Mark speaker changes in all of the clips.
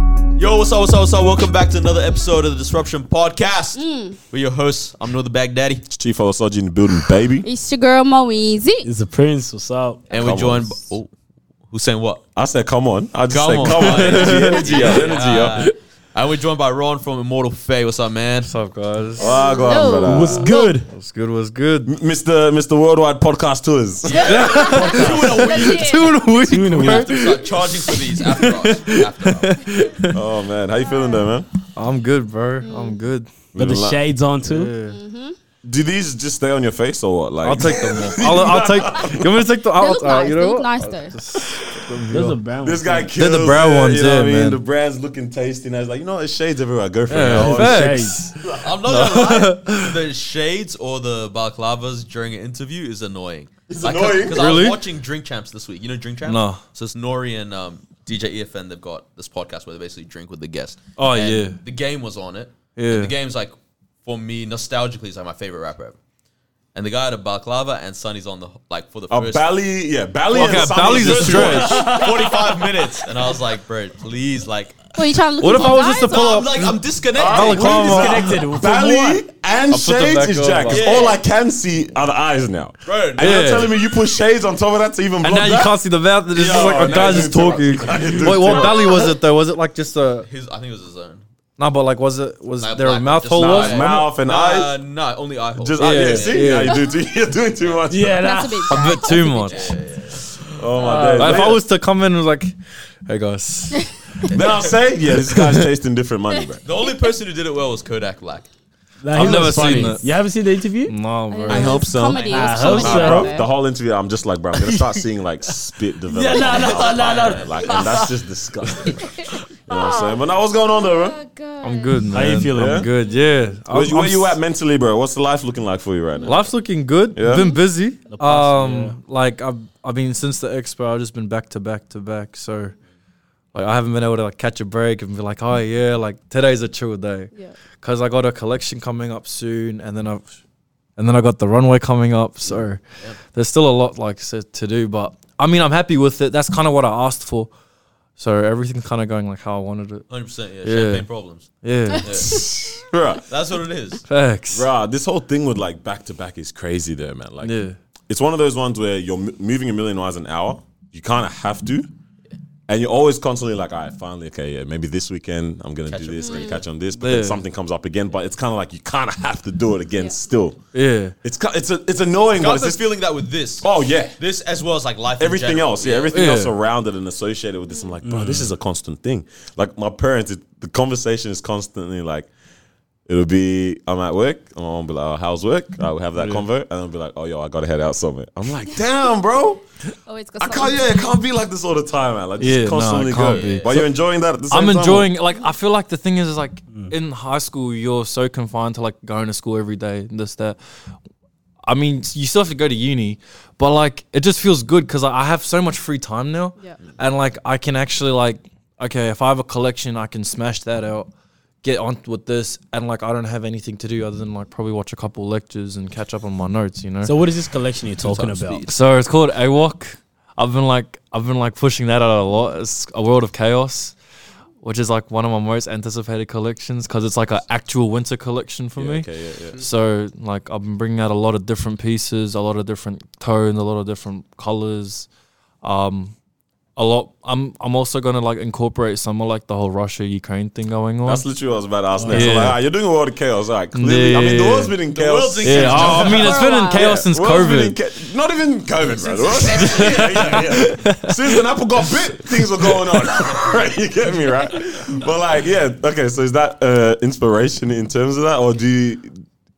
Speaker 1: what's up, what's up, what's up? Welcome back to another episode of the Disruption Podcast. We're your hosts. I'm Noah the Baghdadi,
Speaker 2: Chief Osage in the building, baby.
Speaker 3: It's your girl Moeezy.
Speaker 4: It's the prince. What's up?
Speaker 1: and we're
Speaker 2: Come
Speaker 1: joined. By,
Speaker 2: on.
Speaker 1: oh, who's saying what?
Speaker 2: I said, come on. I just
Speaker 1: Come
Speaker 2: said,
Speaker 1: on.
Speaker 2: come on. Energy, energy up, energy
Speaker 1: Uh,
Speaker 2: up.
Speaker 1: and we're joined by Ron from Immortal Fae. What's up, man?
Speaker 5: What's up, guys?
Speaker 2: Ah, go on,
Speaker 3: Yo.
Speaker 2: brother.
Speaker 4: What's good?
Speaker 5: What's good? What's good?
Speaker 2: M- Mr. Mr. Worldwide Podcast Tours.
Speaker 3: That's
Speaker 4: Two in a week.
Speaker 1: Start charging for these after us. After us.
Speaker 2: oh man, how you feeling though, man?
Speaker 5: I'm good, bro.
Speaker 3: Mm.
Speaker 5: I'm good.
Speaker 4: Got the
Speaker 2: Living life.
Speaker 4: shades on too.
Speaker 5: Yeah.
Speaker 2: Do these just stay on your face or what? Like,
Speaker 5: I'll take them. off. I'll, I'll take. You want me to take the?
Speaker 3: They
Speaker 5: I'll,
Speaker 3: look
Speaker 5: uh,
Speaker 3: nice.
Speaker 5: you
Speaker 3: they
Speaker 5: know
Speaker 3: look
Speaker 5: what?
Speaker 3: nice though.
Speaker 4: There's a brown.
Speaker 2: this guy
Speaker 5: They're
Speaker 2: kills
Speaker 5: the brown
Speaker 2: it,
Speaker 5: ones,
Speaker 2: you know
Speaker 5: yeah,
Speaker 2: what I mean?
Speaker 5: man.
Speaker 2: The brand's looking tasty, and I was like, you know, what? it's shades everywhere. I go for
Speaker 5: Yeah.
Speaker 2: it.
Speaker 5: Fair.
Speaker 2: Oh,
Speaker 4: Shades.
Speaker 1: I'm not gonna lie. The shades or the balaclavas during an interview is annoying. It's
Speaker 2: annoying?
Speaker 1: Because I was
Speaker 5: Really?
Speaker 1: watching Drink Champs this week. You know Drink Champs?
Speaker 5: No.
Speaker 1: So it's Nori and um, DJ EFN. They've got this podcast where they basically drink with the guest.
Speaker 5: Oh,
Speaker 1: And
Speaker 5: yeah.
Speaker 1: The game was on it.
Speaker 5: Yeah.
Speaker 1: And the game's like, for me, nostalgically, is like my favorite rapper ever. And the guy had a balaclava and Sonny's on the, like, for the
Speaker 2: A
Speaker 1: first
Speaker 2: Bally, yeah, Bally.
Speaker 5: Okay,
Speaker 2: and Sunny
Speaker 5: Bally's a
Speaker 2: Zero.
Speaker 5: stretch.
Speaker 1: 45 minutes. And I was like, bro, please, like,
Speaker 3: What you trying to look
Speaker 5: What
Speaker 3: for
Speaker 5: if I was just
Speaker 3: guys
Speaker 5: to pull
Speaker 3: or-
Speaker 1: I'm
Speaker 5: up?
Speaker 1: like, I'm disconnected. What
Speaker 5: Balaclava.
Speaker 1: are you
Speaker 4: Connected. From what?
Speaker 2: Bally and
Speaker 5: put them
Speaker 2: shades
Speaker 5: back
Speaker 2: is
Speaker 5: on,
Speaker 2: Jack. 'cause
Speaker 5: like-
Speaker 2: All I can see are the eyes now.
Speaker 1: Bro,
Speaker 2: And you're
Speaker 5: Yeah.
Speaker 2: telling me you put shades on top of that to even block
Speaker 5: And now you
Speaker 2: that?
Speaker 5: can't see the mouth. It's
Speaker 2: Yo,
Speaker 5: just like a
Speaker 2: now
Speaker 5: guy
Speaker 2: you
Speaker 5: just
Speaker 2: do
Speaker 5: talking.
Speaker 2: too much. You do
Speaker 5: Wait,
Speaker 2: too
Speaker 5: what belly was it though? Was it like just a?
Speaker 1: His, I think it was his own.
Speaker 5: Nah, but like, was it? Was
Speaker 1: Like
Speaker 5: there a
Speaker 1: black-
Speaker 5: mouth
Speaker 1: just
Speaker 5: hole?
Speaker 1: nah,
Speaker 5: Was
Speaker 1: yeah.
Speaker 2: Mouth and eyes.
Speaker 1: Uh, no, only eye hole.
Speaker 2: Just yeah, yeah,
Speaker 5: yeah,
Speaker 2: see,
Speaker 5: yeah.
Speaker 2: Now you do too, you're doing too much.
Speaker 4: Yeah,
Speaker 3: That's a bit.
Speaker 4: nah.
Speaker 5: a
Speaker 3: dry.
Speaker 5: bit too much.
Speaker 2: Oh my days.
Speaker 5: Like, Uh, if
Speaker 2: Then-
Speaker 5: I was to come in and was like, "Hey guys,
Speaker 2: then I'll say, yeah, this guy's tasting different money, bro.
Speaker 1: The only person who did it well was Kodak Black.
Speaker 4: Nah, he
Speaker 5: I've
Speaker 4: was
Speaker 5: never
Speaker 4: funny.
Speaker 5: seen that. Mm.
Speaker 4: You haven't seen the interview?
Speaker 5: no,
Speaker 3: It
Speaker 5: bro."
Speaker 3: was
Speaker 2: I hope so.
Speaker 3: Comedy.
Speaker 4: I
Speaker 3: I hope
Speaker 4: hope so.
Speaker 2: Bro, the whole interview, I'm just like, bro, I'm gonna start seeing like spit develop.
Speaker 4: Yeah, no,
Speaker 2: on
Speaker 4: no,
Speaker 2: my mouth,
Speaker 4: no, no.
Speaker 2: man, Like, and that's just disgusting. bro. you know what I'm saying? But now, what's going on, though, bro?
Speaker 5: I'm good, man.
Speaker 4: How you feeling?
Speaker 5: I'm good. Yeah.
Speaker 2: Where,
Speaker 5: I'm-
Speaker 2: you- where
Speaker 5: I'm
Speaker 2: you at mentally, bro? What's the life looking like for you right now?
Speaker 5: Life's looking good.
Speaker 2: Yeah.
Speaker 5: Been busy.
Speaker 4: past,
Speaker 5: um, like I've I've been since the expo. I've just been back to back to back. So, like I haven't been able to like catch a break and be like, oh yeah, like today's a chill day,
Speaker 3: Yeah.
Speaker 5: cause I got a collection coming up soon, and then I've, and then I got the runway coming up. So, there's still a lot like so, to do, but I mean I'm happy with it. That's kind of what I asked for. So everything's kind of going like how I wanted it.
Speaker 1: 100%, yeah.
Speaker 5: Yeah.
Speaker 1: Champagne problems.
Speaker 5: Yeah,
Speaker 2: Bro,
Speaker 1: That's what it is.
Speaker 5: facts.
Speaker 2: bro, this whole thing with like back to back is crazy, there, man. Like,
Speaker 5: Yeah,
Speaker 2: it's one of those ones where you're m- moving a million miles an hour. You kind of have to. And you're always constantly like, all right, finally, okay, yeah, maybe this weekend I'm going to do
Speaker 1: up
Speaker 2: this, going to catch on this. But then
Speaker 5: Yeah.
Speaker 2: something comes up again. But it's kind of like you kind of have to do it again still.
Speaker 5: yeah.
Speaker 2: It's ki- it's a, it's annoying, but
Speaker 1: Guys
Speaker 2: it's
Speaker 1: are
Speaker 2: just
Speaker 1: feeling that with this.
Speaker 2: Oh, yeah.
Speaker 1: This as well as like life. in
Speaker 2: Everything
Speaker 1: general.
Speaker 2: else, yeah, everything
Speaker 5: Yeah.
Speaker 2: else around it and associated with this, I'm like, bro, this is a constant thing. Like my parents, it, the conversation is constantly like, it'll be, I'm at work, and my mom will be like, oh, how's work? I will have that convo, and I'll be like, oh, yo, I gotta head out somewhere. I'm like, damn, bro.
Speaker 3: Always got
Speaker 2: I can't.
Speaker 3: something.
Speaker 2: Yeah, it can't be like this all the time, man. Like, just
Speaker 5: Yeah, no, it
Speaker 2: constantly
Speaker 5: can't
Speaker 2: go.
Speaker 5: be.
Speaker 2: But you're enjoying that. At the same
Speaker 5: I'm
Speaker 2: time,
Speaker 5: enjoying like I feel like the thing is, is like in high school you're so confined to like going to school every day and this that. I mean, s- you still have to go to uni, but like it just feels good because I have so much free time now,
Speaker 3: Yeah.
Speaker 5: and like I can actually like okay, if I have a collection, I can smash that out, get on with this, and like I don't have anything to do other than like probably watch a couple lectures and catch up on my notes, you know.
Speaker 4: So what is this collection you're talking
Speaker 1: Top
Speaker 4: about?
Speaker 1: speed.
Speaker 5: So it's called AWOC. I've been like I've been like pushing that out a lot. It's a world of chaos, which is like one of my most anticipated collections because it's like an actual winter collection for
Speaker 2: Yeah,
Speaker 5: me.
Speaker 2: okay, yeah, yeah.
Speaker 5: So like I've been bringing out a lot of different pieces, a lot of different tones, a lot of different colors. Um, a lot. I'm I'm also gonna like incorporate some of like the whole Russia Ukraine thing going on.
Speaker 2: That's literally what I was about to ask next. I'm
Speaker 5: Yeah.
Speaker 2: like, ah, you're doing a world of chaos, like clearly. I mean, the
Speaker 5: Yeah.
Speaker 2: world's been in chaos.
Speaker 1: world's in
Speaker 2: Yeah,
Speaker 5: yeah,
Speaker 1: chaos.
Speaker 5: oh, I mean it's been in chaos since
Speaker 2: world's been
Speaker 5: COVID.
Speaker 2: in cha- not even COVID, bro. The world's- yeah, yeah, yeah. Since an apple got bit, things were going on. right? You get me, right? But like, yeah, okay. So is that uh, inspiration in terms of that, or do you?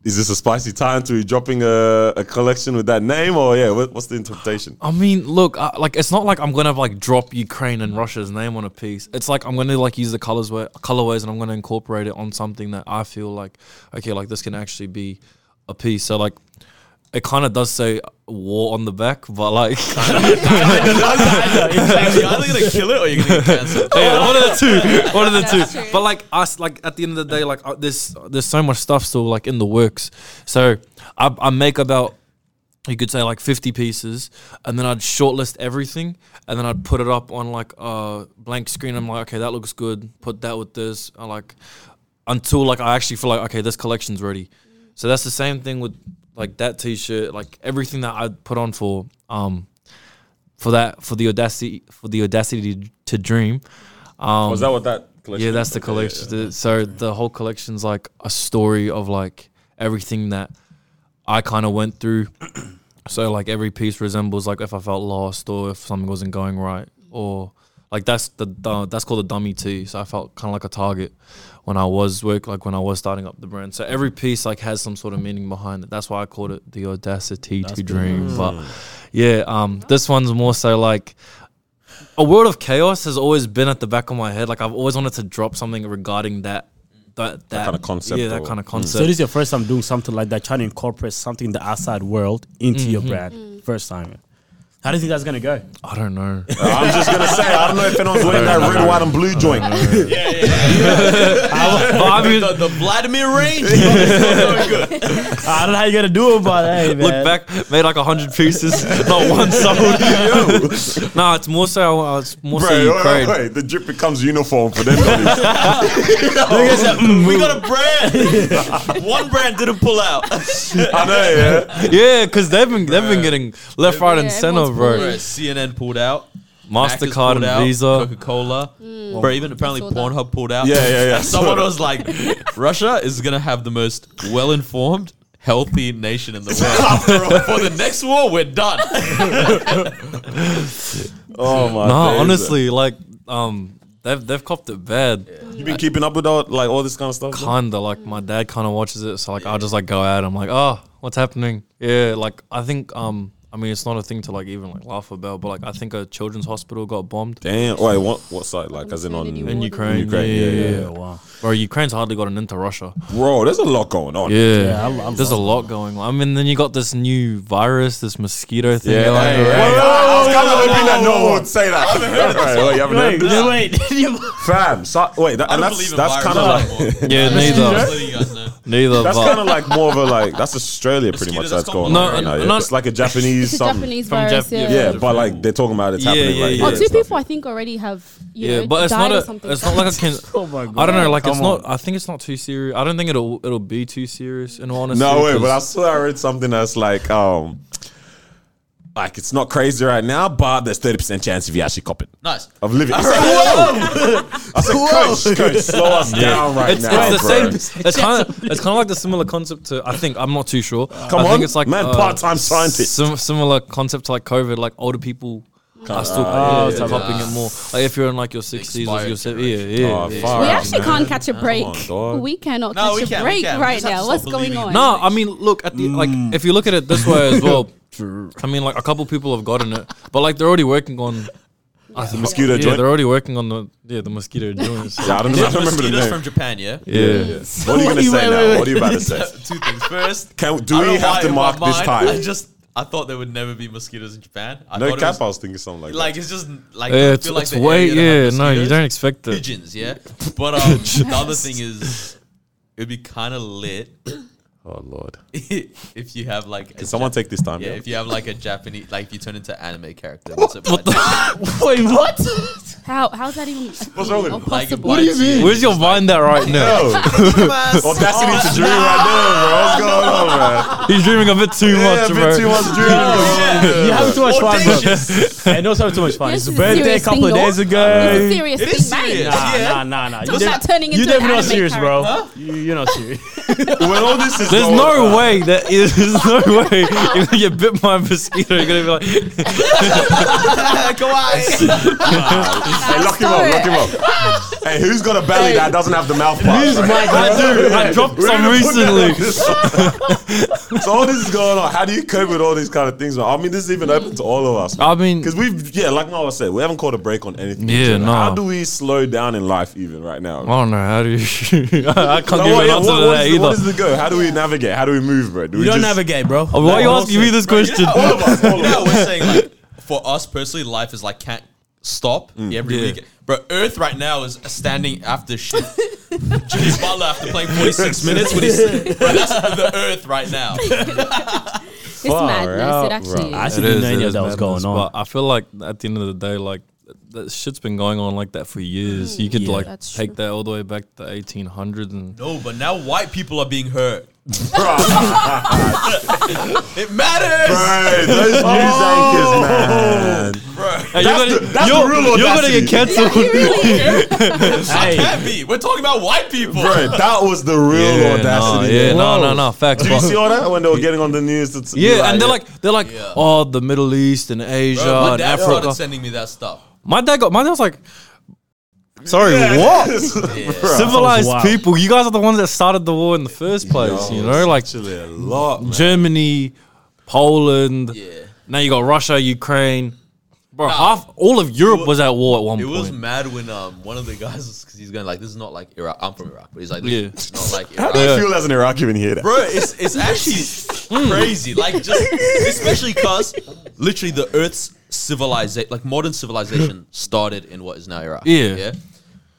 Speaker 2: Is this a spicy time to be dropping a, a collection with that name, or yeah, what, what's the interpretation?
Speaker 5: I mean, look, I, like it's not like I'm gonna like drop Ukraine and Russia's name on a piece. It's like I'm gonna like use the colors where colorways and I'm gonna incorporate it on something that I feel like okay, like this can actually be a piece. So like, it kind of does say war on the back, but like
Speaker 1: Exactly. You're either going to kill it or you're going to get cancer.
Speaker 5: yeah, one of the two, one of the
Speaker 3: That's
Speaker 5: two.
Speaker 3: true.
Speaker 5: But like us, like at the end of the day, like uh, there's there's so much stuff still like in the works. So I, I make about you could say like 50 pieces and then i'd shortlist everything and then i'd put it up on like a blank screen i'm like okay that looks good put that with this I like until like i actually feel like okay this collection's ready so that's the same thing with like that t-shirt like everything that i put on for um for that for the audacity for the audacity to dream um
Speaker 2: Was that what that collection?
Speaker 5: yeah, that's
Speaker 2: is?
Speaker 5: the collection. The- So the whole collection's like a story of like everything that I kind of went through. so like every piece resembles like if I felt lost or if something wasn't going right or like that's the du- that's called the dummy tee. So I felt kind of like a target when I was work like when I was starting up the brand. So every piece like has some sort of meaning behind it. That's why I called it the audacity to dream. But yeah, um, this one's more so like a world of chaos has always been at the back of my head. Like I've always wanted to drop something regarding that that that,
Speaker 2: kinda concept
Speaker 5: Yeah, that
Speaker 2: or-
Speaker 5: kind of
Speaker 4: So,
Speaker 5: concept. Mm.
Speaker 4: this is your first time doing something like that, trying to incorporate something in the outside world into your
Speaker 5: Mm-hmm.
Speaker 4: brand. First time. How do you think that's gonna go?
Speaker 5: I don't know.
Speaker 2: I'm just gonna say I don't know if anyone's wearing that red, white, and blue joint.
Speaker 5: But I mean,
Speaker 1: the, the Vladimir range.
Speaker 4: I don't know how you're gonna do it, but hey, man.
Speaker 5: look back, made like a hundred pieces, not one sold. no, it's more so. Uh, it's more so
Speaker 2: Bro, wait,
Speaker 5: Ukraine.
Speaker 2: wait, wait, the drip becomes uniform for them. don't it?
Speaker 1: "Mm, we got a brand. One brand didn't pull out.
Speaker 2: I know, yeah.
Speaker 5: Yeah, because they've been they've been getting left, right, and
Speaker 3: Yeah,
Speaker 5: center,
Speaker 3: everyone's
Speaker 5: bro.
Speaker 3: pulling.
Speaker 1: Bro, CNN pulled out. Macca's
Speaker 5: Mastercard
Speaker 1: pulled
Speaker 5: and
Speaker 1: out,
Speaker 5: Visa.
Speaker 1: Coca-Cola. Bro, even apparently
Speaker 3: saw that.
Speaker 1: Pornhub pulled out.
Speaker 2: Yeah, yeah, yeah.
Speaker 1: Someone was like, Russia is gonna have the most well-informed, healthy nation in the world. For the next war, we're done.
Speaker 2: Oh my.
Speaker 5: No,
Speaker 2: days.
Speaker 5: honestly, like um, they've they've copped it bad.
Speaker 2: you been keeping up with all like all this kind of stuff. though?
Speaker 5: kinda like my dad kind of watches it, so like I'll just like go out. I'm like, oh, what's happening? Yeah, like I think um, I mean it's not a thing to like even like laugh about, but like I think a children's hospital got bombed
Speaker 2: Damn. Wait, what? What side? Like, as in on
Speaker 3: Maternity
Speaker 5: in
Speaker 3: ward.
Speaker 5: Ukraine.
Speaker 2: Ukraine,
Speaker 5: yeah,
Speaker 2: yeah, yeah.
Speaker 5: yeah, yeah.
Speaker 4: Yeah, Oh, wow.
Speaker 5: Bro, Ukraine's hardly gotten into Russia.
Speaker 2: bro? There's a lot going on.
Speaker 5: Yeah,
Speaker 4: Yeah, I love
Speaker 5: there's a lot going on. I mean, then you got this new virus, this mosquito thing.
Speaker 2: Yeah,
Speaker 5: going
Speaker 2: hey,
Speaker 5: around.
Speaker 2: hey, I was kind of hoping that no one would say that. Alright, well, you haven't heard
Speaker 4: Wait,
Speaker 2: this?
Speaker 4: wait,
Speaker 2: Fam, so, wait, that,
Speaker 1: I
Speaker 2: and
Speaker 1: don't
Speaker 2: that's
Speaker 1: believe in
Speaker 2: that's kind of
Speaker 1: viruses
Speaker 2: like
Speaker 1: anymore.
Speaker 5: yeah,
Speaker 1: I'm
Speaker 5: neither,
Speaker 1: just letting you guys know.
Speaker 5: neither.
Speaker 2: that's
Speaker 5: but
Speaker 2: kind of like more of a like that's Australia pretty
Speaker 1: Mosquitoes,
Speaker 2: much that's
Speaker 1: that's
Speaker 2: going
Speaker 5: common.
Speaker 2: on.
Speaker 5: No,
Speaker 2: right now, yeah.
Speaker 5: no.
Speaker 2: It's like a Japanese
Speaker 3: It's a
Speaker 2: something.
Speaker 3: Japanese
Speaker 5: From
Speaker 3: virus,
Speaker 5: Jap- yeah,
Speaker 3: yeah.
Speaker 2: Yeah, but like they're talking about it's
Speaker 5: Yeah,
Speaker 2: happening
Speaker 5: yeah,
Speaker 2: right
Speaker 5: yeah.
Speaker 2: here.
Speaker 3: Oh,
Speaker 2: and
Speaker 3: two
Speaker 2: stuff.
Speaker 3: people I think already have you
Speaker 5: yeah,
Speaker 3: know,
Speaker 5: but it's
Speaker 3: died
Speaker 5: not
Speaker 3: or
Speaker 5: a,
Speaker 3: something.
Speaker 5: it's not like a can.
Speaker 4: oh my god.
Speaker 5: I don't know, like it's
Speaker 4: Come
Speaker 5: not.
Speaker 4: on.
Speaker 5: I think it's not too serious. I don't think it'll it'll be too serious. In all honesty,
Speaker 2: No way, but I
Speaker 5: 'cause-
Speaker 2: swear I read something that's like, um, like it's not crazy right now, but there's thirty percent chance if you actually cop it
Speaker 1: Nice.
Speaker 2: of living. I said, "Whoa!" I said, coach, coach, slow us down right
Speaker 5: it's,
Speaker 2: now,
Speaker 5: it's the
Speaker 2: bro. Oh,
Speaker 5: same. It's kind of it's kind of like the similar concept to. I think I'm not too sure.
Speaker 2: Come
Speaker 5: I
Speaker 2: on,
Speaker 5: think it's like uh,
Speaker 2: man, part-time scientist.
Speaker 5: Sim- similar concept to like COVID. Like older people are still yeah,
Speaker 2: yeah, yeah.
Speaker 5: copying it more. Like if you're in like your 60s or
Speaker 1: Expired
Speaker 5: your 70s,
Speaker 1: generation.
Speaker 5: yeah, yeah.
Speaker 2: Oh,
Speaker 5: yeah.
Speaker 2: fuck,
Speaker 3: we actually
Speaker 2: man.
Speaker 3: can't catch a break.
Speaker 2: dog.
Speaker 3: we cannot
Speaker 1: No, we
Speaker 3: catch
Speaker 1: can, we
Speaker 3: a break
Speaker 1: can. We
Speaker 3: right
Speaker 1: just have to
Speaker 3: now.
Speaker 1: stop
Speaker 3: What's going
Speaker 1: believing it.
Speaker 3: on?
Speaker 5: No, I mean, look at the
Speaker 2: Mm.
Speaker 5: like. If you look at it this way as well, I mean, like a couple people have gotten it, but like they're already working on. I think-
Speaker 2: Mosquito
Speaker 5: yeah,
Speaker 2: joint?
Speaker 5: they're already working on the yeah the mosquito joints.
Speaker 2: Yeah, I don't, I don't remember the
Speaker 1: Mosquitoes
Speaker 2: name.
Speaker 1: from Japan, yeah?
Speaker 5: yeah.
Speaker 2: What are you gonna
Speaker 4: Wait,
Speaker 2: say now?
Speaker 4: wait, wait.
Speaker 2: What are you about to say?
Speaker 1: Two things. First,
Speaker 2: Can, do
Speaker 1: I don't
Speaker 2: we
Speaker 1: know why
Speaker 2: have to
Speaker 1: in my
Speaker 2: mark this
Speaker 1: mind, I
Speaker 2: time?
Speaker 1: just I thought there would never be mosquitoes in Japan. I
Speaker 2: No
Speaker 1: thought it
Speaker 2: cap, I
Speaker 1: was,
Speaker 2: was thinking something like,
Speaker 1: Like it's just like
Speaker 5: Yeah,
Speaker 1: I
Speaker 5: it's,
Speaker 1: feel like
Speaker 5: it's
Speaker 1: the area
Speaker 5: way
Speaker 1: that
Speaker 5: yeah.
Speaker 1: have
Speaker 5: No, you
Speaker 1: mosquitoes-
Speaker 5: don't expect it.
Speaker 1: pigeons, yeah. But um, the other thing is, it'd be kind of lit
Speaker 2: that. Oh lord,
Speaker 1: if you have like a
Speaker 2: can someone
Speaker 1: Jap-
Speaker 2: take this time?
Speaker 1: yeah,
Speaker 2: Yeah,
Speaker 1: if you have like a Japanese, like if you turn into anime character. What,
Speaker 4: Wait, what?
Speaker 3: How how's that even
Speaker 2: What's wrong with
Speaker 3: or
Speaker 2: it?
Speaker 1: Like,
Speaker 3: possible?
Speaker 1: what do you mean?
Speaker 5: Where's your mind at right now?
Speaker 2: Yo, audacity to dream right there, bro. What's going on, man?
Speaker 5: He's dreaming a bit too
Speaker 2: Yeah,
Speaker 5: much,
Speaker 2: a
Speaker 5: bro.
Speaker 2: bit too much dreaming. going on.
Speaker 4: You have too much fun, bro.
Speaker 1: Audacious.
Speaker 4: I know it's having too much fun.
Speaker 3: This
Speaker 4: It's a
Speaker 3: is a
Speaker 4: birthday a
Speaker 3: serious
Speaker 4: couple of
Speaker 3: thing,
Speaker 4: days
Speaker 3: though.
Speaker 4: ago.
Speaker 3: It's serious,
Speaker 1: It
Speaker 3: thing,
Speaker 1: is
Speaker 3: mate.
Speaker 1: serious.
Speaker 4: Nah,
Speaker 1: Yeah.
Speaker 4: nah, nah, nah.
Speaker 3: Don't
Speaker 4: You
Speaker 3: start
Speaker 4: def-
Speaker 3: turning
Speaker 4: you
Speaker 3: into an
Speaker 4: definitely not
Speaker 3: anime
Speaker 4: serious, bro.
Speaker 3: character.
Speaker 4: You, you're not serious.
Speaker 2: When all this is
Speaker 5: There's
Speaker 2: going on,
Speaker 5: no way that there's no way if you get bit by a mosquito, you're gonna be like,
Speaker 1: Kawaii.
Speaker 2: Hey, lock him up, lock him up. hey, who's got a belly that doesn't have the mouth part?
Speaker 4: Who's
Speaker 2: right?
Speaker 4: my
Speaker 5: I do. I dropped
Speaker 2: We're
Speaker 5: some
Speaker 2: gonna put that on
Speaker 5: recently.
Speaker 2: this one. so all this is going on. How do you cope with all these kind of things? Man? I mean, this is even open to all of us.
Speaker 5: I mean-
Speaker 2: because we've yeah, like Noah said, we haven't caught a break on anything.
Speaker 5: Yeah,
Speaker 2: Like,
Speaker 5: nah.
Speaker 2: How do we slow down in life even right now?
Speaker 5: I don't know Oh, how do you. I, I can't
Speaker 2: Like,
Speaker 5: give
Speaker 2: what-
Speaker 5: an
Speaker 2: yeah,
Speaker 5: answer
Speaker 2: what-
Speaker 5: to
Speaker 2: what
Speaker 5: that
Speaker 2: is the-
Speaker 5: either.
Speaker 2: What is the go? How do we navigate? How do we move, bro? Do we
Speaker 4: You don't
Speaker 2: just-
Speaker 4: navigate, bro.
Speaker 5: Why are you asking me this question?
Speaker 2: All of us, all
Speaker 1: You
Speaker 2: of
Speaker 1: know,
Speaker 2: us.
Speaker 1: we're saying like for us personally, life is like can't stop every
Speaker 5: Yeah.
Speaker 1: week. Bro, Earth right now is standing after shit. Jimmy Butler after playing 46 minutes. What he's, bro, that's the Earth right now.
Speaker 3: It's it's madness.
Speaker 2: out,
Speaker 3: it actually
Speaker 4: I
Speaker 3: is.
Speaker 4: actually didn't know any of that was
Speaker 5: madness,
Speaker 4: going on.
Speaker 5: But I feel like at the end of the day, like that shit's been going on like that for years. You could
Speaker 4: Yeah.
Speaker 5: like
Speaker 3: That's
Speaker 5: take
Speaker 3: true.
Speaker 5: that all the way back to 1800s and
Speaker 1: No, but now white people are being hurt.
Speaker 2: Bro,
Speaker 1: It matters.
Speaker 2: Bro, those news anchors, man.
Speaker 5: Hey,
Speaker 2: That's
Speaker 5: you're
Speaker 2: the-
Speaker 5: gonna,
Speaker 2: that's the
Speaker 5: you're,
Speaker 2: real
Speaker 5: you're gonna
Speaker 2: audacity.
Speaker 5: get cancelled.
Speaker 3: It really is.
Speaker 4: Hey,
Speaker 1: Can't be. We're talking about white people.
Speaker 2: Bro, that was the real
Speaker 5: Yeah,
Speaker 2: audacity.
Speaker 5: No, yeah,
Speaker 2: there.
Speaker 5: no, no, no, facts.
Speaker 2: Did you
Speaker 5: but-
Speaker 2: see all that when they were getting on the news? To to be
Speaker 5: yeah, and they're
Speaker 2: yeah.
Speaker 5: like, they're like, oh, the Middle East and Asia
Speaker 1: Bro, my
Speaker 5: and
Speaker 1: dad
Speaker 5: Africa.
Speaker 1: started sending me that stuff.
Speaker 5: my dad got, my dad was like, sorry, what?
Speaker 2: Bro,
Speaker 5: Civilized
Speaker 4: wild.
Speaker 5: people, you guys are the ones that started the war in the first place. you know, like
Speaker 2: actually a lot. Man.
Speaker 5: Germany, Poland.
Speaker 1: Yeah.
Speaker 5: Now you got Russia, Ukraine. Bro, half all of Europe was at war at one
Speaker 1: It was
Speaker 5: point.
Speaker 1: mad when um one of the guys because he's going like this is not like Iraq. I'm from Iraq, but he's like this
Speaker 5: Yeah.
Speaker 1: is not like
Speaker 2: How do
Speaker 1: Iraq.
Speaker 2: you feel as an Iraqi when you hear that?
Speaker 1: Bro, it's it's actually crazy. Like just especially because literally the Earth's civilization, like modern civilization, started in what is now Iraq.
Speaker 5: Yeah.
Speaker 1: yeah.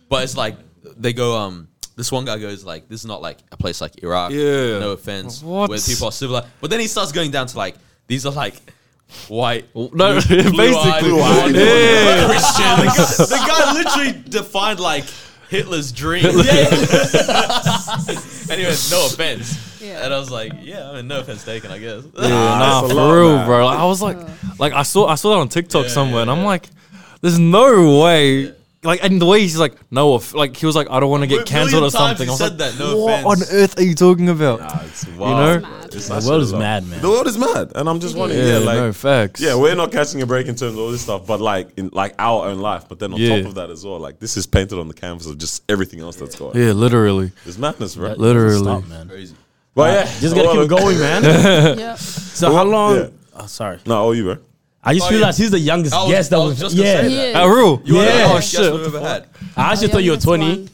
Speaker 1: But it's like they go um. This one guy goes like, "This is not like a place like Iraq.
Speaker 5: Yeah.
Speaker 1: No offense,
Speaker 5: What?
Speaker 1: where people are civilized." But then he starts going down to like, "These are like white,
Speaker 5: No, basically,
Speaker 2: blue-eyed.
Speaker 5: yeah.
Speaker 1: Christians. the guy literally defined like Hitler's dream. anyway, no offense.
Speaker 3: Yeah.
Speaker 1: And I was like, yeah, I mean, no offense taken, I guess.
Speaker 5: Yeah,
Speaker 2: Nah,
Speaker 5: nah,
Speaker 2: that's a
Speaker 5: for
Speaker 2: lot,
Speaker 5: real,
Speaker 2: man.
Speaker 5: bro. Like, I was like, like I saw, I saw that on TikTok
Speaker 1: Yeah,
Speaker 5: somewhere, and
Speaker 1: yeah,
Speaker 5: I'm
Speaker 1: yeah.
Speaker 5: like, there's no way. Like, and the way he's like, no, off, like he was like, I don't want to
Speaker 1: Million
Speaker 5: get cancelled or
Speaker 1: times
Speaker 5: something.
Speaker 1: he
Speaker 5: I was
Speaker 1: said
Speaker 5: like,
Speaker 1: that, no
Speaker 5: what
Speaker 1: offense.
Speaker 5: on earth are you talking about?
Speaker 2: Nah, it's
Speaker 5: know?
Speaker 2: wild. bro. It's
Speaker 4: the
Speaker 2: that shit
Speaker 4: world is
Speaker 2: wild.
Speaker 4: mad, man.
Speaker 2: The world is mad, and I'm just wondering. Yeah, like
Speaker 5: no facts.
Speaker 2: Yeah, we're not catching a break in terms of all this stuff, but like in like our own life. But then on
Speaker 5: Yeah.
Speaker 2: top of that as well, like this is painted on the canvas of just everything else that's going. on.
Speaker 5: yeah, literally,
Speaker 2: It's madness, right?
Speaker 5: literally.
Speaker 4: Stop, man.
Speaker 1: Crazy.
Speaker 2: But yeah,
Speaker 4: Just gotta keep
Speaker 2: well,
Speaker 4: going, man.
Speaker 3: yeah.
Speaker 4: So how long?
Speaker 2: yeah.
Speaker 4: Oh, sorry,
Speaker 2: No, all you, bro.
Speaker 4: I just
Speaker 1: Oh, yeah.
Speaker 4: realized he's the youngest
Speaker 1: I was-
Speaker 4: guest that
Speaker 1: I was
Speaker 4: was.
Speaker 1: just gonna
Speaker 4: yeah,
Speaker 1: say that.
Speaker 3: Yeah.
Speaker 5: At real.
Speaker 1: You are the
Speaker 4: Yeah.
Speaker 2: Oh,
Speaker 1: youngest guest
Speaker 5: Oh, Shit.
Speaker 1: we've ever had.
Speaker 4: I actually thought you were
Speaker 3: Youngest
Speaker 4: twenty.
Speaker 3: one.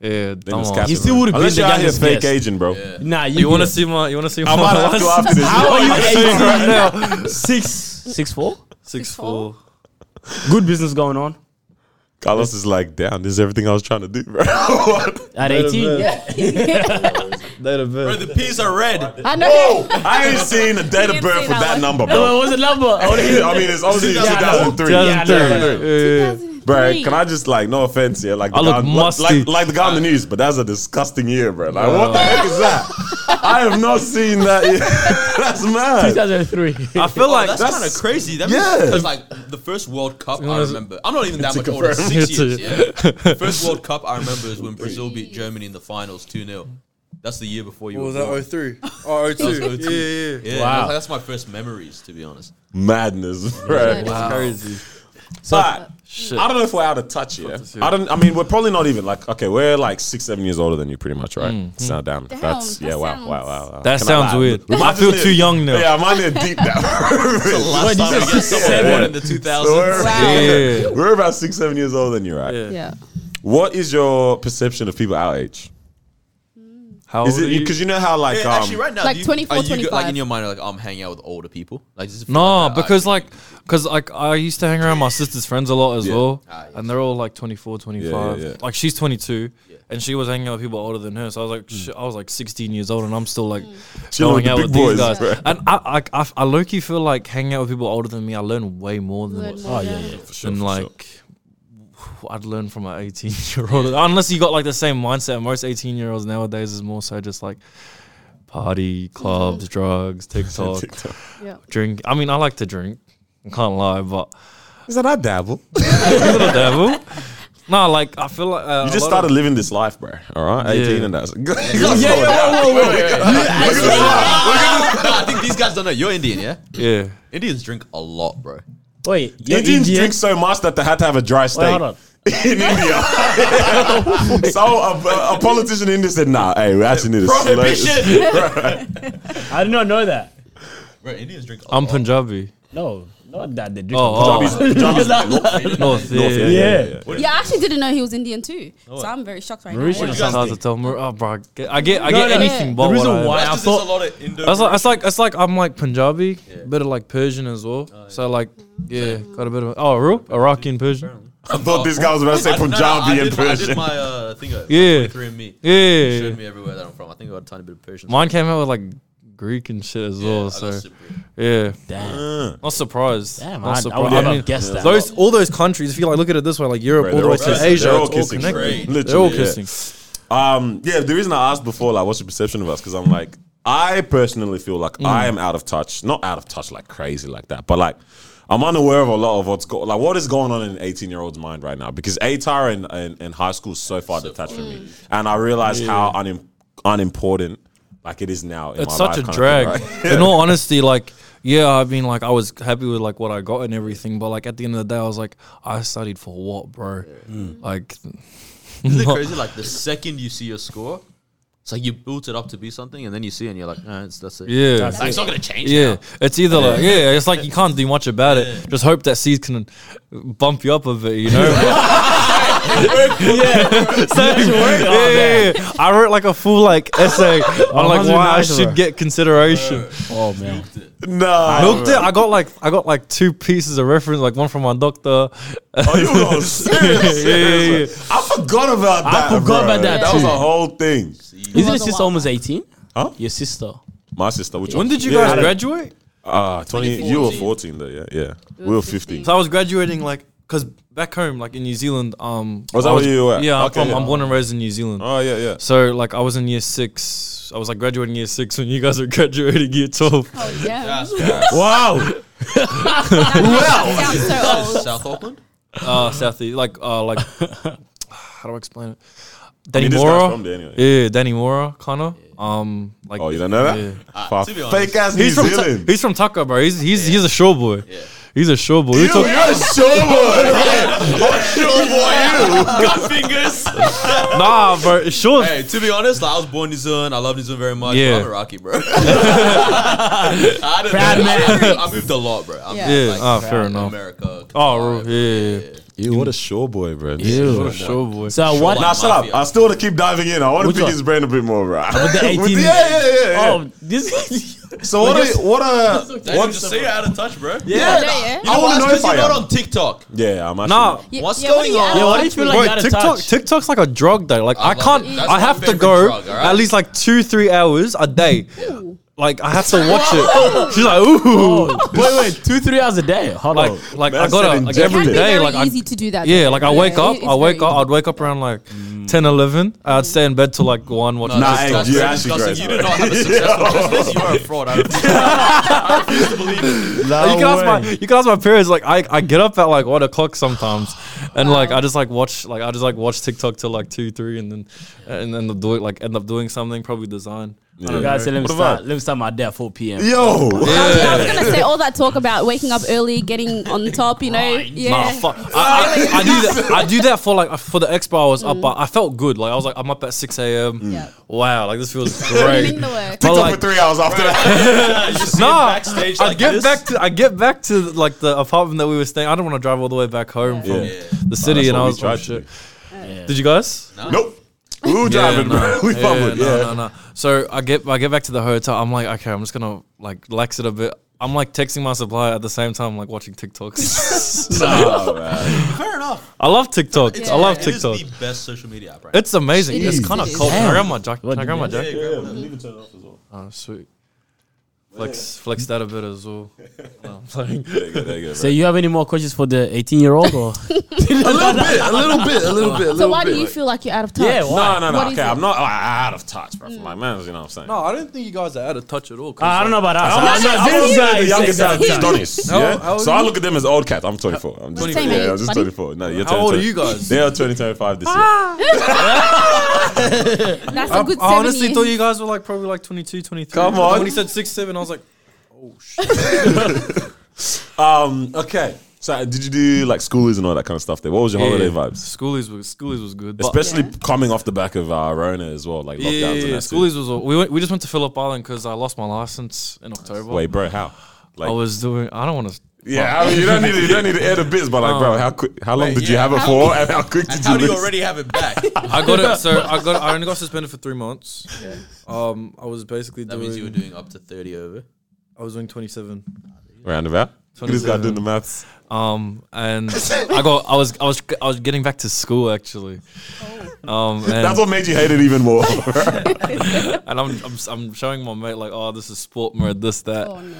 Speaker 5: Yeah,
Speaker 2: Then it's
Speaker 5: dumb.
Speaker 2: Captain,
Speaker 4: He still
Speaker 2: bro.
Speaker 4: would've been
Speaker 2: Unless
Speaker 4: the
Speaker 2: you're out here
Speaker 4: youngest
Speaker 2: fake
Speaker 4: guest.
Speaker 2: agent, bro.
Speaker 4: Nah, you,
Speaker 5: You want to see my? You want to see my?
Speaker 2: I might have to after this.
Speaker 4: How are you?
Speaker 5: Six,
Speaker 4: Eighteen
Speaker 5: right now.
Speaker 4: Six, six, four.
Speaker 5: Six
Speaker 3: four.
Speaker 5: four.
Speaker 4: Good business going on
Speaker 2: Carlos is like, damn, this is everything I was trying to do, bro. What?
Speaker 4: at eighteen. Yeah.
Speaker 1: Bro, the peas are red.
Speaker 3: I know.
Speaker 2: I ain't seen a date of
Speaker 3: didn't
Speaker 2: birth
Speaker 3: see
Speaker 2: for
Speaker 3: that
Speaker 2: that
Speaker 3: one.
Speaker 2: number,
Speaker 4: What
Speaker 2: bro.
Speaker 4: was the number? I wanna hear-
Speaker 2: I mean, it's obviously
Speaker 4: 2003.
Speaker 2: 2003.
Speaker 4: Yeah, I know.
Speaker 5: Yeah.
Speaker 2: Bro, can I just like no offense here, like the
Speaker 5: I look
Speaker 2: guy, on-
Speaker 5: musty.
Speaker 2: like like the guy on the news, but that's a disgusting year, bro. Like what the heck is that? I have not seen that. Year. that's mad.
Speaker 4: 2003.
Speaker 5: I feel like
Speaker 1: That's, kind of crazy. That
Speaker 2: Yeah.
Speaker 1: means it's like the first World Cup I remember. I'm not even that much older. Six years. Yeah. The first World Cup I remember is when Brazil beat Germany in the finals 2 0. That's the year before you were born.
Speaker 5: 03? Oh, 02.
Speaker 1: That was 02.
Speaker 5: Yeah, yeah.
Speaker 1: Yeah,
Speaker 4: Wow.
Speaker 1: that's, that's my first memories, to be honest.
Speaker 2: Madness, bro.
Speaker 3: Wow.
Speaker 5: Crazy.
Speaker 2: But
Speaker 5: Shit.
Speaker 2: I don't know if we're out of touch here. I don't. I mean, we're probably not even like okay. We're like six, seven years older than you, pretty much, right? So damn,
Speaker 3: Damn,
Speaker 2: that's
Speaker 3: that
Speaker 2: yeah. Wow,
Speaker 3: sounds-
Speaker 2: wow, wow, wow.
Speaker 5: Mm-hmm. That
Speaker 2: Can I
Speaker 5: sounds
Speaker 2: lie?
Speaker 5: weird.
Speaker 2: We might
Speaker 5: I
Speaker 2: just
Speaker 5: feel
Speaker 2: need-
Speaker 5: too young now.
Speaker 2: Yeah, mine need deep now.
Speaker 1: Last time we get someone
Speaker 2: yeah.
Speaker 1: won in the 2000s.
Speaker 3: Wow.
Speaker 5: Yeah.
Speaker 2: we're about six, seven years older than you, right?
Speaker 5: Yeah.
Speaker 3: Yeah.
Speaker 2: What is your perception of people our age?
Speaker 5: How
Speaker 2: Is
Speaker 5: old are
Speaker 2: it
Speaker 5: you?
Speaker 2: because you know how like
Speaker 1: Yeah,
Speaker 2: um,
Speaker 1: Eh, actually, right now,
Speaker 3: Like
Speaker 1: do you,
Speaker 3: 24,
Speaker 1: are you, go- Like
Speaker 3: 25.
Speaker 1: in your mind, like I'm hanging out with older people. Like does it feel
Speaker 5: No,
Speaker 1: like that?
Speaker 5: because like, cause like I used to hang around my sister's friends a lot as
Speaker 2: Yeah.
Speaker 5: well,
Speaker 1: Ah, yes.
Speaker 5: and they're all like 24, 25.
Speaker 2: yeah.
Speaker 5: Like she's 22, and she was hanging out with people older than her. So I was like, sh- I was like 16 years old, and I'm still like
Speaker 2: Mm.
Speaker 3: Mm.
Speaker 2: Chilling with
Speaker 5: going
Speaker 2: the
Speaker 5: out
Speaker 2: big
Speaker 5: with
Speaker 2: boys,
Speaker 5: these guys.
Speaker 2: bro.
Speaker 5: And I, I, I, I low key feel like hanging out with people older than me, I learn way more than
Speaker 3: Learn
Speaker 5: what-
Speaker 3: more,
Speaker 4: yeah,
Speaker 3: yeah.
Speaker 2: For
Speaker 5: than
Speaker 2: for
Speaker 5: like. I'd learn from an 18 year old. Unless you got like the same mindset. Most 18 year olds nowadays is more so just like party,
Speaker 3: Mm-hmm.
Speaker 5: clubs, drugs, TikTok,
Speaker 2: TikTok.
Speaker 3: Yeah.
Speaker 5: drink. I mean, I like to drink. I can't lie, but
Speaker 2: Is that I dabble? You
Speaker 5: the devil. No, like I feel like uh, a
Speaker 2: just
Speaker 5: lot
Speaker 2: started living this life, bro. All right,
Speaker 5: Yeah.
Speaker 2: eighteen and that's good.
Speaker 1: yeah, no, I think these guys don't know. You're Indian, yeah?
Speaker 5: Of, yeah,
Speaker 1: Indians drink a lot, bro.
Speaker 4: Wait, you're
Speaker 2: Indians
Speaker 4: Indian?
Speaker 2: drink so much that they had to have a dry
Speaker 4: Wait,
Speaker 2: steak
Speaker 4: hold on.
Speaker 2: in India. so a, a politician in India said, "Nah, hey, we actually need to slow this."
Speaker 1: Prohibition!
Speaker 4: I did not know that.
Speaker 1: bro, Indians drink a
Speaker 5: I'm
Speaker 1: lot.
Speaker 5: Punjabi.
Speaker 4: No, not that they drink.
Speaker 5: Oh, oh.
Speaker 2: Punjabis- Punjabis-
Speaker 5: North. Yeah,
Speaker 2: North,
Speaker 5: yeah.
Speaker 4: yeah.
Speaker 3: Yeah, I actually didn't know he was Indian too. So I'm very shocked right
Speaker 4: Mauritius.
Speaker 3: now.
Speaker 1: What do you guys
Speaker 5: Sometimes I
Speaker 1: think?
Speaker 5: tell Mar- oh, bro, I get, I get, I
Speaker 4: No,
Speaker 5: get
Speaker 4: no,
Speaker 5: anything.
Speaker 3: yeah.
Speaker 5: But
Speaker 4: The reason
Speaker 5: what I-
Speaker 4: why-
Speaker 1: That's
Speaker 4: I
Speaker 1: just
Speaker 4: thought-
Speaker 1: there's a lot of Indo.
Speaker 5: That's like, that's like, that's like I'm like Punjabi, bit of like Persian as well. So like, yeah, got a bit of oh, real Iraqi and Persian.
Speaker 2: I thought this guy was about to say
Speaker 1: I- no, no, I
Speaker 2: Punjabi
Speaker 1: did
Speaker 2: and
Speaker 1: my- I did
Speaker 2: Persian.
Speaker 1: my uh, thing. uh,
Speaker 5: Yeah.
Speaker 1: 23 and me. It
Speaker 5: Yeah,
Speaker 1: showed me everywhere that I'm from. I think I got a tiny bit of Persian.
Speaker 5: mine came out with like Greek and shit as
Speaker 1: Yeah, I
Speaker 5: well.
Speaker 1: got
Speaker 5: So
Speaker 1: Cypriot.
Speaker 5: Yeah,
Speaker 4: Damn.
Speaker 2: Uh,
Speaker 5: not surprised.
Speaker 4: Damn,
Speaker 5: not
Speaker 4: I, I would
Speaker 5: surprised.
Speaker 4: have
Speaker 5: I mean,
Speaker 4: guessed that.
Speaker 5: Those all those countries. If you like look at it this way, like Europe,
Speaker 2: bro,
Speaker 5: all the
Speaker 2: they're
Speaker 5: way
Speaker 2: all
Speaker 5: to
Speaker 2: kissing.
Speaker 5: Asia,
Speaker 2: They're all
Speaker 5: it's all
Speaker 2: kissing.
Speaker 5: connected.
Speaker 1: Trade.
Speaker 2: Literally,
Speaker 5: They're all
Speaker 2: yeah.
Speaker 5: kissing.
Speaker 2: Um, yeah, the reason I asked before, like, what's your perception of us? Because I'm like, I personally feel like
Speaker 5: Mm.
Speaker 2: I am out of touch. Not out of touch like crazy like that, but like, I'm unaware of a lot of what's going. Like, what is going on in an 18 year old's mind right now? Because ATAR and, and, and high school is so far detached from me, and I realize how unim- unimportant like it is now. In
Speaker 5: It's
Speaker 2: my
Speaker 5: such a
Speaker 2: life kind of thing,
Speaker 5: drag.
Speaker 2: right?
Speaker 5: In all honesty, like yeah, I mean, like I was happy with like what I got and everything, but like at the end of the day, I was like, I studied for what, bro? Like,
Speaker 1: Isn't it crazy? Like the second you see your score, it's like you built it up to be something, and then you see, it and you're like, nah, it's, that's it.
Speaker 5: yeah.
Speaker 1: Like, it's not gonna change.
Speaker 5: Yeah, it's either like yeah, it's like you can't do much about it. Just hope that seeds can bump you up a bit, you know. yeah, so,
Speaker 1: Oh,
Speaker 5: yeah, yeah, yeah. I wrote like a full like essay on like
Speaker 4: how's it
Speaker 5: why I
Speaker 4: nice, bro?
Speaker 5: should get consideration.
Speaker 4: oh man.
Speaker 2: Nah,
Speaker 5: Milked it. I got like I got like two pieces of reference, like one from my doctor.
Speaker 2: Oh, you were on serious.
Speaker 5: Yeah, yeah, yeah.
Speaker 2: I forgot about
Speaker 4: I
Speaker 2: that.
Speaker 4: forgot
Speaker 2: bro.
Speaker 4: about that
Speaker 2: That was a
Speaker 4: too.
Speaker 2: whole thing.
Speaker 4: Isn't your
Speaker 3: was a
Speaker 4: sister
Speaker 3: while
Speaker 4: almost 18?
Speaker 2: Huh?
Speaker 4: Your sister.
Speaker 2: My sister, which
Speaker 5: When
Speaker 2: one?
Speaker 5: did you
Speaker 2: Yeah,
Speaker 5: guys
Speaker 2: I-
Speaker 5: graduate?
Speaker 2: Uh, 20, you were 14 though, yeah. yeah. We were 15.
Speaker 5: So I was graduating like because back home, like in New Zealand, um,
Speaker 2: Was that
Speaker 5: I
Speaker 2: where you were at?
Speaker 5: Yeah,
Speaker 2: Okay,
Speaker 5: I'm, from,
Speaker 2: yeah.
Speaker 5: I'm born and raised in New Zealand.
Speaker 2: Oh, yeah, yeah.
Speaker 5: So like I was in year six. I was like graduating year six when you guys were graduating year twelve.
Speaker 3: Oh, yeah.
Speaker 4: Wow.
Speaker 3: Sounds so old.
Speaker 1: South Auckland.
Speaker 2: Ah.
Speaker 5: Uh, Southie, like uh, like how do I explain it? Danny
Speaker 2: mean, this guy's
Speaker 5: Mora,
Speaker 2: from there anyway.
Speaker 5: yeah, Danny Mora, kind of. Um, like
Speaker 2: Oh, you don't know that?
Speaker 5: Yeah.
Speaker 2: Fuck.
Speaker 1: to be honest-
Speaker 2: Fake ass New
Speaker 5: He's from Tu-
Speaker 2: Zealand.
Speaker 5: he's from Tucker, bro. He's he's he's a shore boy.
Speaker 1: Yeah.
Speaker 5: He's a shore boy. We
Speaker 2: you,
Speaker 5: talk-
Speaker 2: you're a show boy. What show boy you?
Speaker 1: Got fingers.
Speaker 5: nah, bro. Shore.
Speaker 1: hey, to be honest, like, I was born New Zealand. I love New Zealand very much.
Speaker 5: Yeah.
Speaker 1: Yeah. I'm Iraqi, bro. I don't know. I moved, I moved a lot, bro. I'm
Speaker 3: Yeah.
Speaker 5: Yeah.
Speaker 1: like,
Speaker 5: ah, fair
Speaker 1: in
Speaker 5: enough.
Speaker 1: America.
Speaker 5: Oh, yeah, yeah, yeah.
Speaker 2: You what a show boy, bro.
Speaker 5: What a
Speaker 4: Ew.
Speaker 5: shore boy.
Speaker 4: So what?
Speaker 2: Nah, shut up. I still want to keep diving in. I want to
Speaker 4: Which
Speaker 2: pick
Speaker 4: one?
Speaker 2: his brain a bit more, bro.
Speaker 4: With the 18
Speaker 2: yeah, yeah, yeah, yeah.
Speaker 4: Oh, this
Speaker 2: so what? A, what a
Speaker 1: Damn,
Speaker 2: what?
Speaker 1: just see you out of touch, bro.
Speaker 3: Yeah, yeah.
Speaker 1: You know
Speaker 2: I wanna
Speaker 1: why? It's
Speaker 2: know
Speaker 1: 'cause
Speaker 2: if I
Speaker 1: you're
Speaker 2: am.
Speaker 1: not on TikTok.
Speaker 2: Yeah, I'm actually.
Speaker 5: Nah,
Speaker 3: Yeah,
Speaker 1: What's
Speaker 3: yeah, what
Speaker 1: going
Speaker 3: do you-
Speaker 1: on?
Speaker 4: Yeah, what do you
Speaker 3: Touch
Speaker 4: feel
Speaker 3: me.
Speaker 4: like
Speaker 5: Bro,
Speaker 4: you out of
Speaker 5: TikTok,
Speaker 4: touch?
Speaker 5: TikTok's like a drug though. Like I,
Speaker 1: love
Speaker 5: can't.
Speaker 1: it. Oh, That's
Speaker 5: I
Speaker 1: my
Speaker 5: have to
Speaker 1: favorite
Speaker 5: go
Speaker 1: drug, alright?
Speaker 5: at least like two, three hours a day. Like I have to watch it. She's like,
Speaker 3: Oh.
Speaker 5: ooh,
Speaker 4: wait, wait, two, three hours a day. Hold on.
Speaker 5: like, like I
Speaker 2: That's
Speaker 5: gotta
Speaker 2: an
Speaker 5: like
Speaker 2: injection.
Speaker 5: every
Speaker 3: It can be
Speaker 5: day.
Speaker 3: very
Speaker 5: Like I,
Speaker 3: easy to do that.
Speaker 5: yeah,
Speaker 3: though.
Speaker 5: like I wake
Speaker 3: Yeah,
Speaker 5: up,
Speaker 3: it-
Speaker 5: I
Speaker 3: it's
Speaker 5: wake
Speaker 3: very
Speaker 5: up, I'd wake up around like 10, 11. I'd stay in bed till like one. Watch
Speaker 2: Nah,
Speaker 5: this
Speaker 2: hey,
Speaker 5: stuff.
Speaker 1: That's
Speaker 2: you
Speaker 1: very
Speaker 2: actually
Speaker 1: disgusting.
Speaker 2: gross,
Speaker 1: You
Speaker 2: bro.
Speaker 1: did not have a successful business. You are a fraud. I refuse I refuse to believe it.
Speaker 5: you can ask my you can ask my parents. Like I, I get up at like one o'clock sometimes, and like I just like watch like I just like watch TikTok till like two three, and then and then do like end up doing something probably design. I don't
Speaker 4: Guys, so let me
Speaker 2: What
Speaker 4: start.
Speaker 2: about-
Speaker 4: Let me start my day at 4 p.m.
Speaker 2: Yo,
Speaker 3: I was, I was gonna say all that talk about waking up early, getting on top, you know. Yeah.
Speaker 5: Nah, fuck. I, I, I do that. I do that for like for the expo. I was up, uh, but I felt good. Like I was like, I'm up at six a.m.
Speaker 3: Yeah.
Speaker 5: Wow, like this feels
Speaker 3: Putting
Speaker 5: great.
Speaker 3: in the work.
Speaker 5: But
Speaker 2: TikTok
Speaker 5: like,
Speaker 2: for three hours after that.
Speaker 5: nah,
Speaker 1: backstage
Speaker 5: I
Speaker 1: like
Speaker 5: get
Speaker 1: this?
Speaker 5: back to I get back to like the apartment that we were staying. I don't want to drive all the way back home from
Speaker 2: Yeah.
Speaker 5: the city, and I was like,
Speaker 2: tried
Speaker 5: shit.
Speaker 2: to.
Speaker 5: Did you guys?
Speaker 2: Nope. We were driving,
Speaker 5: no.
Speaker 2: bro. We
Speaker 5: Yeah,
Speaker 2: public.
Speaker 5: no,
Speaker 2: Yeah.
Speaker 5: no, no. So I get I get back to the hotel. I'm like, okay, I'm just gonna like lax it a bit. I'm like texting my supplier at the same time, like watching TikToks.
Speaker 2: Nah, man.
Speaker 1: Fair enough.
Speaker 5: I love TikTok. I love
Speaker 1: It is
Speaker 5: TikTok.
Speaker 1: the best social media app, right?
Speaker 5: It's amazing.
Speaker 3: It
Speaker 5: it's
Speaker 3: is,
Speaker 5: kind of
Speaker 3: it is.
Speaker 5: cold. Can I grab my jacket?
Speaker 4: What
Speaker 5: Can I
Speaker 4: did
Speaker 5: grab
Speaker 4: you
Speaker 5: my
Speaker 4: do?
Speaker 5: jacket?
Speaker 2: Yeah, leave it turn off as well.
Speaker 5: Oh, sweet. Flex, flex that a bit as well. No, I'm playing.
Speaker 2: There you go, there you go,
Speaker 4: So you have any more questions for the 18 year old
Speaker 2: bro.
Speaker 4: or?
Speaker 2: a little bit, a little bit, a little bit.
Speaker 3: So why do you feel like you're out of touch?
Speaker 4: Yeah, why?
Speaker 2: No, no, no.
Speaker 3: What is
Speaker 2: Okay,
Speaker 3: it? Mm.
Speaker 2: I'm not like, out of touch, bro. Like, man, you know what I'm saying?
Speaker 5: No, I don't think you guys are out of touch at all. 'cause,
Speaker 4: I don't know
Speaker 5: like,
Speaker 4: about that. I'm
Speaker 3: that's-
Speaker 4: not-
Speaker 3: I'm
Speaker 4: this
Speaker 3: also
Speaker 4: guy
Speaker 2: The
Speaker 4: is
Speaker 2: youngest
Speaker 4: saying
Speaker 2: out is
Speaker 4: that.
Speaker 2: Adonis.
Speaker 5: How-
Speaker 2: yeah?
Speaker 5: how old
Speaker 2: so
Speaker 5: are
Speaker 2: I
Speaker 5: you?
Speaker 2: look at them as old cats. I'm 24. I'm just,
Speaker 3: Same age,
Speaker 2: yeah, I'm just
Speaker 3: buddy.
Speaker 2: 24. No, you're
Speaker 5: How old are you
Speaker 2: 20.
Speaker 5: guys?
Speaker 2: They are 20, 25 this year.
Speaker 3: That's a good
Speaker 5: I honestly
Speaker 3: 70.
Speaker 5: thought you guys were like probably like 22, 23.
Speaker 2: Come on.
Speaker 5: When he said six, seven, I was like,
Speaker 3: Ah.
Speaker 2: Um, okay. So uh, did you do like schoolies and all that kind of stuff there? What was your holiday
Speaker 5: yeah.
Speaker 2: vibes?
Speaker 5: Schoolies was schoolies was good. but-
Speaker 2: Especially coming off the back of uh, Rona as well, like
Speaker 5: Yeah,
Speaker 2: lockdowns
Speaker 5: yeah,
Speaker 2: and
Speaker 5: yeah.
Speaker 2: that. too.
Speaker 5: Schoolies was all, we went, we just went to Phillip Island because I lost my license in October.
Speaker 2: Wait, bro, how? Like,
Speaker 5: I was doing. I don't want to.
Speaker 2: yeah, I mean, you don't need to, you don't need to air the bits, but like, bro, how quick? How long
Speaker 1: Wait,
Speaker 2: did you
Speaker 1: yeah,
Speaker 2: have it
Speaker 1: how-
Speaker 2: for, and how quick
Speaker 1: And
Speaker 2: did
Speaker 1: how
Speaker 2: you
Speaker 1: do you
Speaker 2: lose?
Speaker 1: already have it back?
Speaker 5: I got it. So I got. I only got suspended for three months. Um, I was basically
Speaker 1: That
Speaker 5: doing.
Speaker 1: means you were doing up to 30 over.
Speaker 5: I was doing twenty seven.
Speaker 2: Roundabout. Look at this guy doing the maths.
Speaker 5: Um, and I got. I was. I was. I was getting back to school actually. Um, and,
Speaker 2: That's what made you hate it even more.
Speaker 5: and I'm, I'm. I'm showing my mate like, oh, this is sport mode. This that.
Speaker 3: Oh, no.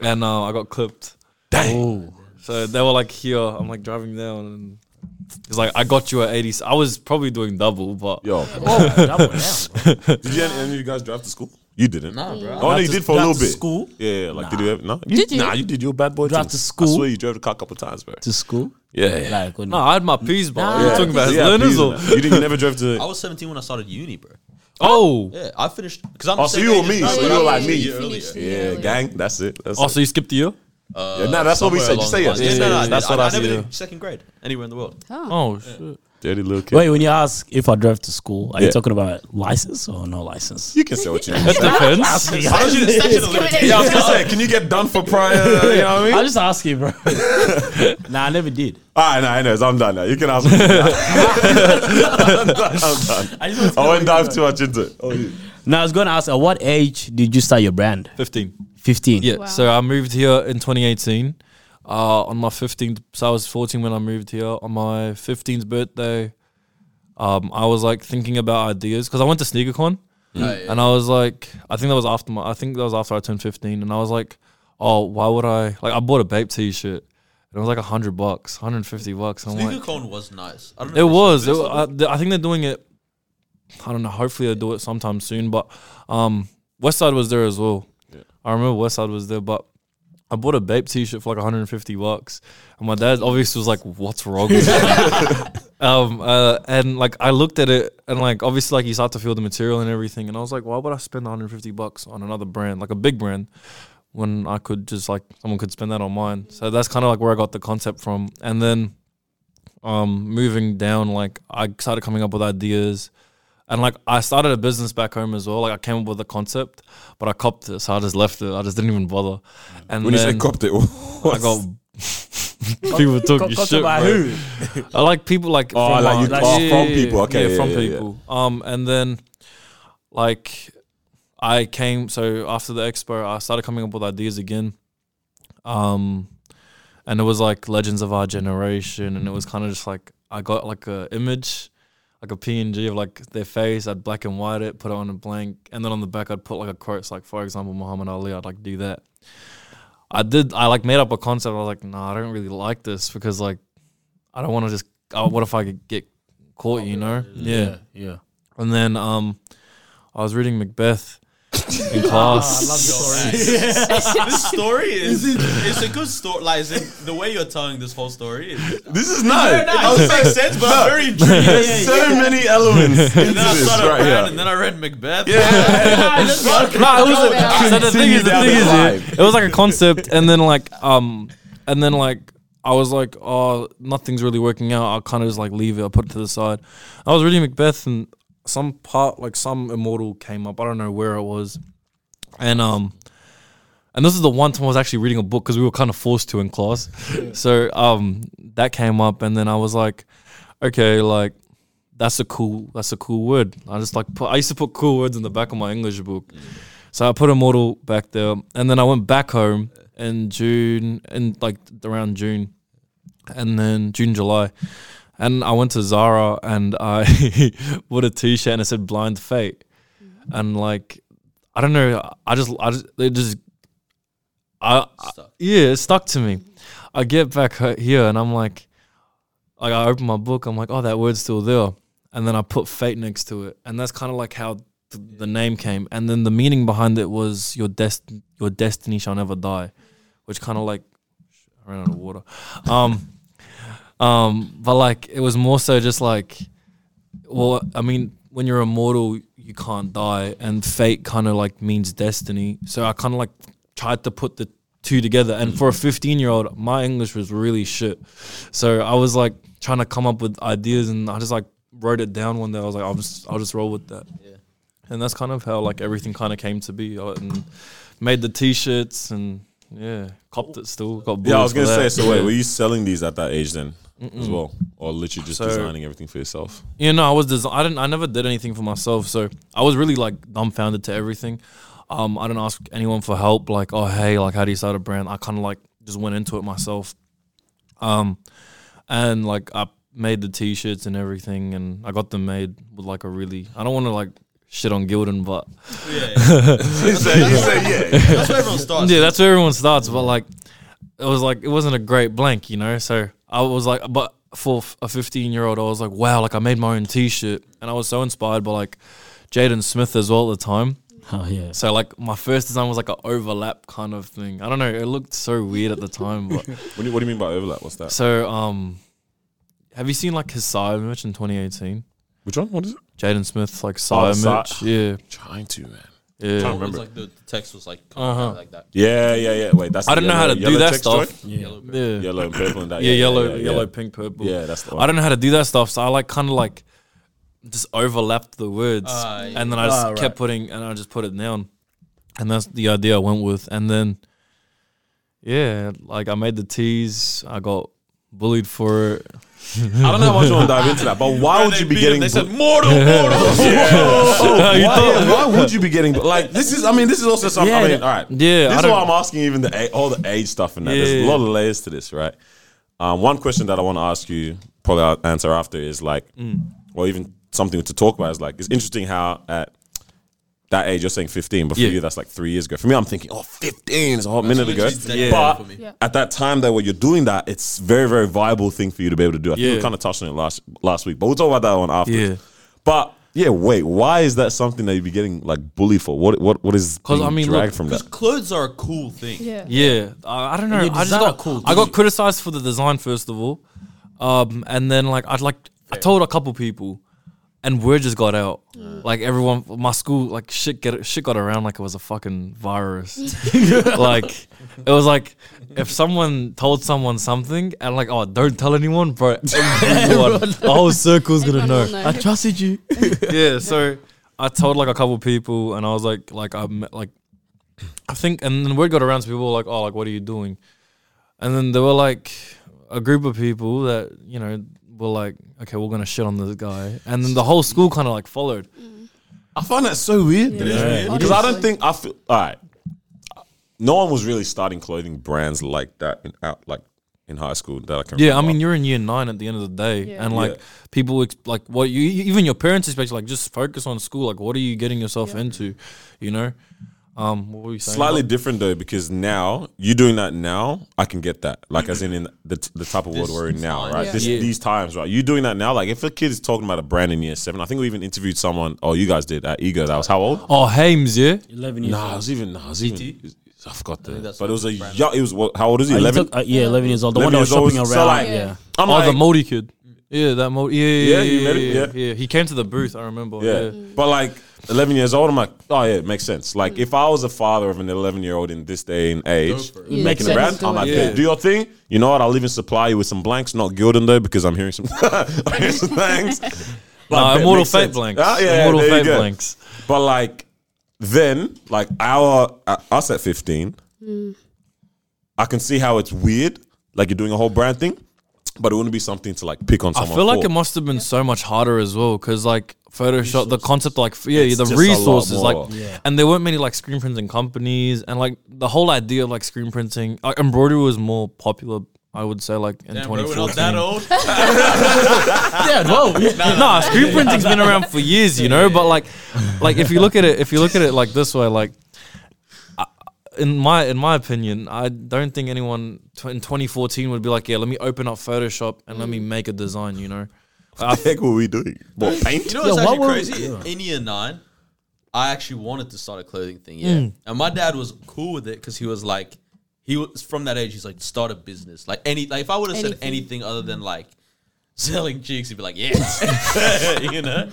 Speaker 5: and uh, I got clipped. So they were like here. I'm like driving down, and he's like, "I got you at 80." I was probably doing double, but
Speaker 2: Yo, did you, any of you guys drive to school? You didn't.
Speaker 1: Nah, bro.
Speaker 2: Oh, no, you
Speaker 4: to-
Speaker 2: did for a
Speaker 4: drive
Speaker 2: little
Speaker 4: to
Speaker 2: bit.
Speaker 4: school?
Speaker 2: Yeah, yeah, like did you ever? No, you,
Speaker 3: Did you?
Speaker 2: Nah, you did. You a bad boy.
Speaker 4: Drive
Speaker 2: too.
Speaker 4: to school?
Speaker 2: I swear you drove the car a couple times, bro.
Speaker 4: to school.
Speaker 2: Yeah, yeah.
Speaker 4: Like, when-
Speaker 5: no, I had my P's, bro.
Speaker 4: Nah.
Speaker 5: You're
Speaker 2: Yeah.
Speaker 5: talking about his
Speaker 2: Yeah,
Speaker 5: learners
Speaker 2: please,
Speaker 5: or
Speaker 2: man. you didn't. You never drove to.
Speaker 1: I was 17 when I started uni, bro.
Speaker 5: oh,
Speaker 1: Yeah, I finished because I'm.
Speaker 2: Oh,
Speaker 1: the
Speaker 2: so
Speaker 1: same
Speaker 2: you
Speaker 1: age
Speaker 2: were
Speaker 1: as
Speaker 2: me,
Speaker 1: Nas,
Speaker 2: so
Speaker 1: but
Speaker 2: you
Speaker 1: I
Speaker 2: were like
Speaker 1: was
Speaker 2: me.
Speaker 1: a year earlier.
Speaker 2: yeah, gang. That's it. That's
Speaker 5: oh,
Speaker 2: it.
Speaker 5: so you skipped a year?
Speaker 2: Yeah, nah, that's what we said.
Speaker 1: Somewhere
Speaker 2: You say
Speaker 1: along the lines.
Speaker 2: yes.
Speaker 1: Yeah, no, no,
Speaker 2: that's
Speaker 1: I,
Speaker 2: what
Speaker 1: I,
Speaker 2: I,
Speaker 1: never
Speaker 2: said.
Speaker 1: did second grade anywhere in the world.
Speaker 5: Oh shit.
Speaker 2: Dirty little kid.
Speaker 4: Wait, when you ask if I drove to school, are
Speaker 2: Yeah.
Speaker 4: you talking about license or no license?
Speaker 2: You can say what you want.
Speaker 5: Depends.
Speaker 1: That should- that should have limited
Speaker 2: yeah, I was
Speaker 1: you.
Speaker 2: gonna say, can you get done for prior? You know what I mean?
Speaker 4: I just ask you, bro. nah, I never did.
Speaker 2: All right, nah, Ah, I know. I'm done now. You can ask me. I'm done. I'm done.
Speaker 4: I, just
Speaker 2: I won't dive too much into it. Oh, you.
Speaker 4: Now I was gonna ask, at what age did you start your brand?
Speaker 5: 15.
Speaker 4: Fifteen.
Speaker 5: Yeah.
Speaker 3: Wow.
Speaker 5: So I moved here in 2018. Uh, on my 15th, so I was 14 when I moved here. On my 15th birthday, um, I was like thinking about ideas because I went to SneakerCon, Oh, and I was like, I think that was after my, I think that was after I turned 15, and I was like, oh, why would I? Like, I bought a Bape T-shirt, and it was like 100 bucks, 150 bucks. and I'm like,
Speaker 1: Sneakercon was nice. I don't know
Speaker 5: it
Speaker 1: if it's
Speaker 5: was. It
Speaker 1: this
Speaker 5: wa-
Speaker 1: level.
Speaker 5: I, th- I think they're doing it. I don't know. Hopefully, they'll do it sometime soon. But um, Westside was there as well. I remember Westside was there, but I bought a Bape T-shirt for like 150 bucks, and my dad obviously was like, "What's wrong?" with you?" um, uh, and like I looked at it, and like obviously, like you start to feel the material and everything, and I was like, "Why would I spend 150 bucks on another brand, like a big brand?" When I could just like someone could spend that on mine, so that's kind of like where I got the concept from. And then um, moving down, like I started coming up with ideas, and like I started a business back home as well. Like I came up with a concept, but I copped it, so I just left it. I just didn't even bother. And
Speaker 2: When you
Speaker 5: then
Speaker 2: say copped it,
Speaker 5: I got people talking shit.
Speaker 4: by
Speaker 5: bro.
Speaker 4: who?
Speaker 5: I like people like
Speaker 2: Oh, like you-
Speaker 5: our-
Speaker 2: oh, from people. Okay, yeah,
Speaker 5: from
Speaker 2: yeah, yeah.
Speaker 5: people. Um, and then like I came so after the expo, I started coming up with ideas again. Um, and it was like legends of our generation, and it was kind of just like I got like a image. Like a PNG of like their face, I'd black and white it, put it on a blank, and then on the back I'd put like a quote. So, like for example, Muhammad Ali, I'd like do that. I did. I like made up a concept. I was like, nah, I don't really like this because like I don't want to just. Oh, what if I could get caught? You know? Yeah.
Speaker 4: Yeah.
Speaker 5: And then um, I was reading Macbeth in class.
Speaker 1: this story is it's a good story. Like it's in, the way you're telling this whole story, is, it
Speaker 2: this is nice.
Speaker 1: doesn't make sense, but I'm very intrigued.
Speaker 2: There's so many elements into
Speaker 1: And then I
Speaker 2: this
Speaker 1: started
Speaker 2: right
Speaker 1: crying,
Speaker 2: here.
Speaker 1: and then I read Macbeth.
Speaker 5: no, it was
Speaker 3: Yeah.
Speaker 5: a, so the thing
Speaker 2: Continue
Speaker 5: is, the thing is,
Speaker 2: down the
Speaker 5: yeah, it was like a concept, and then like um, and then like I was like, oh, nothing's really working out. I kind of just like leave it. I put it to the side. I was reading Macbeth, and some part like some immortal came up. I don't know where it was, and um. And this is the one time I was actually reading a book because we were kind of forced to in class. So um, that came up, and then I was like, okay, like that's a cool that's a cool word. I just like put, I used to put cool words in the back of my English book. So I put immortal back there, and then I went back home in June, in like around June, and then June July, and I went to Zara and I bought a T-shirt and it said "Blind Fate," and like I don't know, I just I just it just I, I- yeah it stuck to me. I get back ho- here and I'm like, like I open my book, I'm like, oh, that word's still there, and then I put fate next to it, and that's kind of like how th- the name came, and then the meaning behind it was your dest your destiny shall never die, which kind of like I ran out of water, um, um, but like it was more so just like, well, I mean, when you're immortal, you can't die, and fate kind of like means destiny, so I kind of like tried to put the two together, and for a 15 year old, my English was really shit. So I was like trying to come up with ideas, and I just like wrote it down one day. I was like, I'll just I'll just roll with that. Yeah. And that's kind of how like everything kind of came to be, uh, and made the t-shirts and yeah, copped it still. Got
Speaker 2: Yeah, I was
Speaker 5: bullied
Speaker 2: gonna
Speaker 5: for
Speaker 2: say.
Speaker 5: that.
Speaker 2: So wait,
Speaker 5: Yeah.
Speaker 2: were you selling these at that age then as well, or literally just
Speaker 5: So-
Speaker 2: designing everything for yourself?
Speaker 5: you know, I was desi- I didn't I never did anything for myself, so I was really like dumbfounded to everything. Um, I didn't ask anyone for help. Like, oh hey, like how do you start a brand? I kind of like just went into it myself. Um, and like I made the t-shirts and everything, and I got them made with like a really I don't want to like shit on Gildan, but
Speaker 1: Yeah, yeah.
Speaker 2: He said, he said, yeah.
Speaker 1: that's where everyone starts.
Speaker 5: yeah, that's where everyone starts. But like, it was like it wasn't a great blank, you know. So I was like, but for f- a 15 year old, I was like, wow, like I made my own T-shirt, and I was so inspired by like Jaden Smith as well at the time.
Speaker 4: Oh yeah.
Speaker 5: So like my first design was like an overlap kind of thing. I don't know. It looked so weird at the time, but
Speaker 2: What do, you, what do you mean by overlap? What's that?
Speaker 5: so um, have you seen like his side merch in 2018?
Speaker 2: Which one? What is it?
Speaker 5: Jaden Smith like side
Speaker 2: Oh, Si-
Speaker 5: merch, yeah,
Speaker 2: Trying to, man.
Speaker 5: yeah.
Speaker 1: It was
Speaker 2: remember. Uh-huh.
Speaker 1: like the, the text was like kind of like that.
Speaker 2: Yeah, yeah, yeah. Wait, that's
Speaker 5: I
Speaker 2: the
Speaker 5: don't know how
Speaker 2: yellow-
Speaker 5: to do
Speaker 2: yellow
Speaker 5: that
Speaker 2: text
Speaker 5: stuff.
Speaker 2: joint?
Speaker 5: Yeah,
Speaker 2: Yeah.
Speaker 5: yeah,
Speaker 2: Yellow and purple and that.
Speaker 5: yellow,
Speaker 2: yeah,
Speaker 5: yellow, pink, purple.
Speaker 2: Yeah, that's the one.
Speaker 5: I don't know how to do that stuff, so I like kind of like just overlapped the words,
Speaker 1: Ah, yeah.
Speaker 5: and then I just
Speaker 4: Ah, right.
Speaker 5: kept putting, and I just put it down, and that's the idea I went with, and then yeah, like I made the tees, I got bullied for it.
Speaker 2: I don't know how much you want to dive into that, but why would you be getting?
Speaker 1: They said
Speaker 2: bu-
Speaker 1: mortal, mortal.
Speaker 2: Oh, why, why would you be getting? bu- Like this is, I mean, this is also something. I
Speaker 4: Yeah,
Speaker 2: mean,
Speaker 4: that-
Speaker 2: all right,
Speaker 5: Yeah,
Speaker 2: This
Speaker 5: I
Speaker 2: is why
Speaker 5: don't-
Speaker 2: I'm asking even the a- all the age stuff and that. There's a
Speaker 5: Yeah.
Speaker 2: lot of layers to this, right? Um, one question that I want to ask you, probably I'll answer after, is like, or even something to talk about is like, it's interesting how at that age you're saying 15, but for
Speaker 5: Yeah.
Speaker 2: you that's like three years ago. For me, I'm thinking, oh, 15 is a hot minute ago.
Speaker 1: literally decade
Speaker 2: But
Speaker 1: for me.
Speaker 3: Yeah.
Speaker 2: at that time that when you're doing that, it's very very viable thing for you to be able to do. I think we
Speaker 5: Yeah.
Speaker 2: kind of touched on it last last week, but we'll talk about that one after.
Speaker 5: Yeah.
Speaker 2: But yeah, wait, why is that something that you'd be getting like bullied for? What what what is
Speaker 5: 'Cause,
Speaker 2: being
Speaker 5: I mean, look,
Speaker 2: dragged from
Speaker 1: Because
Speaker 2: that?
Speaker 1: clothes are a cool thing.
Speaker 3: Yeah.
Speaker 5: Yeah, I, I don't know.
Speaker 4: your
Speaker 5: I just
Speaker 4: design
Speaker 5: got
Speaker 4: are cool,
Speaker 5: I
Speaker 4: didn't
Speaker 5: got criticized for the design first of all, um, and then like I'd like I told a couple people, and word just got out. Like everyone, my school, like shit get shit got around like it was a fucking virus. like it was like if someone told someone something and like oh don't tell anyone, bro, everyone, the whole circle's gonna
Speaker 3: Everyone will
Speaker 5: know
Speaker 3: know.
Speaker 4: trusted you.
Speaker 5: yeah. So I told like a couple people, and I was like, like I met, like I think, and then word got around to people were like, oh, like what are you doing? And then there were like a group of people that you know were like, okay, we're gonna shit on this guy, and then the whole school kind of like followed.
Speaker 2: I find that so weird.
Speaker 3: Yeah.
Speaker 2: Because I don't
Speaker 3: Obviously.
Speaker 2: think I feel all right. No one was really starting clothing brands like that in out like in high school that I can.
Speaker 5: Yeah, I
Speaker 2: remember.
Speaker 5: mean you're in year nine at the end of the day,
Speaker 3: Yeah.
Speaker 5: and like
Speaker 2: Yeah.
Speaker 5: people ex- like what you you- even your parents expect you, like just focus on school. Like what are you getting yourself into? You know, um, what were you saying?
Speaker 2: slightly different though because now you doing that now I can get that like as in in the, t- the type of world
Speaker 1: This
Speaker 2: we're in now
Speaker 1: time.
Speaker 2: right
Speaker 3: Yeah.
Speaker 2: This,
Speaker 5: Yeah.
Speaker 2: these times right you doing that now like if a kid is talking about a brand in year seven I think we even interviewed someone oh you guys did at Ego that was how old
Speaker 5: oh Hames, yeah,
Speaker 4: Eleven years.
Speaker 2: nah I was even nah, I was even
Speaker 1: GT?
Speaker 2: I forgot
Speaker 1: think
Speaker 2: the
Speaker 1: that's
Speaker 2: but it
Speaker 1: what
Speaker 2: was a
Speaker 1: the brand
Speaker 2: young it was what how old is he
Speaker 4: Uh, you
Speaker 2: 11
Speaker 4: took- uh, yeah, eleven years old. The
Speaker 2: 11
Speaker 4: one that was
Speaker 2: years old.
Speaker 4: shopping
Speaker 2: So,
Speaker 4: around.
Speaker 2: like,
Speaker 4: yeah.
Speaker 2: I'm
Speaker 5: oh,
Speaker 2: like
Speaker 5: the Moldy kid. Yeah, that Moldy. Yeah, yeah,
Speaker 2: Yeah,
Speaker 5: yeah,
Speaker 2: you
Speaker 5: yeah,
Speaker 2: met him,
Speaker 5: yeah,
Speaker 2: yeah.
Speaker 5: yeah. He came to the booth. I remember.
Speaker 2: Yeah.
Speaker 5: Yeah,
Speaker 2: But like 11 years old, I'm like, oh yeah, it makes sense. Like if I was a father of an 11 year old in this day and age,
Speaker 1: for it.
Speaker 3: Yeah,
Speaker 2: making a
Speaker 3: exactly.
Speaker 2: brand, I'm like,
Speaker 5: Yeah.
Speaker 2: "Hey, do your thing. You know what? I'll even supply you with some blanks, not Gildan though, because I'm hearing some, I'm hearing some blanks. Like,
Speaker 5: Nah,
Speaker 2: it
Speaker 5: Immortal
Speaker 2: makes
Speaker 5: Fate
Speaker 2: sense.
Speaker 5: blanks.
Speaker 2: Ah, yeah,
Speaker 5: Immortal
Speaker 2: there you
Speaker 5: Fate
Speaker 2: go.
Speaker 5: blanks.
Speaker 2: But like then, like our uh, us at 15, I can see how it's weird. Like you're doing a whole brand thing, but it wouldn't be something to like pick on
Speaker 5: I
Speaker 2: someone.
Speaker 5: feel like
Speaker 2: for.
Speaker 5: it must have been so much harder as well because like Photoshop, the concept, like f- yeah,
Speaker 2: It's
Speaker 5: the
Speaker 2: just a lot
Speaker 5: resources, like,
Speaker 2: more.
Speaker 4: Yeah.
Speaker 5: and there weren't many like screen printing companies, and like the whole idea of like screen printing, like embroidery was more popular. I would say like in
Speaker 1: Damn, bro, we're not
Speaker 5: 2014.
Speaker 1: that old.
Speaker 4: Yeah, well,
Speaker 5: nah, screen printing's been around for years, you know. But like, like if you look at it, if you look at it like this way, like, I- in my in my opinion, I don't think anyone tw- in 2014 would be like, yeah, let me open up Photoshop and let me make a design, you know.
Speaker 2: What the heck were we doing? What, paint?
Speaker 1: You know what's
Speaker 4: Yeah, what
Speaker 1: actually
Speaker 4: were-
Speaker 1: crazy? In year nine, I actually wanted to start a clothing thing. Yeah, and my dad was cool with it because he was like, he was from that age. He's like, start a business. Like any, like if I would have said
Speaker 3: Anything.
Speaker 1: anything other than like selling chicks, he'd be like, yeah, you know.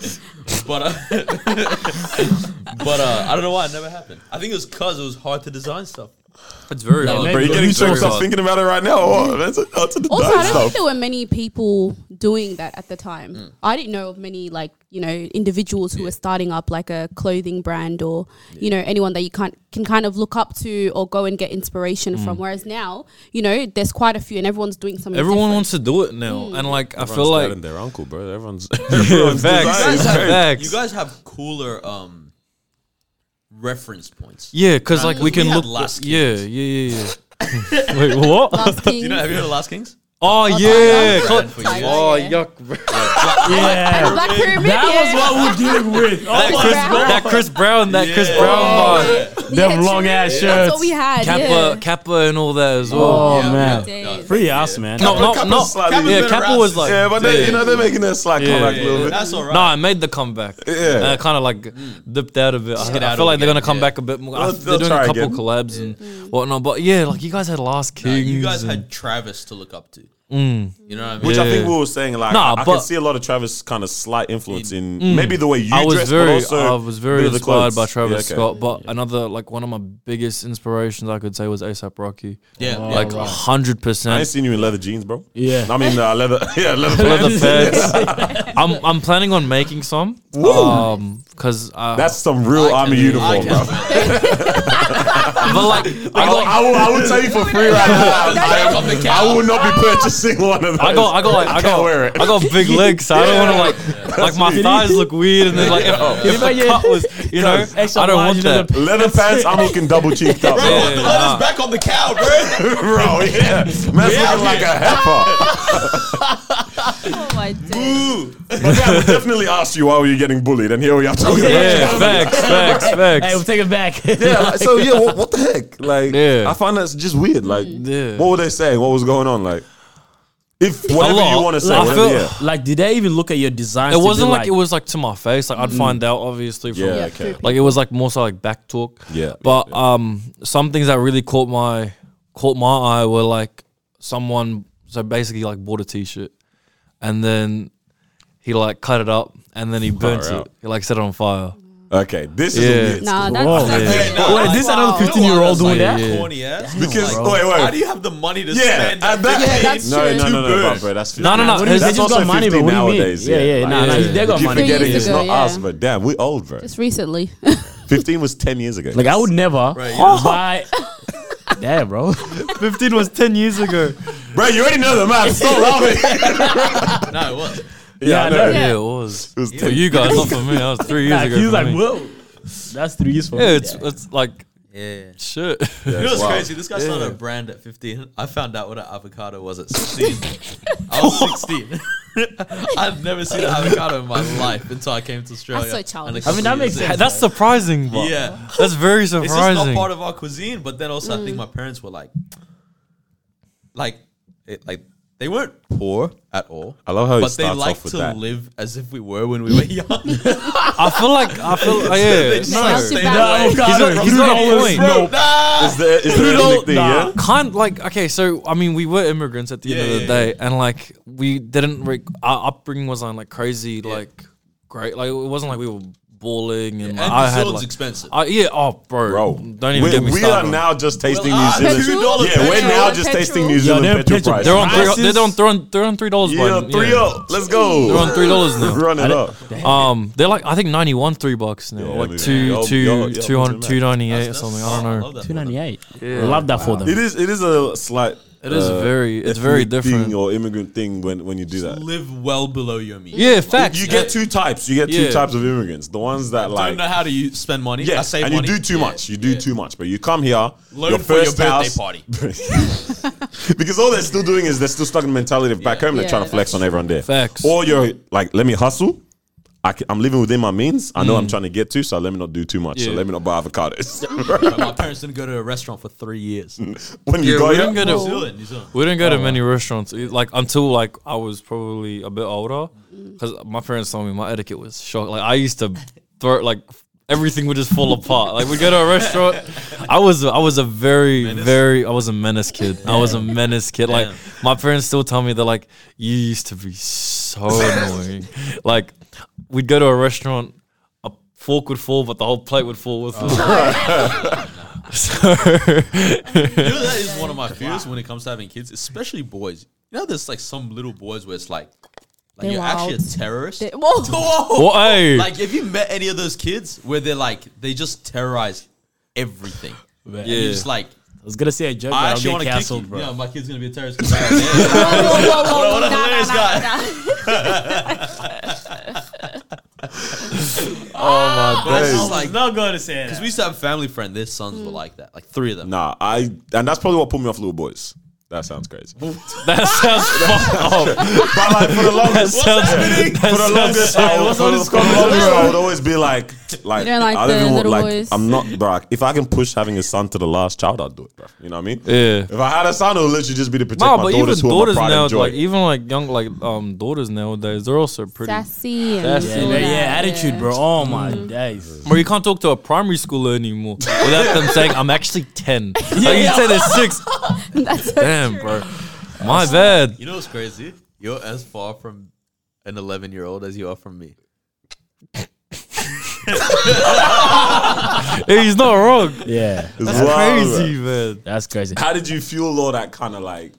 Speaker 1: But uh, but uh, I don't know why it never happened. I think it was because it was hard to design stuff.
Speaker 5: It's very
Speaker 4: hard.
Speaker 2: Bro,
Speaker 4: Bro,
Speaker 2: you
Speaker 4: you
Speaker 2: getting
Speaker 5: so
Speaker 2: choked up thinking about it right now. Oh, that's that's the
Speaker 3: Also, I
Speaker 2: dark
Speaker 3: don't think
Speaker 2: stuff.
Speaker 3: there were many people doing that at the time.
Speaker 1: Mm.
Speaker 3: I didn't know of many like you know individuals who were starting up like a clothing brand or you know anyone that you can can kind of look up to or go and get inspiration from. Whereas now, you know, there's quite a few and everyone's doing something.
Speaker 5: Everyone
Speaker 3: different.
Speaker 5: wants to do it now, and like I feel like
Speaker 2: their uncle, bro. Everyone's,
Speaker 5: facts, facts.
Speaker 1: You guys have cooler um reference points.
Speaker 5: yeah, because
Speaker 1: Nah,
Speaker 5: like
Speaker 1: 'cause
Speaker 5: we can
Speaker 1: we had
Speaker 5: look.
Speaker 1: Last
Speaker 5: yeah,
Speaker 1: Kids.
Speaker 5: yeah, yeah, yeah. Wait, what?
Speaker 3: Last
Speaker 1: Do you know? Have you heard of Last Kings?
Speaker 5: Oh, yeah.
Speaker 3: Tiger.
Speaker 5: Col-
Speaker 1: For you.
Speaker 5: Oh,
Speaker 3: yeah.
Speaker 5: yuck. bro.
Speaker 3: And the
Speaker 4: Yeah.
Speaker 3: Black Pyramid. yeah.
Speaker 4: That was what we're dealing with. Oh
Speaker 3: Chris
Speaker 4: my
Speaker 3: Brown. Oh,
Speaker 4: God.
Speaker 5: that Chris Brown, that Chris
Speaker 1: Yeah.
Speaker 5: Brown vibe.
Speaker 4: Them
Speaker 3: Yeah,
Speaker 4: long
Speaker 3: true.
Speaker 4: ass shirts.
Speaker 3: That's what we had.
Speaker 5: Kappa,
Speaker 3: yeah.
Speaker 5: Kappa and all that as well.
Speaker 4: Oh
Speaker 1: Yeah,
Speaker 4: man,
Speaker 1: yeah.
Speaker 3: Days.
Speaker 4: free ass man.
Speaker 5: No, no,
Speaker 2: Kappa's
Speaker 5: no.
Speaker 2: slightly
Speaker 5: Yeah,
Speaker 1: better
Speaker 5: Kappa was
Speaker 1: rappers.
Speaker 5: like,
Speaker 2: Yeah, but they, you know they're making their slack
Speaker 5: Yeah.
Speaker 2: comeback a little
Speaker 1: Yeah,
Speaker 2: bit.
Speaker 1: that's all right.
Speaker 5: No, I made the comeback.
Speaker 2: Yeah.
Speaker 5: And I kind of like dipped out a bit. I,
Speaker 1: get
Speaker 5: I
Speaker 1: out
Speaker 5: feel
Speaker 1: of
Speaker 5: like
Speaker 1: it
Speaker 5: they're going to
Speaker 1: again,
Speaker 5: come
Speaker 1: yeah.
Speaker 5: back a bit more. I-
Speaker 2: They'll-
Speaker 5: they're
Speaker 2: they'll
Speaker 5: doing a
Speaker 2: try
Speaker 5: couple
Speaker 2: again.
Speaker 5: collabs and whatnot. But yeah, like you guys had Last
Speaker 1: Nah,
Speaker 5: King.
Speaker 1: you guys had Travis to look up to. You know what I mean?
Speaker 2: Which I
Speaker 5: Yeah.
Speaker 2: think we were saying, like,
Speaker 5: Nah,
Speaker 2: I, I
Speaker 5: but- Mm.
Speaker 2: can see a lot of Travis' kind of slight influence in maybe the way you
Speaker 5: I was
Speaker 2: dress,
Speaker 5: very,
Speaker 2: but also
Speaker 5: I was
Speaker 2: a
Speaker 5: very
Speaker 2: bit of the
Speaker 5: inspired
Speaker 2: clothes.
Speaker 5: by Travis
Speaker 2: Yeah, okay.
Speaker 5: Scott. But another, like one of my biggest inspirations, I could say, was ASAP Rocky.
Speaker 1: Yeah,
Speaker 2: Oh,
Speaker 1: yeah,
Speaker 5: like
Speaker 1: right.
Speaker 5: hundred
Speaker 2: I ain't
Speaker 5: percent.
Speaker 2: seen you in leather jeans, bro.
Speaker 4: Yeah.
Speaker 2: I mean, uh, leather, yeah, leather,
Speaker 5: Leather
Speaker 2: pants.
Speaker 5: feds. I'm, I'm planning on making some.
Speaker 2: Woo.
Speaker 5: Um, cause uh,
Speaker 2: That's some real army
Speaker 1: I
Speaker 2: uniform,
Speaker 1: can
Speaker 2: bro.
Speaker 1: do it.
Speaker 5: but like,
Speaker 2: I,
Speaker 5: I
Speaker 2: will-
Speaker 5: got,
Speaker 2: I, will, I will tell you for free right now. I,
Speaker 1: Back
Speaker 2: am-
Speaker 1: on the
Speaker 2: I
Speaker 1: couch.
Speaker 2: will not be purchasing one of those.
Speaker 5: I got, I got, like, I,
Speaker 2: can't
Speaker 5: got,
Speaker 2: wear it.
Speaker 5: I got big legs, so I don't want to like, like my thighs look weird, and then like, if, if the cut was, you know,
Speaker 4: Extra
Speaker 5: I don't
Speaker 4: large,
Speaker 5: want
Speaker 4: you know,
Speaker 5: that.
Speaker 4: the-
Speaker 2: leather pants. I'm looking double cheeked up,
Speaker 1: Bro,
Speaker 2: bro.
Speaker 5: Yeah.
Speaker 1: Leather's back on the couch, bro.
Speaker 2: bro yeah, man's
Speaker 1: out
Speaker 2: looking like a heifer.
Speaker 3: Oh my days.
Speaker 2: But yeah, I would definitely ask you why were you getting bullied, and here we are talking about
Speaker 5: Yeah,
Speaker 2: Travis.
Speaker 5: facts, facts,
Speaker 4: Hey, we'll
Speaker 5: facts.
Speaker 4: take it back.
Speaker 2: Yeah, like, so yeah, what, what the heck? Like,
Speaker 5: Yeah.
Speaker 2: I find that's just weird. Like,
Speaker 5: Yeah.
Speaker 2: what were they saying? What was going on? Like, if whatever you
Speaker 5: lot.
Speaker 2: want to say,
Speaker 5: I
Speaker 2: whatever,
Speaker 5: feel-
Speaker 2: yeah.
Speaker 4: Like, did they even look at your design?
Speaker 5: It wasn't like, it was like to my face. Like I'd
Speaker 1: Mm.
Speaker 5: find out obviously from
Speaker 2: Yeah,
Speaker 3: Yeah,
Speaker 2: okay.
Speaker 3: true.
Speaker 5: like it was like more so like back talk.
Speaker 2: Yeah,
Speaker 5: But um, some things that really caught my caught my eye were like someone so basically like bought a t-shirt, and then he like cut it up and then he burnt
Speaker 2: out.
Speaker 5: it. He like set it on fire.
Speaker 2: Okay, this is
Speaker 5: Yeah.
Speaker 2: a weird.
Speaker 3: Nah,
Speaker 4: Whoa.
Speaker 3: that's, that's
Speaker 4: Yeah.
Speaker 1: Nah,
Speaker 4: Wait,
Speaker 1: like,
Speaker 4: this
Speaker 3: wow.
Speaker 4: another
Speaker 1: You know
Speaker 4: 15 year
Speaker 1: what?
Speaker 4: old
Speaker 1: That's
Speaker 4: doing
Speaker 1: like
Speaker 4: that?
Speaker 5: Yeah.
Speaker 1: Corny ass.
Speaker 2: Because
Speaker 4: bro.
Speaker 2: wait, wait,
Speaker 1: How do you have the money to
Speaker 2: yeah,
Speaker 1: spend?
Speaker 2: at that
Speaker 3: Yeah,
Speaker 2: age-
Speaker 3: that's
Speaker 2: no,
Speaker 3: true.
Speaker 2: no, no, no,
Speaker 1: Two
Speaker 2: bro,
Speaker 1: birds.
Speaker 2: bro, that's
Speaker 5: No, no, no,
Speaker 4: What do you mean?
Speaker 5: That's
Speaker 4: They just
Speaker 2: also
Speaker 4: got money, but
Speaker 2: 50
Speaker 4: what do you mean?
Speaker 2: nowadays,
Speaker 4: Yeah,
Speaker 2: yeah,
Speaker 4: yeah,
Speaker 2: like,
Speaker 4: nah, nah,
Speaker 5: yeah.
Speaker 4: they got
Speaker 2: You
Speaker 4: money.
Speaker 3: forget-
Speaker 2: forgetting
Speaker 3: years
Speaker 2: it's
Speaker 3: ago,
Speaker 2: not us,
Speaker 3: yeah.
Speaker 2: but damn, we old, bro.
Speaker 3: Just recently.
Speaker 2: 15 was 10 years ago.
Speaker 4: Like, I would never buy. Damn, bro.
Speaker 5: Fifteen was ten years ago.
Speaker 2: bro, you already know the math. Stop laughing.
Speaker 1: No, it was.
Speaker 2: yeah, I
Speaker 4: I
Speaker 2: know.
Speaker 4: know.
Speaker 5: Yeah, it was.
Speaker 2: It was
Speaker 5: For
Speaker 2: 10
Speaker 5: you guys, not for me. That was three years
Speaker 4: Like,
Speaker 5: ago.
Speaker 4: he's
Speaker 5: for
Speaker 4: like,
Speaker 5: me.
Speaker 4: whoa. That's three years from
Speaker 5: Yeah, it's it's like
Speaker 1: Yeah.
Speaker 5: shit.
Speaker 1: You know what's
Speaker 2: Wow.
Speaker 1: crazy? This guy started a brand at 15. I found out what an avocado was at 16. I was 16. I've never seen an avocado in my life until I came to Australia.
Speaker 3: so childish.
Speaker 1: And a
Speaker 4: I mean, that
Speaker 1: couple
Speaker 4: makes
Speaker 1: years in.
Speaker 4: sense.
Speaker 5: That's surprising, but
Speaker 1: Yeah.
Speaker 5: that's very
Speaker 1: It's just
Speaker 5: surprising.
Speaker 1: not part of our cuisine. But then also, I think my parents were like, like, it, like they weren't poor at all.
Speaker 2: I love how it
Speaker 1: but they
Speaker 2: starts
Speaker 1: like
Speaker 2: off with
Speaker 1: to
Speaker 2: that.
Speaker 1: live as if we were when we were young.
Speaker 5: I feel like I feel like, yeah.
Speaker 1: just
Speaker 5: no.
Speaker 1: like
Speaker 3: Healthy
Speaker 1: stay
Speaker 3: balance.
Speaker 1: away.
Speaker 5: He's got, he's got a point.
Speaker 2: No.
Speaker 1: Nah.
Speaker 2: Is there, is there
Speaker 5: Pluto-
Speaker 2: anything, yeah?
Speaker 5: Can't like okay, so I mean, we were immigrants at the end
Speaker 1: Yeah, yeah,
Speaker 5: of the day, and like we didn't re- our upbringing wasn't like crazy, like great, like it wasn't like we were balling and, like,
Speaker 1: and
Speaker 5: I
Speaker 1: New
Speaker 5: had
Speaker 1: Zealand's
Speaker 5: like,
Speaker 1: expensive.
Speaker 5: I, yeah, oh bro,
Speaker 2: Bro,
Speaker 5: don't even
Speaker 2: we,
Speaker 5: get me
Speaker 2: we
Speaker 5: started.
Speaker 2: are
Speaker 5: on-
Speaker 2: now just tasting
Speaker 1: Well, ah,
Speaker 2: New Zealand.
Speaker 1: $2
Speaker 2: yeah, we're
Speaker 3: petrol,
Speaker 2: now just tasting New
Speaker 3: petrol.
Speaker 2: Zealand
Speaker 4: Yeah, they're
Speaker 2: petrol prices.
Speaker 4: petrol.
Speaker 5: they're on
Speaker 4: prices-
Speaker 5: three, they're on three on- they're on three dollars,
Speaker 2: yeah,
Speaker 5: bro.
Speaker 2: three up. Let's
Speaker 5: They're
Speaker 2: go.
Speaker 5: on three dollars now.
Speaker 2: Run it up.
Speaker 5: Um, they're like I think ninety one three bucks now,
Speaker 2: Yeah,
Speaker 5: like
Speaker 2: man.
Speaker 5: two
Speaker 2: Yo, yo,
Speaker 5: two
Speaker 2: yo,
Speaker 5: two hundred two ninety eight or
Speaker 1: That's-
Speaker 5: something. I don't
Speaker 1: Oh, I
Speaker 5: know.
Speaker 1: love that.
Speaker 4: 298. I love that for them.
Speaker 2: It is. It is a slight.
Speaker 5: It is
Speaker 2: uh,
Speaker 5: very it's very
Speaker 2: ethnic
Speaker 5: different.
Speaker 2: thing or immigrant thing when when you do that.
Speaker 1: Live well below your means.
Speaker 5: Yeah, facts. Uh,
Speaker 2: You get two types. You get two
Speaker 5: Yeah.
Speaker 2: types of immigrants. The ones that
Speaker 1: don't
Speaker 2: like.
Speaker 1: know how to you spend money. I
Speaker 2: Yeah,
Speaker 1: save
Speaker 2: and you
Speaker 1: money.
Speaker 2: do too
Speaker 1: Yeah,
Speaker 2: much. You do
Speaker 1: yeah.
Speaker 2: too much, but you come here.
Speaker 1: Loan
Speaker 2: your
Speaker 1: for your
Speaker 2: first
Speaker 1: birthday
Speaker 2: house-
Speaker 1: party.
Speaker 2: because all they're still doing is they're still stuck in the mentality of back
Speaker 1: Yeah.
Speaker 2: home. They're
Speaker 3: Yeah,
Speaker 2: trying to flex on everyone there.
Speaker 5: Facts.
Speaker 2: Or you're like, let me hustle. I am living within my means. I know I'm trying to get to, so let me not do too much. So
Speaker 5: Mm. Yeah.
Speaker 2: let me not buy avocados.
Speaker 1: But my parents didn't go to a restaurant for three years. New
Speaker 2: when
Speaker 5: Yeah,
Speaker 2: you go
Speaker 5: we
Speaker 2: here,
Speaker 5: don't get a,
Speaker 1: Zealand, New Zealand.
Speaker 5: We didn't go to many restaurants e- like until like I was probably a bit older because my parents told me my etiquette was shocked. Like I used to throw like everything would just fall apart. Like we go to a restaurant, I was I was a very very I was a menace kid. I was a menace kid. Like my parents still tell me they're like you used to be so annoying. Like we'd go to a restaurant, a fork would fall, but the whole plate would fall with us. so.
Speaker 1: You know that is one of my fears when it comes to having kids, especially boys. You know, there's like some little boys where it's like, like
Speaker 3: They're
Speaker 1: you're actually
Speaker 3: wild.
Speaker 1: a terrorist.
Speaker 3: They- Whoa.
Speaker 1: Whoa!
Speaker 5: Well, hey.
Speaker 1: Like, have you met any of those kids where they're like they just terrorize everything? Yeah.
Speaker 5: Yeah.
Speaker 1: You're just like
Speaker 4: I was gonna say a joke, but
Speaker 1: I
Speaker 4: I'll
Speaker 1: actually
Speaker 4: get
Speaker 1: want to kick you.
Speaker 4: cancelled, bro.
Speaker 1: Yeah, my kid's gonna be a terrorist. Yeah.
Speaker 3: Whoa, whoa, whoa, whoa,
Speaker 1: What a
Speaker 3: nah, nah,
Speaker 1: hilarious
Speaker 3: nah,
Speaker 1: guy.
Speaker 3: nah.
Speaker 1: but I just like
Speaker 4: not gonna say
Speaker 3: Mm.
Speaker 1: because we used to have a family friend. Their sons were like that. Like three of them.
Speaker 2: nah. I and that's probably what put me off little boys. That sounds crazy.
Speaker 5: That sounds fucked up.
Speaker 2: But like for the
Speaker 5: That
Speaker 2: longest,
Speaker 5: sounds
Speaker 2: for the longest, I would,
Speaker 4: what's all
Speaker 2: for,
Speaker 4: this
Speaker 2: for the longest I would always be like, like,
Speaker 3: You don't like
Speaker 2: I don't
Speaker 3: the
Speaker 2: even want,
Speaker 3: little
Speaker 2: like,
Speaker 3: boys?
Speaker 2: I'm not, bro. If I can push having a son to the last child, I'd do it, bro. You know what I mean?
Speaker 5: Yeah.
Speaker 2: If I had a son, it would literally just be to protect
Speaker 5: No,
Speaker 2: my
Speaker 5: but even
Speaker 2: daughters who
Speaker 5: daughters
Speaker 2: are my pride
Speaker 5: now,
Speaker 2: and joy.
Speaker 5: like even like young, like um daughters nowadays, they're also pretty.
Speaker 3: Sassy and
Speaker 1: Sassy.
Speaker 4: Yeah,
Speaker 3: all
Speaker 4: yeah,
Speaker 3: that,
Speaker 4: attitude,
Speaker 3: yeah.
Speaker 4: bro. Oh my days.
Speaker 5: Or you can't talk to a primary schooler anymore without them saying, "I'm actually 10. Like you say they're six.
Speaker 3: That's so
Speaker 5: Damn, bro. My bad.
Speaker 1: You know what's crazy? You're as far from an 11 year old as you are from me.
Speaker 5: Hey, he's not wrong.
Speaker 4: Yeah,
Speaker 2: It's
Speaker 5: That's
Speaker 2: wild, bro.
Speaker 5: crazy, man.
Speaker 4: that's crazy.
Speaker 2: How did you fuel all that kind of like,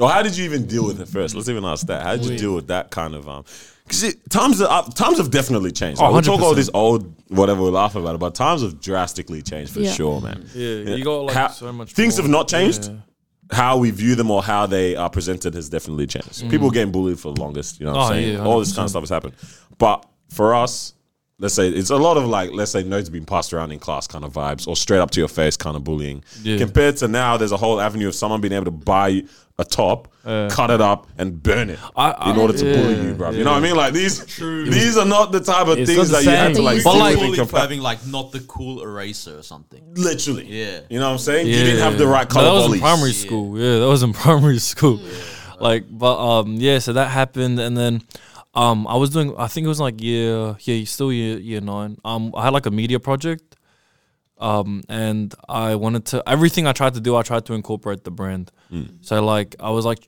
Speaker 2: or how did you even deal with it first? Let's even ask that. How did you deal with that kind of um? Because times are, up- times have definitely changed. Like, we talk all
Speaker 5: 100%.
Speaker 2: this old whatever we laugh about it, but times have drastically changed for
Speaker 3: Yeah.
Speaker 2: sure, man.
Speaker 5: Yeah, you got like
Speaker 2: How-
Speaker 5: so much.
Speaker 2: Things
Speaker 5: more-
Speaker 2: have not changed.
Speaker 5: Yeah. Mm.
Speaker 2: How we view them or how they are presented has definitely changed. People getting bullied for the longest, you know what I'm
Speaker 5: Oh,
Speaker 2: saying?
Speaker 5: yeah,
Speaker 2: all this kind of stuff has happened. But for us, let's say it's a lot of like, let's say notes being passed around in class kind of vibes or straight up to your face kind of bullying.
Speaker 5: Yeah.
Speaker 2: Compared to now, there's a whole avenue of someone being able to buy a top, cut it up, and burn it
Speaker 5: I- I-
Speaker 2: in order to
Speaker 5: yeah,
Speaker 2: bully you, bro. You know what I mean? Like these,
Speaker 1: True.
Speaker 2: these are not the type of
Speaker 4: It's
Speaker 2: things
Speaker 4: not
Speaker 2: that
Speaker 4: the
Speaker 2: you have
Speaker 4: same.
Speaker 2: to like.
Speaker 3: But
Speaker 2: deal
Speaker 5: like-
Speaker 2: with in
Speaker 1: Bullied for
Speaker 2: compa-
Speaker 1: having like not the cool eraser or something.
Speaker 2: literally,
Speaker 1: Yeah.
Speaker 2: You know what I'm saying? You
Speaker 5: Yeah.
Speaker 2: didn't have the right
Speaker 5: No,
Speaker 2: color.
Speaker 5: That was
Speaker 2: volleys.
Speaker 5: in primary school. Yeah, that was in primary school. Like, but um, yeah. So that happened, and then um, I was doing. I think it was like year, yeah, still year year nine. Um, I had like a media project. Um, and I wanted to everything I tried to do, I tried to incorporate the brand. So like, I was like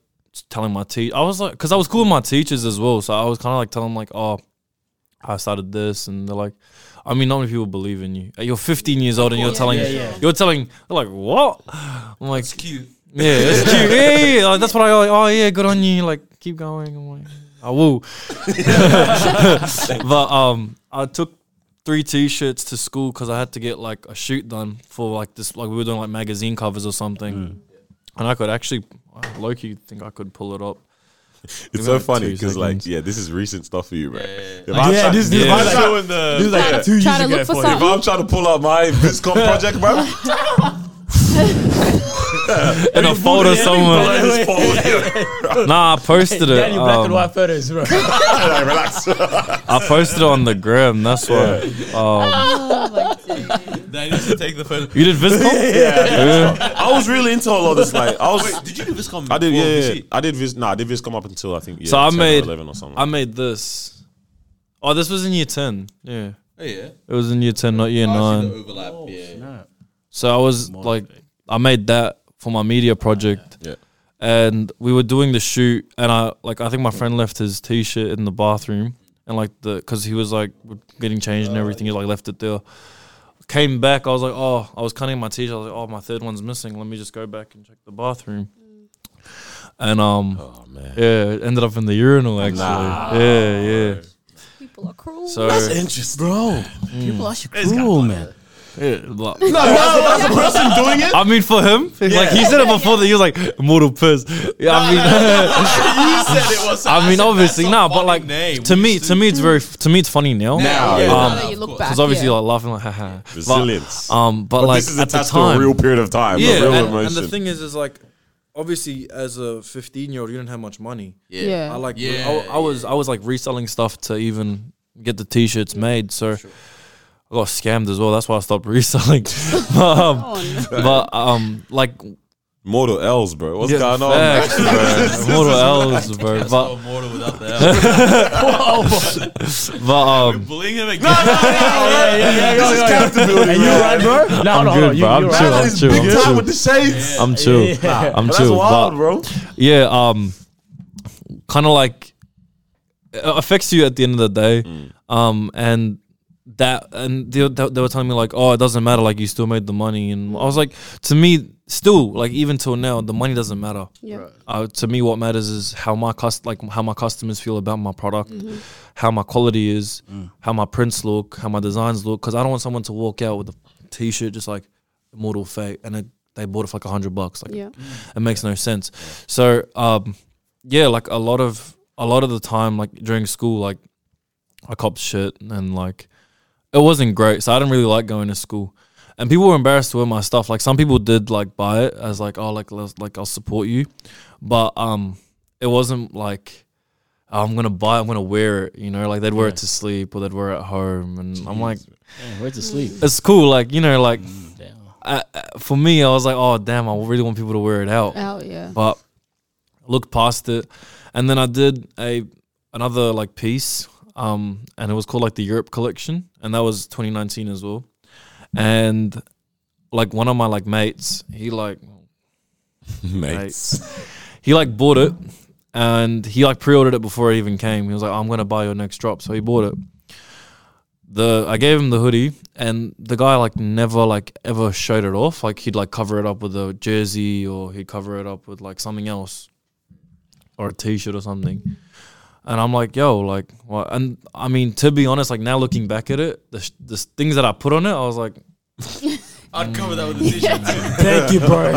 Speaker 5: telling my teacher, I was like, because I was cool with my teachers as well. So I was kind of like telling them like, oh, I started this, and they're like, I mean, not many people believe in you. You're 15 years old, and you're telling,
Speaker 4: yeah, yeah.
Speaker 5: you're telling, they're like, what? I'm like,
Speaker 1: Cute.
Speaker 5: yeah, that's cute. Yeah, yeah, yeah. Like, that's what I like. Oh yeah, good on you. Like keep going. I'm like, "Ah, I will. but um, I took three t-shirts to school because I had to get like a shoot done for like this. Like we were doing like magazine covers or something, and I could actually, I low key think I could pull it up.
Speaker 2: It's
Speaker 5: Give me
Speaker 2: so
Speaker 5: like
Speaker 2: funny
Speaker 5: two
Speaker 2: because, like,
Speaker 5: seconds.
Speaker 2: yeah, this is recent stuff for you, bro. If I'm
Speaker 4: Yeah,
Speaker 2: try-
Speaker 4: this this
Speaker 5: Yeah.
Speaker 4: is like-
Speaker 2: showing the-
Speaker 4: this is like
Speaker 2: Yeah.
Speaker 4: two years
Speaker 3: Try to
Speaker 4: ago.
Speaker 3: look for
Speaker 4: for you.
Speaker 2: if I'm trying to pull out my Viscom project, bro,
Speaker 5: In a folder somewhere.
Speaker 2: I just fold it.
Speaker 5: Nah, I posted
Speaker 4: Yeah,
Speaker 5: it.
Speaker 4: you black
Speaker 5: um,
Speaker 4: and white photos, bro.
Speaker 2: Like, relax.
Speaker 5: I posted it on the gram. That's why. Um,
Speaker 3: Oh my days.
Speaker 1: They need to take the photo.
Speaker 5: you did Viscom? yeah.
Speaker 2: I was really into all of this. Like, I was.
Speaker 1: Wait, did you do this comment?
Speaker 2: I did,
Speaker 1: before
Speaker 2: yeah,
Speaker 1: this
Speaker 2: yeah,
Speaker 1: shit?
Speaker 2: I did Vis. Nah, I did Viscom up until I think yeah,
Speaker 5: So I
Speaker 2: 10 or
Speaker 5: made-
Speaker 2: eleven or something.
Speaker 5: I made this. Oh, this was in year ten. Yeah.
Speaker 1: Oh, yeah.
Speaker 5: It was in year 10,
Speaker 2: Oh,
Speaker 5: not year
Speaker 1: I see
Speaker 5: 9.
Speaker 1: the overlap. yeah.
Speaker 5: So I was like, I made that for my media project.
Speaker 2: Yeah.
Speaker 5: And we were doing the shoot, and I like I think my friend left his t-shirt in the bathroom, and like the because he was like getting changed
Speaker 2: Oh,
Speaker 5: and everything, he like left it there. Came back, I was like, oh, I was cutting my t-shirt. I was like, oh, my third one's missing. Let me just go back and check the bathroom. And um,
Speaker 2: oh man,
Speaker 5: yeah, it ended up in the urinal actually. Yeah, yeah.
Speaker 3: People are cruel.
Speaker 5: So
Speaker 2: interesting.
Speaker 4: Bro, people are cool, man.
Speaker 5: yeah, like-
Speaker 2: No, that's, that's the person doing it.
Speaker 5: I mean, for him, like he said it before that he was like mortal piss. Yeah, I mean,
Speaker 1: you said it was.
Speaker 5: I mean,
Speaker 1: said,
Speaker 5: obviously,
Speaker 1: that's a
Speaker 5: nah, but
Speaker 1: fucking
Speaker 5: like
Speaker 1: name.
Speaker 5: to
Speaker 1: We
Speaker 5: me,
Speaker 1: used
Speaker 5: to me, it's very, to me, it's funny now.
Speaker 2: Now, yeah.
Speaker 3: Now
Speaker 5: Um,
Speaker 3: that you look back,
Speaker 5: Because obviously,
Speaker 3: yeah.
Speaker 5: like laughing, like haha. But,
Speaker 2: Resilience.
Speaker 5: um, but,
Speaker 2: But
Speaker 5: like
Speaker 2: this is
Speaker 5: at the
Speaker 2: attached
Speaker 5: time,
Speaker 2: to a real period of time,
Speaker 5: yeah.
Speaker 2: a real
Speaker 5: and, and
Speaker 2: emotion.
Speaker 5: the thing is, is like obviously, as a fifteen-year-old, you didn't have much money.
Speaker 1: Yeah.
Speaker 3: yeah.
Speaker 5: I like
Speaker 1: Yeah,
Speaker 5: I, I was I was like reselling stuff to even get the t-shirts made. So I got scammed as well. That's why I stopped reselling. but, um,
Speaker 3: Oh, no.
Speaker 5: but um, like
Speaker 2: Mortal L's, bro. What's
Speaker 5: yeah,
Speaker 2: going on? man?
Speaker 5: facts, bro. Mortal L's, bro.
Speaker 1: That's
Speaker 5: But
Speaker 1: not mortal without the
Speaker 5: but um,
Speaker 1: bullying him again.
Speaker 4: Yeah, yeah, yeah.
Speaker 2: This is character
Speaker 4: Are
Speaker 2: building,
Speaker 4: you
Speaker 2: man.
Speaker 4: right, bro? No,
Speaker 5: I'm
Speaker 4: no,
Speaker 5: good,
Speaker 4: you-
Speaker 5: bro. I'm
Speaker 4: you're
Speaker 5: chill.
Speaker 4: right.
Speaker 2: That is big
Speaker 5: I'm
Speaker 2: time
Speaker 5: chill.
Speaker 2: with the shades.
Speaker 5: I'm chill.
Speaker 4: Yeah.
Speaker 5: I'm
Speaker 2: But
Speaker 5: chill.
Speaker 2: That's wild,
Speaker 5: But
Speaker 2: bro.
Speaker 5: yeah, um, kind of like it affects you at the end of the day. Um, and that and they, they, they were telling me like, oh, it doesn't matter. Like you still made the money, and I was like, to me, still like even till now, the money doesn't matter.
Speaker 3: Yeah.
Speaker 5: Uh, to me, what matters is how my cust- like how my customers feel about my product, how my quality is, how my prints look, how my designs look. Because I don't want someone to walk out with a t-shirt just like Mortal Fate, and it, they bought it for like a hundred bucks. Like
Speaker 3: Yeah.
Speaker 5: it makes no sense. So um, yeah, like a lot of a lot of the time, like during school, like I copped shit and like it wasn't great. So I didn't really like going to school. and people were embarrassed to wear my stuff. Like some people did like buy it as like oh like let's- like I'll support you, but um it wasn't like "Oh, I'm gonna buy it, I'm gonna wear it. You know, like they'd wear it to sleep or they'd wear it at home, and I'm like
Speaker 4: where's the sleep?
Speaker 5: it's cool. Like you know like uh, uh, for me I was like oh damn I really want people to wear it out
Speaker 3: Out, yeah.
Speaker 5: but looked past it and then i did a another like piece um and it was called like the europe collection and that was 2019 as well and like one of my like mates he like
Speaker 2: Mates.
Speaker 5: he like bought it and he like pre-ordered it before it even came he was like i'm gonna buy your next drop so he bought it the i gave him the hoodie and the guy like never like ever showed it off like he'd like cover it up with a jersey or he'd cover it up with like something else or a t-shirt or something and i'm like yo like what and i mean to be honest like now looking back at it the, sh- the s- things that i put on it i was like
Speaker 1: I'd cover that with a t-shirt.
Speaker 4: Thank you, bro.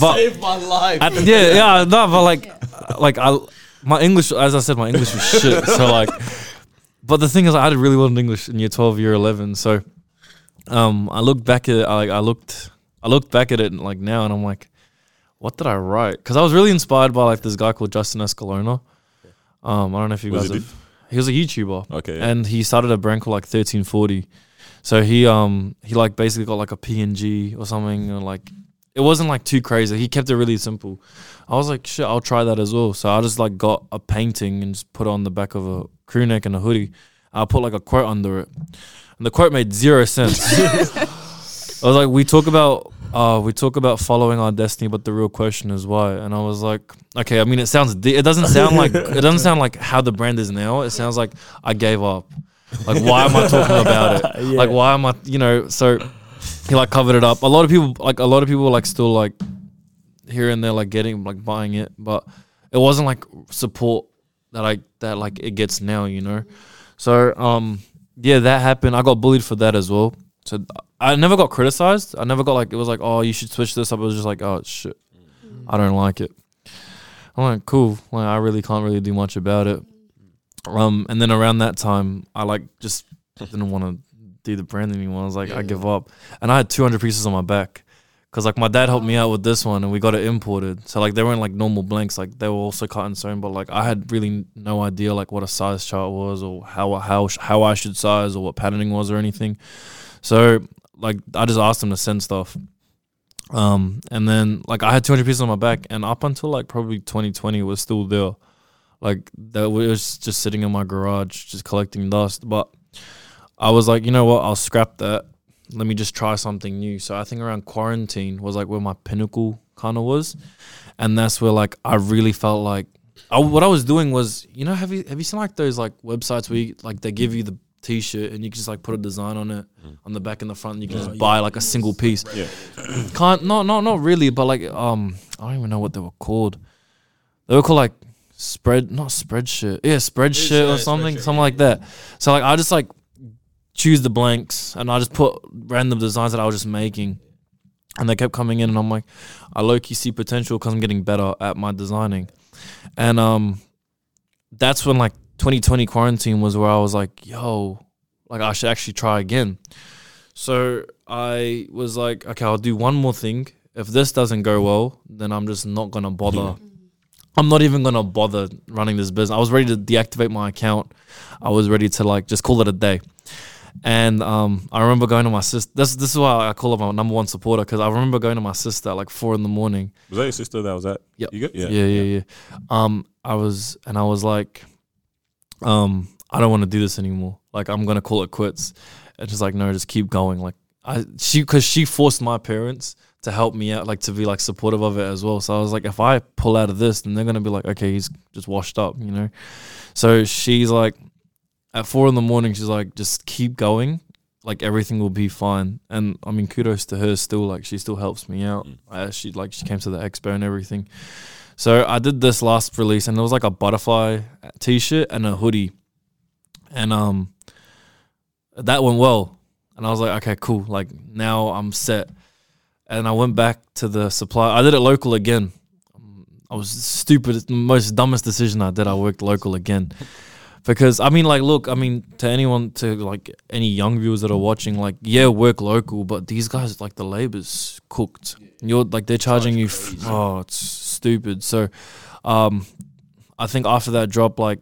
Speaker 5: but
Speaker 1: Save my life.
Speaker 5: At- yeah, yeah, no, but like, like I, my English, as I said, my English was shit. So like, but the thing is, I did really well in English in year twelve, year eleven. So, um, I looked back at, it, I, like, I looked, I looked back at it like now, and I'm like, what did I write? Because I was really inspired by like this guy called Justin Escalona. Um, I don't know if you
Speaker 2: Was
Speaker 5: guys.
Speaker 2: it
Speaker 5: Have, he was a YouTuber
Speaker 2: Okay. yeah.
Speaker 5: and he started a brand called like 1340 so he um he like basically got like a png or something and like it wasn't like too crazy he kept it really simple i was like shit i'll try that as well so i just like got a painting and just put it on the back of a crew neck and a hoodie i put like a quote under it and the quote made zero sense i was like we talk about uh, we talk about following our destiny, but the real question is why. And I was like, okay, I mean, it sounds, de- it doesn't sound like, it doesn't sound like how the brand is now. It sounds like I gave up. Like, why am I talking about it?
Speaker 4: Yeah.
Speaker 5: Like, why am I, you know? So he like covered it up. A lot of people, like, a lot of people, like, still like here and there, like, getting, like, buying it, but it wasn't like support that I that like it gets now, you know. So um, yeah, that happened. I got bullied for that as well. So th- I never got criticized. I never got like it was like, oh, you should switch this up. It was just like, oh shit, I don't like it. I'm like, cool. Like I really can't really do much about it. Um, and then around that time, I like just didn't want to do the brand anymore. I was like, I give up. And I had 200 pieces on my back. Cause like my dad helped me out with this one, and we got it imported. So like they weren't like normal blanks, like they were also cut and sewn. But like I had really no idea like what a size chart was, or how how how I should size, or what patterning was, or anything. So like I just asked them to send stuff. Um, and then like I had 200 pieces on my back, and up until like probably 2020 it was still there. Like that was just sitting in my garage, just collecting dust. But I was like, you know what? I'll scrap that. Let me just try something new. So I think around quarantine was like where my pinnacle kind of was, and that's where like I really felt like I, what I was doing was, you know, have you have you seen like those like websites where you, like they give you the t-shirt and you can just like put a design on it on the back and the front and you can just buy like a single piece
Speaker 2: Yeah.
Speaker 5: can't no no not really but like um i don't even know what they were called they were called like spread not spreadsheet yeah spreadsheet
Speaker 1: yeah,
Speaker 5: or something
Speaker 1: spreadsheet,
Speaker 5: something like that so like i just like choose the blanks and i just put random designs that i was just making and they kept coming in and i'm like i low-key see potential because i'm getting better at my designing and um that's when like 2020 quarantine was where i was like yo like i should actually try again so I was like, okay, I'll do one more thing. If this doesn't go well, then I'm just not gonna bother. I'm not even gonna bother running this business. I was ready to deactivate my account. I was ready to like just call it a day. And um, I remember going to my sister. This this is why I call her my number one supporter because I remember going to my sister at like four in the morning.
Speaker 2: Was that your sister that was at?
Speaker 5: Yep.
Speaker 2: You good? Yeah.
Speaker 5: yeah, yeah, yeah. Um, I was and I was like, um, I don't want to do this anymore. Like, I'm gonna call it quits. And she's like, no, just keep going. Like, I she because she forced my parents to help me out, like to be like supportive of it as well. So I was like, if I pull out of this, then they're gonna be like, okay, he's just washed up, you know. So she's like, at four in the morning, she's like, just keep going. Like everything will be fine, and I mean, kudos to her. Still, like she still helps me out. Uh, she like she came to the expo and everything. So I did this last release, and it was like a butterfly t-shirt and a hoodie, and um, that went well. And I was like, okay, cool. Like now I'm set. And I went back to the supply. I did it local again. I was stupid, most dumbest decision I did. I worked local again. because I mean, like, look, I mean, to anyone, to like any young viewers that are watching, like, yeah, work local, but these guys, like, the labor's cooked. You're like, they're charging you. F- oh, it's stupid. So, um, I think after that drop, like,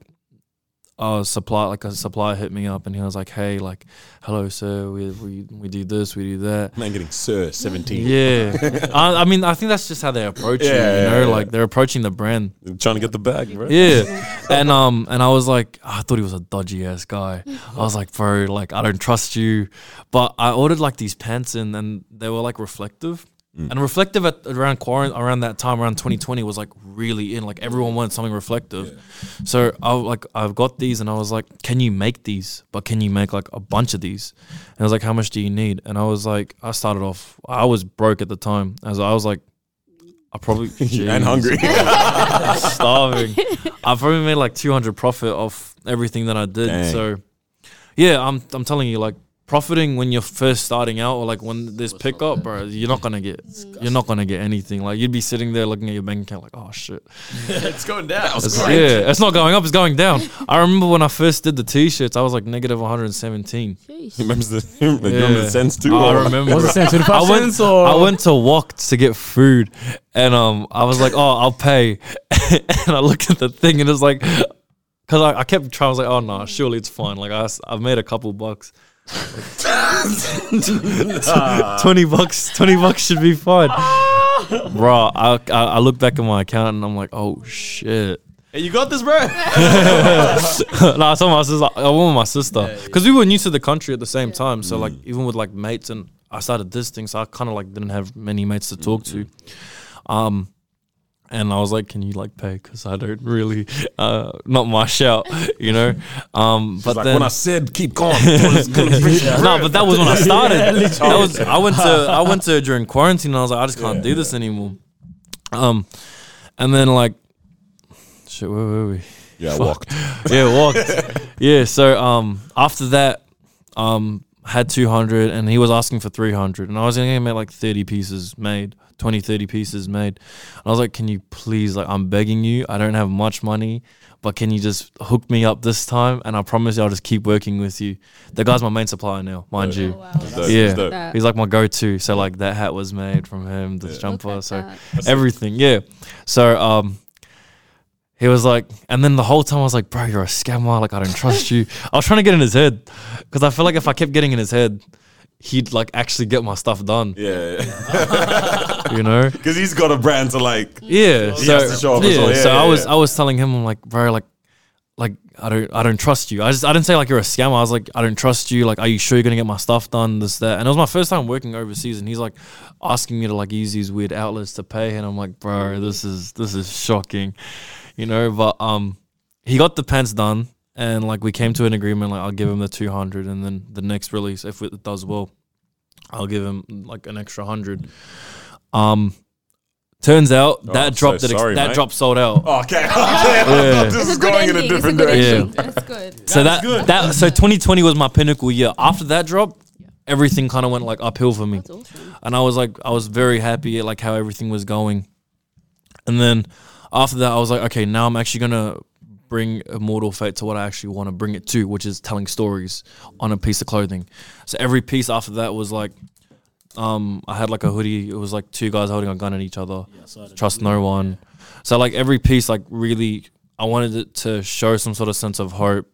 Speaker 5: uh, supply, like a supplier hit me up and he was like, "Hey, like, hello, sir, we we we do this, we do that."
Speaker 2: Man, getting sir seventeen.
Speaker 5: Yeah, I, I mean, I think that's just how they approach it.
Speaker 2: Yeah,
Speaker 5: You
Speaker 2: yeah,
Speaker 5: know,
Speaker 2: yeah.
Speaker 5: like they're approaching the brand.
Speaker 2: Trying to get the bag, bro.
Speaker 5: Yeah, and um, and I was like, I thought he was a dodgy ass guy. I was like, bro, like I don't trust you. But I ordered like these pants and and they were like reflective. And reflective at around quarant- around that time around 2020 was like really in like everyone wanted something reflective, so I w- like I've got these and I was like, can you make these? But can you make like a bunch of these? And I was like, how much do you need? And I was like, I started off I was broke at the time as I was like, I probably
Speaker 2: And
Speaker 5: Jeez
Speaker 2: hungry.
Speaker 5: starving. I probably made like 200 profit off everything that I did.
Speaker 2: Dang.
Speaker 5: So, yeah, I'm I'm telling you, like profiting when you're first starting out or like when there's pickup, bro, you're not gonna get you're not gonna get anything. Like you'd be sitting there looking at your bank account, like, oh shit,
Speaker 1: it's going down.
Speaker 5: It's- yeah, it's not going up, it's going down. I remember when I first did the t-shirts, I was like negative 117.
Speaker 2: Remembers the, remember the sense too.
Speaker 5: Oh,
Speaker 2: Oh.
Speaker 5: I remember.
Speaker 4: What's the sense?
Speaker 5: I
Speaker 4: 25
Speaker 5: went,
Speaker 4: cents or?
Speaker 5: I went to walk to get food and um I was like, oh, I'll pay. and I looked at the thing and it was like, because I, I kept trying, I was like, oh, no, surely it's fine. Like, I, s- I've made a couple bucks. Like, 20 bucks, 20 bucks should be fine. Bro, I, I, I look back at my account and I'm like, oh, shit.
Speaker 1: Hey, you got this, bro.
Speaker 5: no, I told my sister. I went with my sister because we were new to the country at the same time. So like, even with like mates, and I started this thing, so I kind of like didn't have many mates to talk to. Um, and I was like, "Can you like pay? Because I don't really, uh, not my shout, you know." Um, but
Speaker 2: like
Speaker 5: then
Speaker 2: when I said keep going, it's gonna bring you
Speaker 5: no, but that was when I started. that was I went to I went to during quarantine and I was like, I just can't do this anymore. Um, and then like, shit, where were we?
Speaker 2: Yeah, I walked.
Speaker 5: yeah, walked. yeah, so um after that, um had 200 and he was asking for 300 and I was only gonna make like 30 pieces made 20 30 pieces made and I was like can you please like I'm begging you I don't have much money but can you just hook me up this time and I promise you I'll just keep working with you the guy's my main supplier now mind you
Speaker 2: Dope,
Speaker 5: yeah,
Speaker 2: dope.
Speaker 3: That-
Speaker 5: he's like my go-to. So like that hat was made from him, this
Speaker 3: Look
Speaker 5: jumper,
Speaker 3: at
Speaker 5: so
Speaker 3: that.
Speaker 5: everything. Yeah. So um, he was like, and then the whole time I was like, bro, you're a scammer. Like I don't trust you. I was trying to get in his head because I feel like if I kept getting in his head, he'd like actually get my stuff done.
Speaker 2: Yeah,
Speaker 5: You know.
Speaker 2: because he's got a brand to like.
Speaker 5: Yeah.
Speaker 2: He
Speaker 5: So,
Speaker 2: has to show off as
Speaker 5: yeah,
Speaker 2: well. Yeah,
Speaker 5: so I
Speaker 2: yeah,
Speaker 5: was
Speaker 2: yeah.
Speaker 5: I was telling him I'm like, bro, like like I don't I don't trust you. I just I didn't say like you're a scammer. I was like, I don't trust you. Like, are you sure you're gonna get my stuff done? This, that. And it was my first time working overseas and he's like asking me to like use these weird outlets to pay and I'm like, bro, this is this is shocking. You know, but um he got the pants done and like we came to an agreement like I'll give him the 200 and then the next release if it does well I'll give him like an extra 100 um turns out
Speaker 2: Oh, I'm
Speaker 5: that drop
Speaker 2: so
Speaker 5: that, ex-
Speaker 2: sorry,
Speaker 5: that
Speaker 2: mate. Oh,
Speaker 5: drop sold out
Speaker 2: Okay, okay. I thought this
Speaker 3: It's
Speaker 2: is
Speaker 3: a good
Speaker 2: going in a
Speaker 3: ending. It's a
Speaker 2: different
Speaker 3: good
Speaker 5: Yeah.
Speaker 2: direction.
Speaker 3: ending. That's good.
Speaker 5: so that that so 2020 was my pinnacle year after that drop everything kind of went like uphill for me
Speaker 3: That's awesome.
Speaker 5: and I was like, I was very happy at like how everything was going. And then after that, I was like, okay, now I'm actually gonna bring Immortal Fate to what I actually want to bring it to, which is telling stories on a piece of clothing. So every piece after that was like, um, I had like a hoodie. It was like two guys holding a gun at each other. Trust no one. So like every piece, like really, I wanted it to show some sort of sense of hope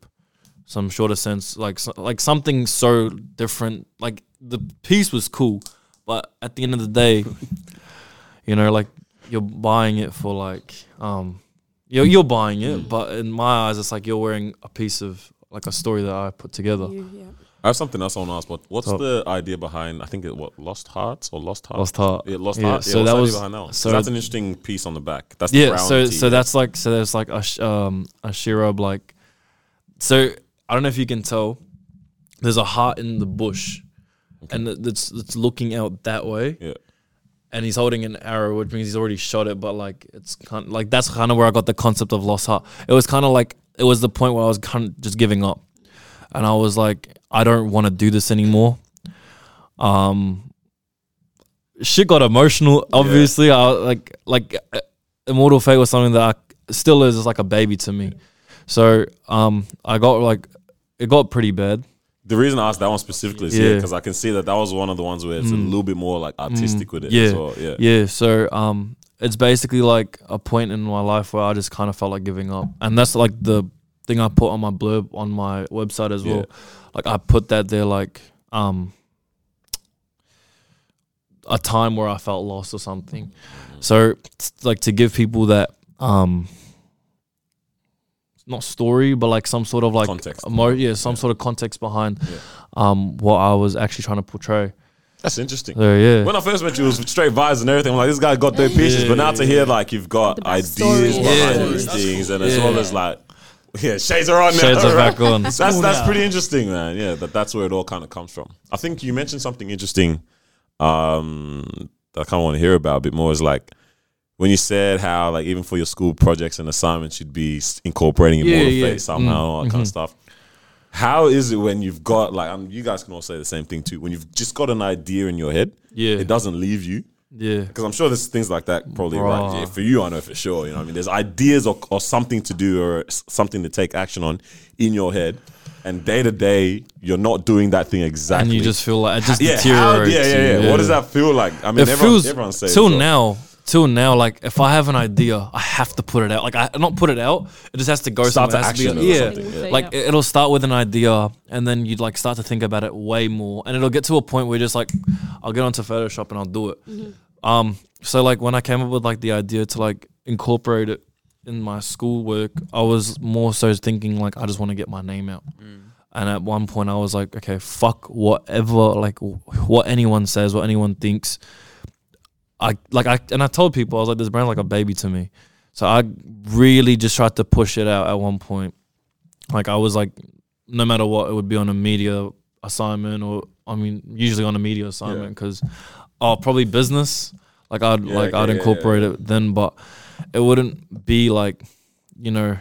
Speaker 5: some shorter sense, like so- like something so different. Like the piece was cool, but at the end of the day, you know, like you're buying it for like um, you're you're buying it, but in my eyes, it's like you're wearing a piece of like a story that I put together.
Speaker 3: You- yeah.
Speaker 2: I have something else I want to ask. But what's
Speaker 5: Top.
Speaker 2: the idea behind? I think it what Lost Hearts or Lost Heart?
Speaker 5: Oh. Lost Heart.
Speaker 2: Yeah, Lost
Speaker 5: Yeah,
Speaker 2: Heart.
Speaker 5: so
Speaker 2: yeah, what's the
Speaker 5: that
Speaker 2: idea
Speaker 5: was-
Speaker 2: behind that one? 'Cause
Speaker 5: so-
Speaker 2: that's an interesting piece on the back. That's the
Speaker 5: yeah.
Speaker 2: brown
Speaker 5: So
Speaker 2: tee.
Speaker 5: so that's like so there's like a sh- um a Shirab like so I don't know if you can tell. There's a heart in the bush, and it- it's it's looking out that way.
Speaker 2: yeah.
Speaker 5: and he's holding an arrow, which means he's already shot it. But like, it's kind like that's kind of where I got the concept of lost heart. It was kind of like it was the point where I was kind of just giving up, and I was like, I don't want to do this anymore. Um, shit got emotional. Obviously, I like like uh, Immortal Fate was something that I still is, is like a baby to me. So um, I got like it got pretty bad.
Speaker 2: The reason I asked that one specifically is yeah
Speaker 5: Yeah. Mm.
Speaker 2: because I can see that that was one of the ones where it's a little bit more like artistic with it.
Speaker 5: Yeah.
Speaker 2: as well. yeah,
Speaker 5: Yeah. So um, it's basically like a point in my life where I just kind of felt like giving up, and that's like the thing I put on my blurb on my website as well. Like I put that there, like um, a time where I felt lost or something.
Speaker 2: Mm-hmm.
Speaker 5: So t- like to give people that um. Not story, but like some sort of like
Speaker 2: Context.
Speaker 5: emo- yeah, some sort of context behind
Speaker 2: Yeah.
Speaker 5: um what I was actually trying to portray.
Speaker 2: That's interesting.
Speaker 5: So yeah,
Speaker 2: When I first met you, it was straight vibes and everything. I'm like, this guy got dope pictures, but now to hear like you've got
Speaker 3: The
Speaker 2: ideas
Speaker 3: backstory.
Speaker 2: behind
Speaker 5: Yeah.
Speaker 2: these
Speaker 1: That's
Speaker 2: things,
Speaker 1: cool.
Speaker 2: and as
Speaker 5: Yeah.
Speaker 2: well as like, yeah, shades are on
Speaker 5: shades
Speaker 2: now.
Speaker 5: are
Speaker 2: right?
Speaker 5: back on.
Speaker 2: That's that's pretty interesting, man. Yeah, that that's where it all kind of comes from. I think you mentioned something interesting. Um, that I kind of want to hear about a bit more. Is like when you said how like even for your school projects and assignments, you'd be s- incorporating your
Speaker 5: Yeah,
Speaker 2: model
Speaker 5: yeah. Mm-hmm.
Speaker 2: face somehow, all that kind of stuff. How is it when you've got like um, you guys can all say the same thing too? When you've just got an idea in your head,
Speaker 5: Yeah.
Speaker 2: it doesn't leave you.
Speaker 5: Yeah.
Speaker 2: Because I'm sure there's things like that probably right
Speaker 5: Bruh.
Speaker 2: yeah, for you. I know for sure. You know, what I mean, there's ideas or, or something to do or s- something to take action on in your head, and day to day you're not doing that thing exactly.
Speaker 5: And you just feel like it just
Speaker 2: yeah, how,
Speaker 5: deteriorates.
Speaker 2: yeah, yeah, yeah, What does that feel like? I mean,
Speaker 5: It
Speaker 2: everyone,
Speaker 5: feels
Speaker 2: everyone says
Speaker 5: till
Speaker 2: so.
Speaker 5: now. Till now, like if I have an idea, I have to put it out. Like I not put it out. It just has to go.
Speaker 2: Start
Speaker 5: somewhere.
Speaker 2: to
Speaker 5: It has
Speaker 2: action it
Speaker 5: be,
Speaker 2: or
Speaker 5: yeah.
Speaker 2: something,
Speaker 3: yeah.
Speaker 5: Like
Speaker 3: Yeah.
Speaker 5: it- it'll start with an idea, and then you'd like start to think about it way more, and it'll get to a point where you're just like, I'll get onto Photoshop and I'll do it. Um. So like when I came up with like the idea to like incorporate it in my schoolwork, I was more so thinking like I just want to get my name out. And at one point, I was like, okay, fuck whatever, like wh- what anyone says, what anyone thinks. I like I and I told people I was like, this brand's like a baby to me. So I really just tried to push it out at one point. Like I was like, no matter what, it would be on a media assignment or I mean, usually on a media assignment because oh, probably business. Like I'd
Speaker 2: Yeah, okay,
Speaker 5: like I'd
Speaker 2: yeah, yeah,
Speaker 5: incorporate it then, but it wouldn't be like, you know,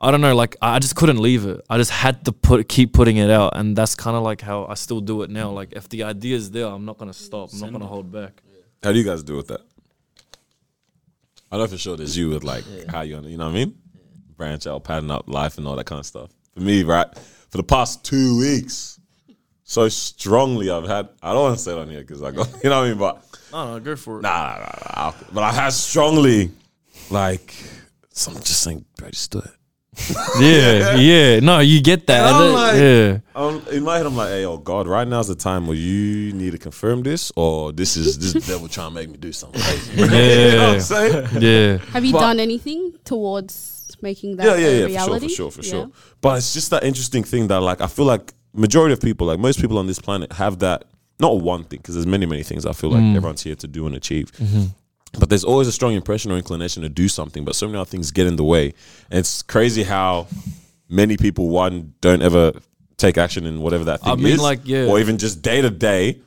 Speaker 5: I don't know. Like I I just couldn't leave it. I just had to put keep putting it out, and that's kind of like how I still do it now. Like if the idea is there, I'm not gonna stop. I'm not gonna hold back.
Speaker 2: How do you guys deal with that? I know for sure there's you with like how you, you know what I mean? Branch out, pattern up life and all that kind of stuff. For me, right? For the past two weeks, so strongly I've had, I don't want to say it on here because I got, you know what I mean? But
Speaker 5: No, no, go for it.
Speaker 2: nah, nah, nah, nah, I'll- but I had strongly like, some just saying, bro, just do it.
Speaker 5: Yeah, yeah. No, you get that.
Speaker 2: And I'm
Speaker 5: And it-
Speaker 2: like-
Speaker 5: yeah.
Speaker 2: Um, in my head, I'm like, hey, oh God, right now's the time where you need to confirm this or this is this devil trying to make me do something crazy. you know what I'm
Speaker 5: Yeah,
Speaker 2: saying?
Speaker 5: yeah,
Speaker 3: Have you
Speaker 2: But-
Speaker 3: done anything towards making that
Speaker 2: yeah, yeah,
Speaker 3: a
Speaker 2: yeah,
Speaker 3: reality?
Speaker 2: for sure, for sure, for
Speaker 3: Yeah.
Speaker 2: sure. But it's just that interesting thing that like I feel like majority of people, like most people on this planet, have that not one thing because there's many, many things I feel like
Speaker 5: Mm.
Speaker 2: everyone's here to do and achieve.
Speaker 5: Mm-hmm.
Speaker 2: But there's always a strong impression or inclination to do something, but so many other things get in the way. And it's crazy how many people one don't ever take action in whatever that thing
Speaker 5: I mean,
Speaker 2: is,
Speaker 5: like, yeah.
Speaker 2: or even just day to day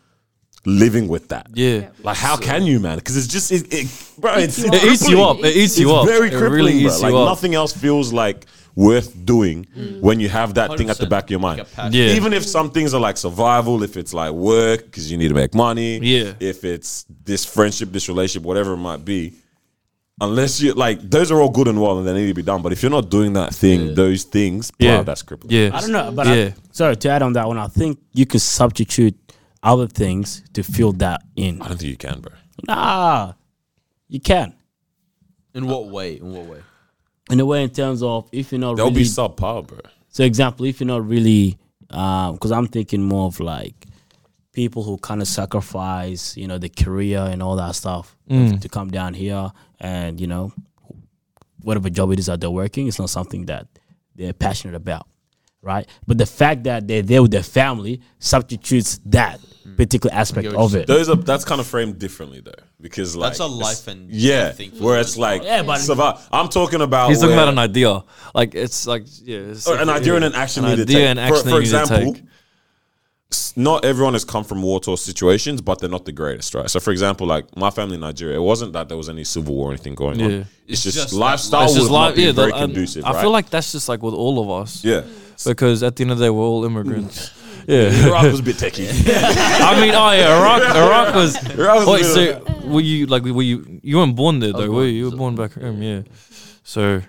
Speaker 2: living with that.
Speaker 5: yeah.
Speaker 2: Like, how can you, man? Because it's just, it, it, bro, it's,
Speaker 3: you
Speaker 2: it's
Speaker 3: up.
Speaker 5: It eats you up. It eats you
Speaker 2: it's
Speaker 5: up.
Speaker 2: very
Speaker 5: it
Speaker 2: crippling,
Speaker 5: really
Speaker 2: bro.
Speaker 5: eats
Speaker 2: Like
Speaker 5: you up.
Speaker 2: nothing else feels like worth doing when you have that thing at the
Speaker 1: 100%.
Speaker 2: back of your mind.
Speaker 1: Mm. Like a passion.
Speaker 5: Yeah.
Speaker 2: Even if some things are like survival, if it's like work because you need to make money,
Speaker 5: Yeah.
Speaker 2: If it's this friendship, this relationship, whatever it might be, unless you like those are all good and well and they need to be done. But if you're not doing that thing, those things, bro,
Speaker 5: Yeah.
Speaker 2: that's crippling.
Speaker 5: Yeah.
Speaker 4: I don't know, but
Speaker 5: Yeah.
Speaker 4: I, sorry to add on that one. I think you can substitute other things to fill that in.
Speaker 2: I don't think you can, bro.
Speaker 4: Nah, you can.
Speaker 1: In what way? In what way?
Speaker 4: In a way, in terms of if you're not
Speaker 2: There'll
Speaker 4: really
Speaker 2: be subpar, bro.
Speaker 4: So, example, if you're not really, because I'm thinking more of like people who kind of sacrifice, you know, the career and all that stuff to come down here and you know, whatever job it is that they're working, it's not something that they're passionate about, right? But the fact that they're there with their family substitutes that particular aspect
Speaker 1: get what
Speaker 4: of
Speaker 1: you're
Speaker 4: it.
Speaker 2: Those are that's kind of framed differently though, because like
Speaker 1: That's a life and
Speaker 2: Yeah,
Speaker 1: thing for
Speaker 2: where
Speaker 1: them
Speaker 2: it's
Speaker 1: as well.
Speaker 2: like
Speaker 4: Yeah, but-
Speaker 2: survive. I'm talking about
Speaker 5: He's talking
Speaker 2: where-
Speaker 5: about an idea. Like it's like yeah, it's
Speaker 2: or Oh, an idea and an action
Speaker 5: An
Speaker 2: you need to take.
Speaker 5: idea and
Speaker 2: For-
Speaker 5: action
Speaker 2: for,
Speaker 5: that you need to
Speaker 2: example,
Speaker 5: take.
Speaker 2: s- not everyone has come from war torn situations, but they're not the greatest, right? So, for example, like my family in Nigeria, it wasn't that there was any civil war or anything going on.
Speaker 5: Yeah.
Speaker 1: It's
Speaker 2: It's, just,
Speaker 1: just
Speaker 2: lifestyle
Speaker 1: that
Speaker 5: It's
Speaker 2: was
Speaker 5: just
Speaker 2: not
Speaker 5: like
Speaker 2: being
Speaker 5: yeah.
Speaker 2: very
Speaker 5: the- I-
Speaker 2: conducive.
Speaker 5: I
Speaker 2: right?
Speaker 5: feel like that's just like with all of us.
Speaker 2: yeah,
Speaker 5: Because at the end of the day, we're all immigrants. Yeah.
Speaker 2: Iraq was a bit techie.
Speaker 5: I mean, oh yeah, Iraq, Iraq was.
Speaker 2: Iraq was
Speaker 5: wait,
Speaker 2: a bit
Speaker 5: so were you like were you you weren't born there though? Were you? You were born back home, yeah. So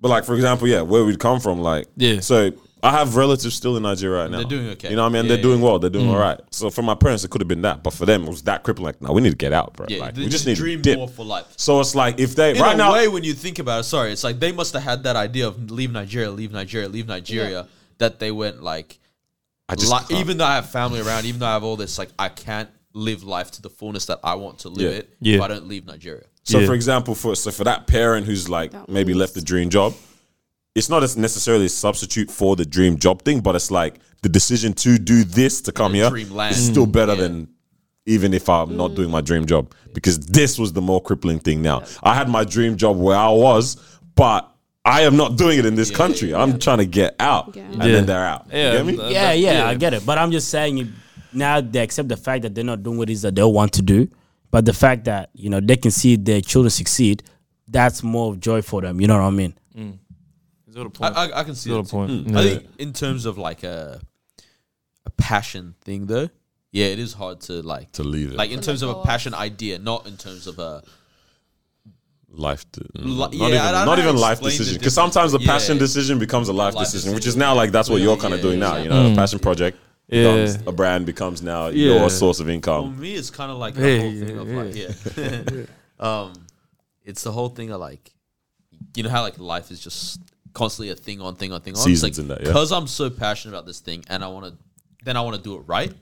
Speaker 2: But like for example, yeah, where we'd come from, like
Speaker 5: Yeah.
Speaker 2: So I have relatives still in Nigeria right now.
Speaker 1: they're doing okay.
Speaker 2: You know what I mean?
Speaker 1: Yeah,
Speaker 2: they're
Speaker 1: yeah.
Speaker 2: doing well. They're doing all right. So for my parents, it could have been that, but for them, it was that crippling. Like, no, we need to get out, bro.
Speaker 1: Yeah,
Speaker 2: like,
Speaker 1: they
Speaker 2: we
Speaker 1: just
Speaker 2: just need
Speaker 1: dream
Speaker 2: to dip.
Speaker 1: more for life.
Speaker 2: So it's like if they
Speaker 1: In
Speaker 2: right
Speaker 1: a
Speaker 2: now,
Speaker 1: way, when you think about it, sorry, it's like they must have had that idea of leave Nigeria, leave Nigeria, leave Nigeria. That they went like,
Speaker 2: I just
Speaker 1: li-
Speaker 2: can't.
Speaker 1: even though I have family around, even though I have all this, like I can't live life to the fullness that I want to live
Speaker 2: Yeah.
Speaker 1: it
Speaker 5: Yeah.
Speaker 1: if I don't leave Nigeria.
Speaker 2: So,
Speaker 5: Yeah.
Speaker 2: for example, for so for that parent who's like maybe left the dream job, it's not as necessarily a substitute for the dream job thing, but it's like the decision to do this to come here
Speaker 1: dream land.
Speaker 2: is still better
Speaker 1: Yeah.
Speaker 2: than even if I'm not doing my dream job because this was the more crippling thing. Now I had my dream job where I was, but I am not doing it in this country. I'm trying to get out,
Speaker 3: Yeah.
Speaker 2: and
Speaker 5: Yeah.
Speaker 2: then they're out.
Speaker 5: Yeah,
Speaker 2: you get me?
Speaker 5: uh,
Speaker 4: yeah,
Speaker 5: that-
Speaker 4: yeah, I get it. But I'm just saying, you, now they accept the fact that they're not doing what it is that they want to do. But the fact that you know they can see their children succeed, that's more of joy for them. You know what I mean?
Speaker 5: He's got a point.
Speaker 1: I, I, I can see
Speaker 5: He's got a
Speaker 1: that too.
Speaker 5: point.
Speaker 1: I
Speaker 5: Yeah.
Speaker 2: Hmm.
Speaker 1: think in terms of like a a passion thing though, yeah, it is hard to like
Speaker 2: To leave it,
Speaker 1: like
Speaker 2: like
Speaker 1: in terms of
Speaker 3: go
Speaker 1: a
Speaker 3: off.
Speaker 1: passion idea, not in terms of a
Speaker 2: life, de-
Speaker 1: Li-
Speaker 2: not
Speaker 1: yeah, I
Speaker 2: even,
Speaker 1: don't know
Speaker 2: not
Speaker 1: how to
Speaker 2: even life
Speaker 1: explain the
Speaker 2: decision. Because
Speaker 1: difference,
Speaker 2: sometimes the
Speaker 1: but yeah,
Speaker 2: passion
Speaker 1: yeah.
Speaker 2: decision becomes a life,
Speaker 1: Life
Speaker 2: decision, which is
Speaker 1: decision.
Speaker 2: now like that's what you're kind of
Speaker 1: Yeah,
Speaker 2: doing
Speaker 1: yeah,
Speaker 2: now. You
Speaker 1: exactly.
Speaker 2: know, a passion project
Speaker 5: Mm. Yeah.
Speaker 2: becomes a brand becomes now your
Speaker 5: Yeah.
Speaker 2: source of
Speaker 1: For
Speaker 2: income.
Speaker 1: me, it's kind of like
Speaker 5: Yeah,
Speaker 1: the whole
Speaker 5: yeah,
Speaker 1: thing of like, yeah. um, it's the whole thing of like, you know how like life is just constantly a thing on thing on thing on.
Speaker 2: Seasons
Speaker 1: it's like,
Speaker 2: in that, yeah.
Speaker 1: Because I'm so passionate about this thing, and I want to, then I want to do it right.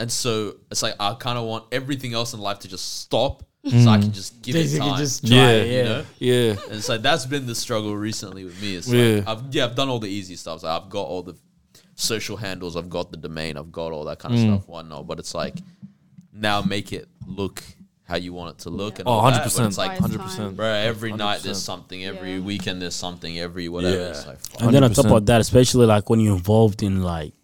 Speaker 1: And so it's like I kind of want everything else in life to just stop, so I can just give it time.
Speaker 5: yeah,
Speaker 1: you know?
Speaker 5: yeah. Oh,
Speaker 1: And it's like that's been the struggle recently with me. It's like
Speaker 5: Yeah.
Speaker 1: I've yeah, I've done all the easy stuff. Like, I've got all the social handles, I've got the domain, I've got all that kind
Speaker 5: Mm.
Speaker 1: of stuff, whatnot. But it's like now make it look how you want it to look and
Speaker 5: Oh,
Speaker 1: all that.
Speaker 5: 100
Speaker 1: But
Speaker 5: percent,
Speaker 1: It's like
Speaker 3: Buys
Speaker 5: hundred percent.
Speaker 1: bro, every night there's
Speaker 5: 100%.
Speaker 1: something, every
Speaker 3: Yeah.
Speaker 1: weekend there's something, every whatever. It's like fuck.
Speaker 4: And then on top
Speaker 5: 100%.
Speaker 4: of that, especially like when you're involved in like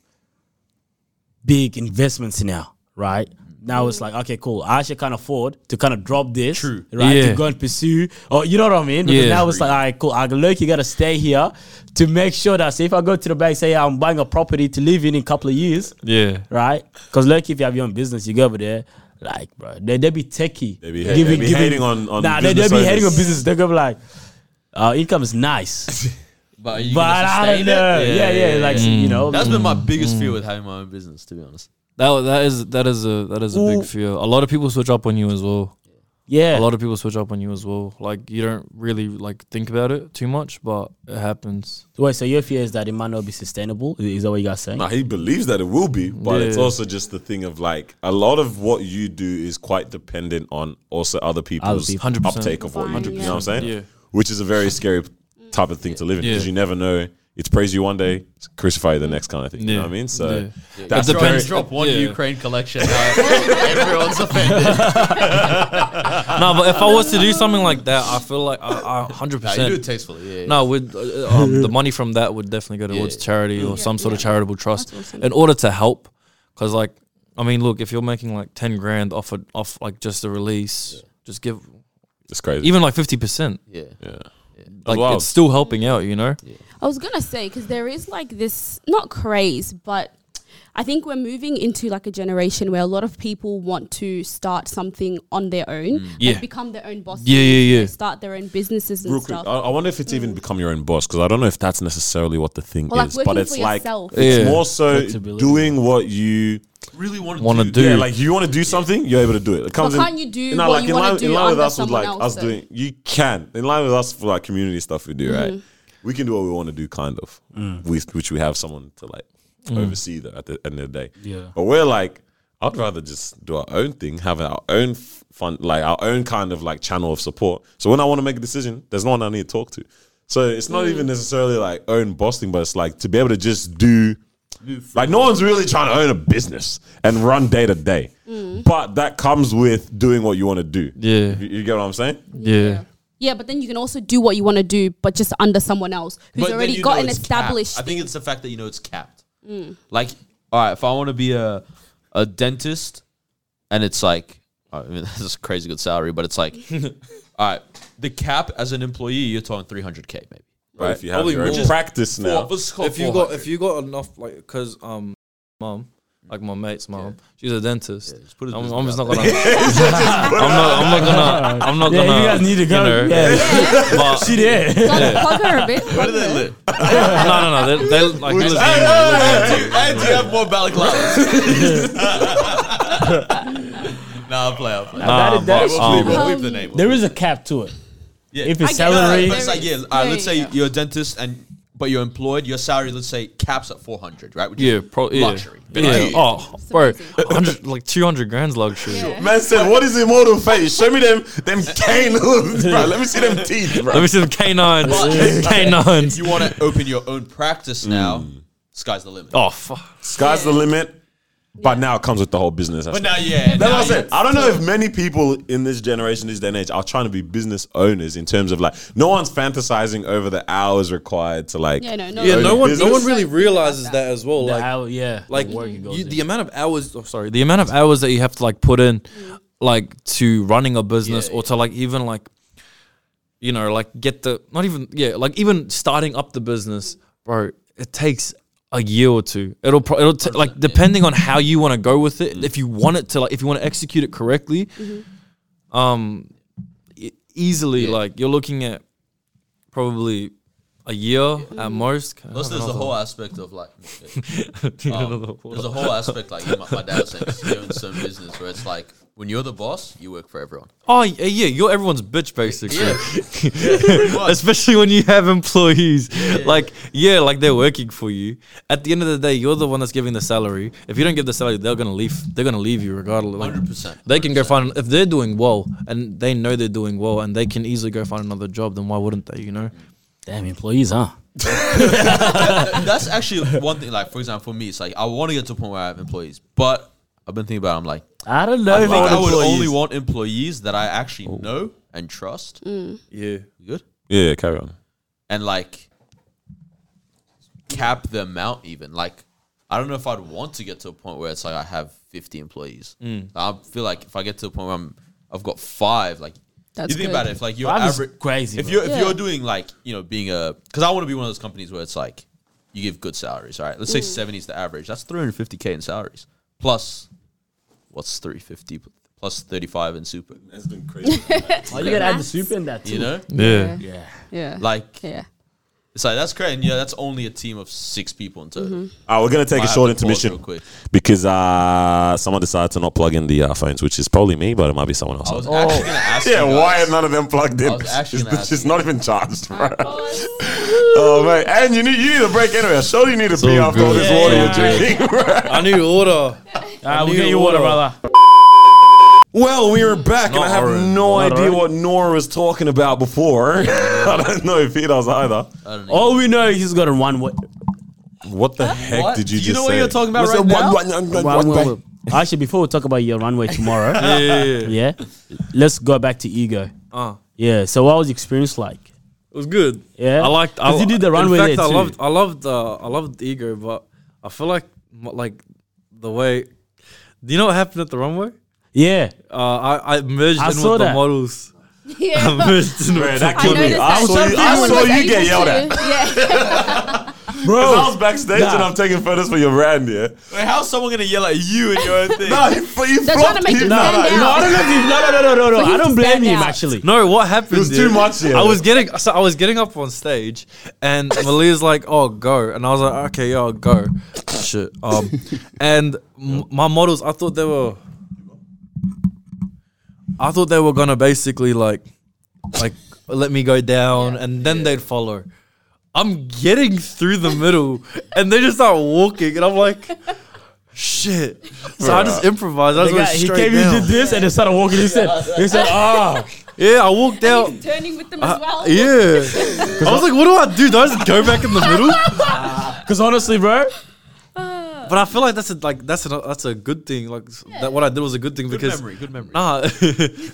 Speaker 4: big investments now, right? Now it's like, okay, cool. I actually can afford to kind of drop this,
Speaker 1: True.
Speaker 4: right?
Speaker 5: Yeah.
Speaker 4: To go and pursue, or you know what I mean? Because
Speaker 5: Yeah.
Speaker 4: now it's like, all right, cool. I look, you gotta stay here to make sure that. So if I go to the bank, say I'm buying a property to live in in a couple of years,
Speaker 5: Yeah.
Speaker 4: right? Because look, if you have your own business, you go over there, like, bro, they, they be techie.
Speaker 2: They be hate- they be hating on- on
Speaker 4: Nah, they, they be
Speaker 2: business
Speaker 4: hating on
Speaker 2: owners.
Speaker 4: business. They go be like, our income is nice,
Speaker 1: But are you
Speaker 4: but
Speaker 1: gonna
Speaker 4: I don't
Speaker 1: sustain it?
Speaker 4: know. Yeah, yeah, like you know, mm.
Speaker 1: That's been my biggest
Speaker 5: Mm.
Speaker 1: fear with having my own business, to be honest.
Speaker 5: That that is that is a that is a
Speaker 4: Ooh.
Speaker 5: big fear. A lot of people switch up on you as well.
Speaker 4: yeah.
Speaker 5: A lot of people switch up on you as well. Like you don't really like think about it too much, but it happens.
Speaker 4: Wait, so your fear is that it might not be sustainable? I- Is that what you guys saying?
Speaker 2: Now he believes that it will be, but it's
Speaker 5: Yeah.
Speaker 2: also just the thing of like a lot of what you do is quite dependent on also other people's
Speaker 4: people.
Speaker 5: 100%.
Speaker 2: uptake of what you do. You know what I'm saying?
Speaker 5: Yeah.
Speaker 2: Which is a very scary type of thing to live in because
Speaker 5: Yeah. Mm.
Speaker 2: you never know. It's praise you one day, it's crucify you the next kind of thing. You know
Speaker 5: Yeah.
Speaker 2: what I mean? So
Speaker 5: Yeah.
Speaker 2: that's
Speaker 5: It
Speaker 1: Drop-
Speaker 5: depends-
Speaker 1: Drop one
Speaker 5: yeah.
Speaker 1: Ukraine collection. Everyone's offended.
Speaker 5: no, but if I was to do something like that, I feel like I, I
Speaker 1: Ah. Nah, you do it
Speaker 5: 100%.
Speaker 1: tastefully. Yeah, yeah.
Speaker 5: No, with uh, um, the money from that would definitely go towards
Speaker 1: Yeah.
Speaker 5: charity or some sort of
Speaker 3: yeah.
Speaker 5: charitable trust
Speaker 3: That's awesome.
Speaker 5: in order to help. Because like, I mean, look, if you're making like ten grand off a, off like just a release, just give
Speaker 2: it's crazy.
Speaker 5: even like fifty percent.
Speaker 1: yeah.
Speaker 2: yeah.
Speaker 5: Like
Speaker 2: wild.
Speaker 5: it's still helping out, you know.
Speaker 3: I was gonna say because there is like this not craze, but I think we're moving into like a generation where a lot of people want to start something on their own,
Speaker 5: Mm. Yeah.
Speaker 3: like become their own bosses,
Speaker 5: Yeah, yeah, yeah.
Speaker 3: like, start their own businesses and
Speaker 2: Real quick, I,
Speaker 3: stuff.
Speaker 2: I wonder if it's even become your own boss because I don't know if that's necessarily what the thing
Speaker 3: Or, like,
Speaker 2: is,
Speaker 3: working
Speaker 2: but it's
Speaker 3: for
Speaker 2: like
Speaker 3: yourself.
Speaker 2: it's
Speaker 5: Yeah.
Speaker 2: more so
Speaker 4: Flexibility.
Speaker 2: doing what you
Speaker 1: Really want
Speaker 5: Want to do?
Speaker 2: yeah, like you want to do something, you're able to do it. It comes in-
Speaker 3: can't you do what you
Speaker 2: in
Speaker 3: wanna
Speaker 2: line,
Speaker 3: do
Speaker 2: in line with
Speaker 3: under
Speaker 2: us with
Speaker 3: someone
Speaker 2: like
Speaker 3: else,
Speaker 2: us
Speaker 3: though?
Speaker 2: doing you can in line with us for like community stuff we do right. We can do what we want to do, kind of, with which we have someone to like oversee though at the end of the day.
Speaker 4: Yeah.
Speaker 2: but we're like. I'd rather just do our own thing, have our own f- fun, like our own kind of like channel of support. So when I want to make a decision, there's no one I need to talk to. So it's not even necessarily like own boss thing, but it's like to be able to just do like no one's really trying to own a business and run day to day, but that comes with doing what you want to do.
Speaker 5: Yeah.
Speaker 2: you, you get what I'm saying.
Speaker 5: Yeah.
Speaker 3: yeah, but then you can also do what you want to do, but just under someone else who's
Speaker 1: But then
Speaker 3: already
Speaker 1: you
Speaker 3: got
Speaker 1: know
Speaker 3: an
Speaker 1: it's
Speaker 3: established. Mm.
Speaker 1: capped. I think it's the fact that you know it's capped. Like, all right, if I want to be a a dentist, and it's like, I mean, this is a crazy good salary, but it's like, all right, the cap as an employee, you're talking 300k maybe.
Speaker 2: Right? If you have
Speaker 5: Probably
Speaker 2: your own
Speaker 5: more.
Speaker 2: practice now,
Speaker 1: Four- let's call
Speaker 5: If you got
Speaker 1: 400.
Speaker 5: if you got enough like because um mom like my mate's mom. She's a dentist.
Speaker 1: just put his
Speaker 5: I'm,
Speaker 1: business
Speaker 5: I'm just not
Speaker 1: out
Speaker 5: gonna. I'm not. I'm not gonna. I'm not
Speaker 4: Yeah,
Speaker 5: gonna.
Speaker 4: you guys need to go.
Speaker 5: know,
Speaker 4: yeah,
Speaker 5: but-
Speaker 4: she there.
Speaker 3: Gotta plug her a bit. Where do
Speaker 1: they live?
Speaker 5: no, no, no. They, they like. they live in-
Speaker 1: And you have more balaclavas. nah, I'll play. I'll play.
Speaker 5: Nah,
Speaker 4: That- that
Speaker 5: but,
Speaker 4: is
Speaker 1: We'll leave-
Speaker 5: um,
Speaker 1: we'll leave the name.
Speaker 4: There is a cap to it.
Speaker 1: Yeah.
Speaker 4: If
Speaker 3: I
Speaker 4: it's
Speaker 3: get it.
Speaker 4: salary,
Speaker 1: But it's like, yeah,
Speaker 3: There is.
Speaker 1: all right,
Speaker 3: Yeah,
Speaker 1: let's
Speaker 3: yeah,
Speaker 1: say
Speaker 3: yeah.
Speaker 1: you're a dentist and but you're employed, your salary, let's say, caps at 400, right? Which
Speaker 5: Yeah,
Speaker 1: is
Speaker 5: pro- yeah.
Speaker 1: luxury. But
Speaker 5: Yeah.
Speaker 1: like-
Speaker 5: Oh, bro,
Speaker 3: amazing.
Speaker 5: 100, like 200 grand's luxury.
Speaker 3: Yeah.
Speaker 2: Man said, "What is immortal fate? Show me them, them cane hooves, bro. Let me see them teeth, bro."
Speaker 5: Let me see the canines.
Speaker 1: If
Speaker 5: canines.
Speaker 1: you want to open your own practice now, sky's the limit.
Speaker 5: Mm. Oh, fuck.
Speaker 2: Sky's the limit, but now it comes with the whole business.
Speaker 1: But
Speaker 2: aspect.
Speaker 1: now, yeah.
Speaker 2: That's
Speaker 1: now
Speaker 2: what I'm
Speaker 1: you-
Speaker 2: saying. I don't know if many people in this generation, this day and age, are trying to be business owners in terms of like no one's fantasizing over the hours required to like.
Speaker 3: Yeah, no, no.
Speaker 5: Yeah,
Speaker 2: own
Speaker 5: no
Speaker 2: a
Speaker 5: one, no
Speaker 2: business.
Speaker 5: one really realizes that as well.
Speaker 4: the
Speaker 5: Like,
Speaker 4: hour- yeah,
Speaker 5: like
Speaker 4: the work it goes
Speaker 5: you,
Speaker 4: in.
Speaker 5: the amount of hours oh, sorry the amount of hours that you have to like put in like to running a business or to like even like you know like get the not even yeah like even starting up the business bro it takes a year or two it'll pro- it'll t- like depending on how you want to go with it if you want it to like if you want to execute it correctly um e- easily like you're looking at probably a year at most
Speaker 1: Plus, there's the whole aspect of like, um, there's a whole aspect like my, my dad was saying, this, you own some business where it's like when you're the boss, you work for everyone.
Speaker 5: Oh y- yeah, you're everyone's bitch basically.
Speaker 1: Pretty much.
Speaker 5: Especially when you have employees. Like yeah, like they're working for you. At the end of the day, you're the one that's giving the salary. If you don't give the salary, they're gonna leave. They're gonna leave you regardless. Like,
Speaker 1: 100%,
Speaker 5: They can go find if they're doing well and they know they're doing well and they can easily go find another job. Then why wouldn't they? You know?
Speaker 4: damn employees, huh?
Speaker 1: that's actually one thing. Like for example, for me, it's like I want to get to a point where I have employees, but I've been thinking about. It, I'm like,
Speaker 4: I don't know.
Speaker 1: I
Speaker 4: if
Speaker 1: think I
Speaker 4: I
Speaker 1: would
Speaker 4: would
Speaker 1: only want employees that I actually know and trust.
Speaker 3: Mm.
Speaker 5: Yeah.
Speaker 1: You Good
Speaker 2: Yeah, carry on.
Speaker 1: and like cap the amount even like. I don't know if I'd want to get to a point where it's like I have 50 employees. I feel like if I get to a point where I'm, I've got five, like
Speaker 3: That's
Speaker 1: you think
Speaker 3: good.
Speaker 1: about it, if like you're
Speaker 4: Five is
Speaker 1: average,
Speaker 4: crazy,
Speaker 1: If
Speaker 4: bro.
Speaker 1: you're if
Speaker 3: Yeah.
Speaker 1: you're doing like you know being a, because I want to be one of those companies where it's like you give good salaries. All right, let's say 70 is the average. That's 350k in salaries plus what's 350 plus 35 in super.
Speaker 2: That's been crazy.
Speaker 4: Oh, you gotta add the soup in that too.
Speaker 1: You know,
Speaker 5: Yeah.
Speaker 4: Yeah.
Speaker 3: Yeah.
Speaker 1: like
Speaker 3: yeah.
Speaker 1: it's like that's great, and yeah, that's only a team of six people in total.
Speaker 2: All right, we're gonna take
Speaker 1: I
Speaker 2: a
Speaker 1: have
Speaker 2: short
Speaker 1: to pause
Speaker 2: intermission
Speaker 1: real quick.
Speaker 2: because uh, someone decided to not plug in the uh, phones, which is probably me, but it might be someone else.
Speaker 1: I was actually gonna ask.
Speaker 2: yeah,
Speaker 1: you guys-
Speaker 2: why are none of them plugged in?
Speaker 1: I was actually gonna
Speaker 2: It's,
Speaker 1: ask
Speaker 2: it's
Speaker 1: you.
Speaker 2: not even charged, bro. Oh man, and you need you need a break anyway. Surely you need to pee after all this
Speaker 4: good.
Speaker 2: water
Speaker 4: Yeah,
Speaker 2: you're drinking, bro.
Speaker 5: I need order.
Speaker 4: Ah, we'll
Speaker 5: New
Speaker 4: get you water,
Speaker 5: order.
Speaker 4: brother.
Speaker 2: Well, we were back, and
Speaker 5: Not
Speaker 2: I have
Speaker 5: orange.
Speaker 2: no
Speaker 5: Not
Speaker 2: idea
Speaker 5: orange.
Speaker 2: what Nora was talking about before. I don't know if he does either.
Speaker 1: I don't know.
Speaker 4: All we know is he's got a one way.
Speaker 2: What the heck
Speaker 1: What?
Speaker 2: did you
Speaker 1: Do you
Speaker 2: just
Speaker 1: know what
Speaker 2: say?
Speaker 1: you're talking about
Speaker 2: What's
Speaker 1: right
Speaker 2: the
Speaker 1: now?
Speaker 2: one- one- one-
Speaker 4: One
Speaker 2: one-
Speaker 4: way.
Speaker 2: one-
Speaker 4: Actually, before we talk about your runway tomorrow,
Speaker 5: Yeah.
Speaker 4: yeah, let's go back to ego.
Speaker 5: Uh,
Speaker 4: Yeah. So, what was your experience like?
Speaker 5: It was good.
Speaker 4: Yeah?
Speaker 5: I liked. I
Speaker 4: 'Cause you did the
Speaker 5: in
Speaker 4: runway
Speaker 5: fact,
Speaker 4: there
Speaker 5: I
Speaker 4: too.
Speaker 5: loved. I loved. Uh, I loved the ego, but I feel like m- like the way. Do you know what happened at the runway?
Speaker 4: Yeah.
Speaker 5: Uh, I I merged
Speaker 4: I
Speaker 5: in
Speaker 4: saw
Speaker 5: with the
Speaker 4: that.
Speaker 5: models. I
Speaker 3: Yeah.
Speaker 5: merged in with
Speaker 2: that
Speaker 5: the
Speaker 2: killed me.
Speaker 3: noticed
Speaker 2: I
Speaker 3: that
Speaker 2: saw you, I
Speaker 3: everyone
Speaker 2: saw
Speaker 3: was
Speaker 2: you get
Speaker 3: able
Speaker 2: yelled
Speaker 3: to-
Speaker 2: at.
Speaker 3: Yeah.
Speaker 2: Bro, I was backstage
Speaker 4: nah.
Speaker 2: and I'm taking photos for your brand, yeah.
Speaker 1: Wait, how's someone gonna yell at you and your own thing?
Speaker 2: No, he, f- he
Speaker 3: They're
Speaker 2: flopped.
Speaker 3: trying to make
Speaker 2: he,
Speaker 3: you
Speaker 2: no,
Speaker 3: stand
Speaker 2: no,
Speaker 3: out.
Speaker 2: no, I don't know.
Speaker 4: no, no, no, no, no, no.
Speaker 3: For him
Speaker 4: I don't
Speaker 3: to
Speaker 4: blame
Speaker 3: stand
Speaker 4: him
Speaker 3: out.
Speaker 4: actually.
Speaker 5: No, what happened?
Speaker 2: It was too
Speaker 5: dude?
Speaker 2: much, yeah.
Speaker 5: I was getting so I was getting up on stage, and Malia's like, "Oh, go," and I was like, "Okay, yeah, I'll go." Shit. Um, and m- my models, I thought they were, I thought they were gonna basically like, like let me go down, and then they'd follow. I'm getting through the middle, and they just start walking, and I'm like, "Shit!" So I just improvised. I
Speaker 4: The
Speaker 5: just went
Speaker 4: guy, he
Speaker 5: straight
Speaker 4: came and
Speaker 5: down.
Speaker 4: did this, and then started walking. He said, "He said, ah,
Speaker 5: yeah, I walked out.
Speaker 3: He's turning with them
Speaker 5: Uh,
Speaker 3: as well.
Speaker 5: Yeah. I was like, what do I do? Do I just go back in the middle?
Speaker 4: because honestly, bro,
Speaker 5: But I feel like that's a, like that's a that's a good thing. Like s- that what I did was a good thing
Speaker 1: good
Speaker 5: because
Speaker 1: memory. Good memory.
Speaker 5: nah,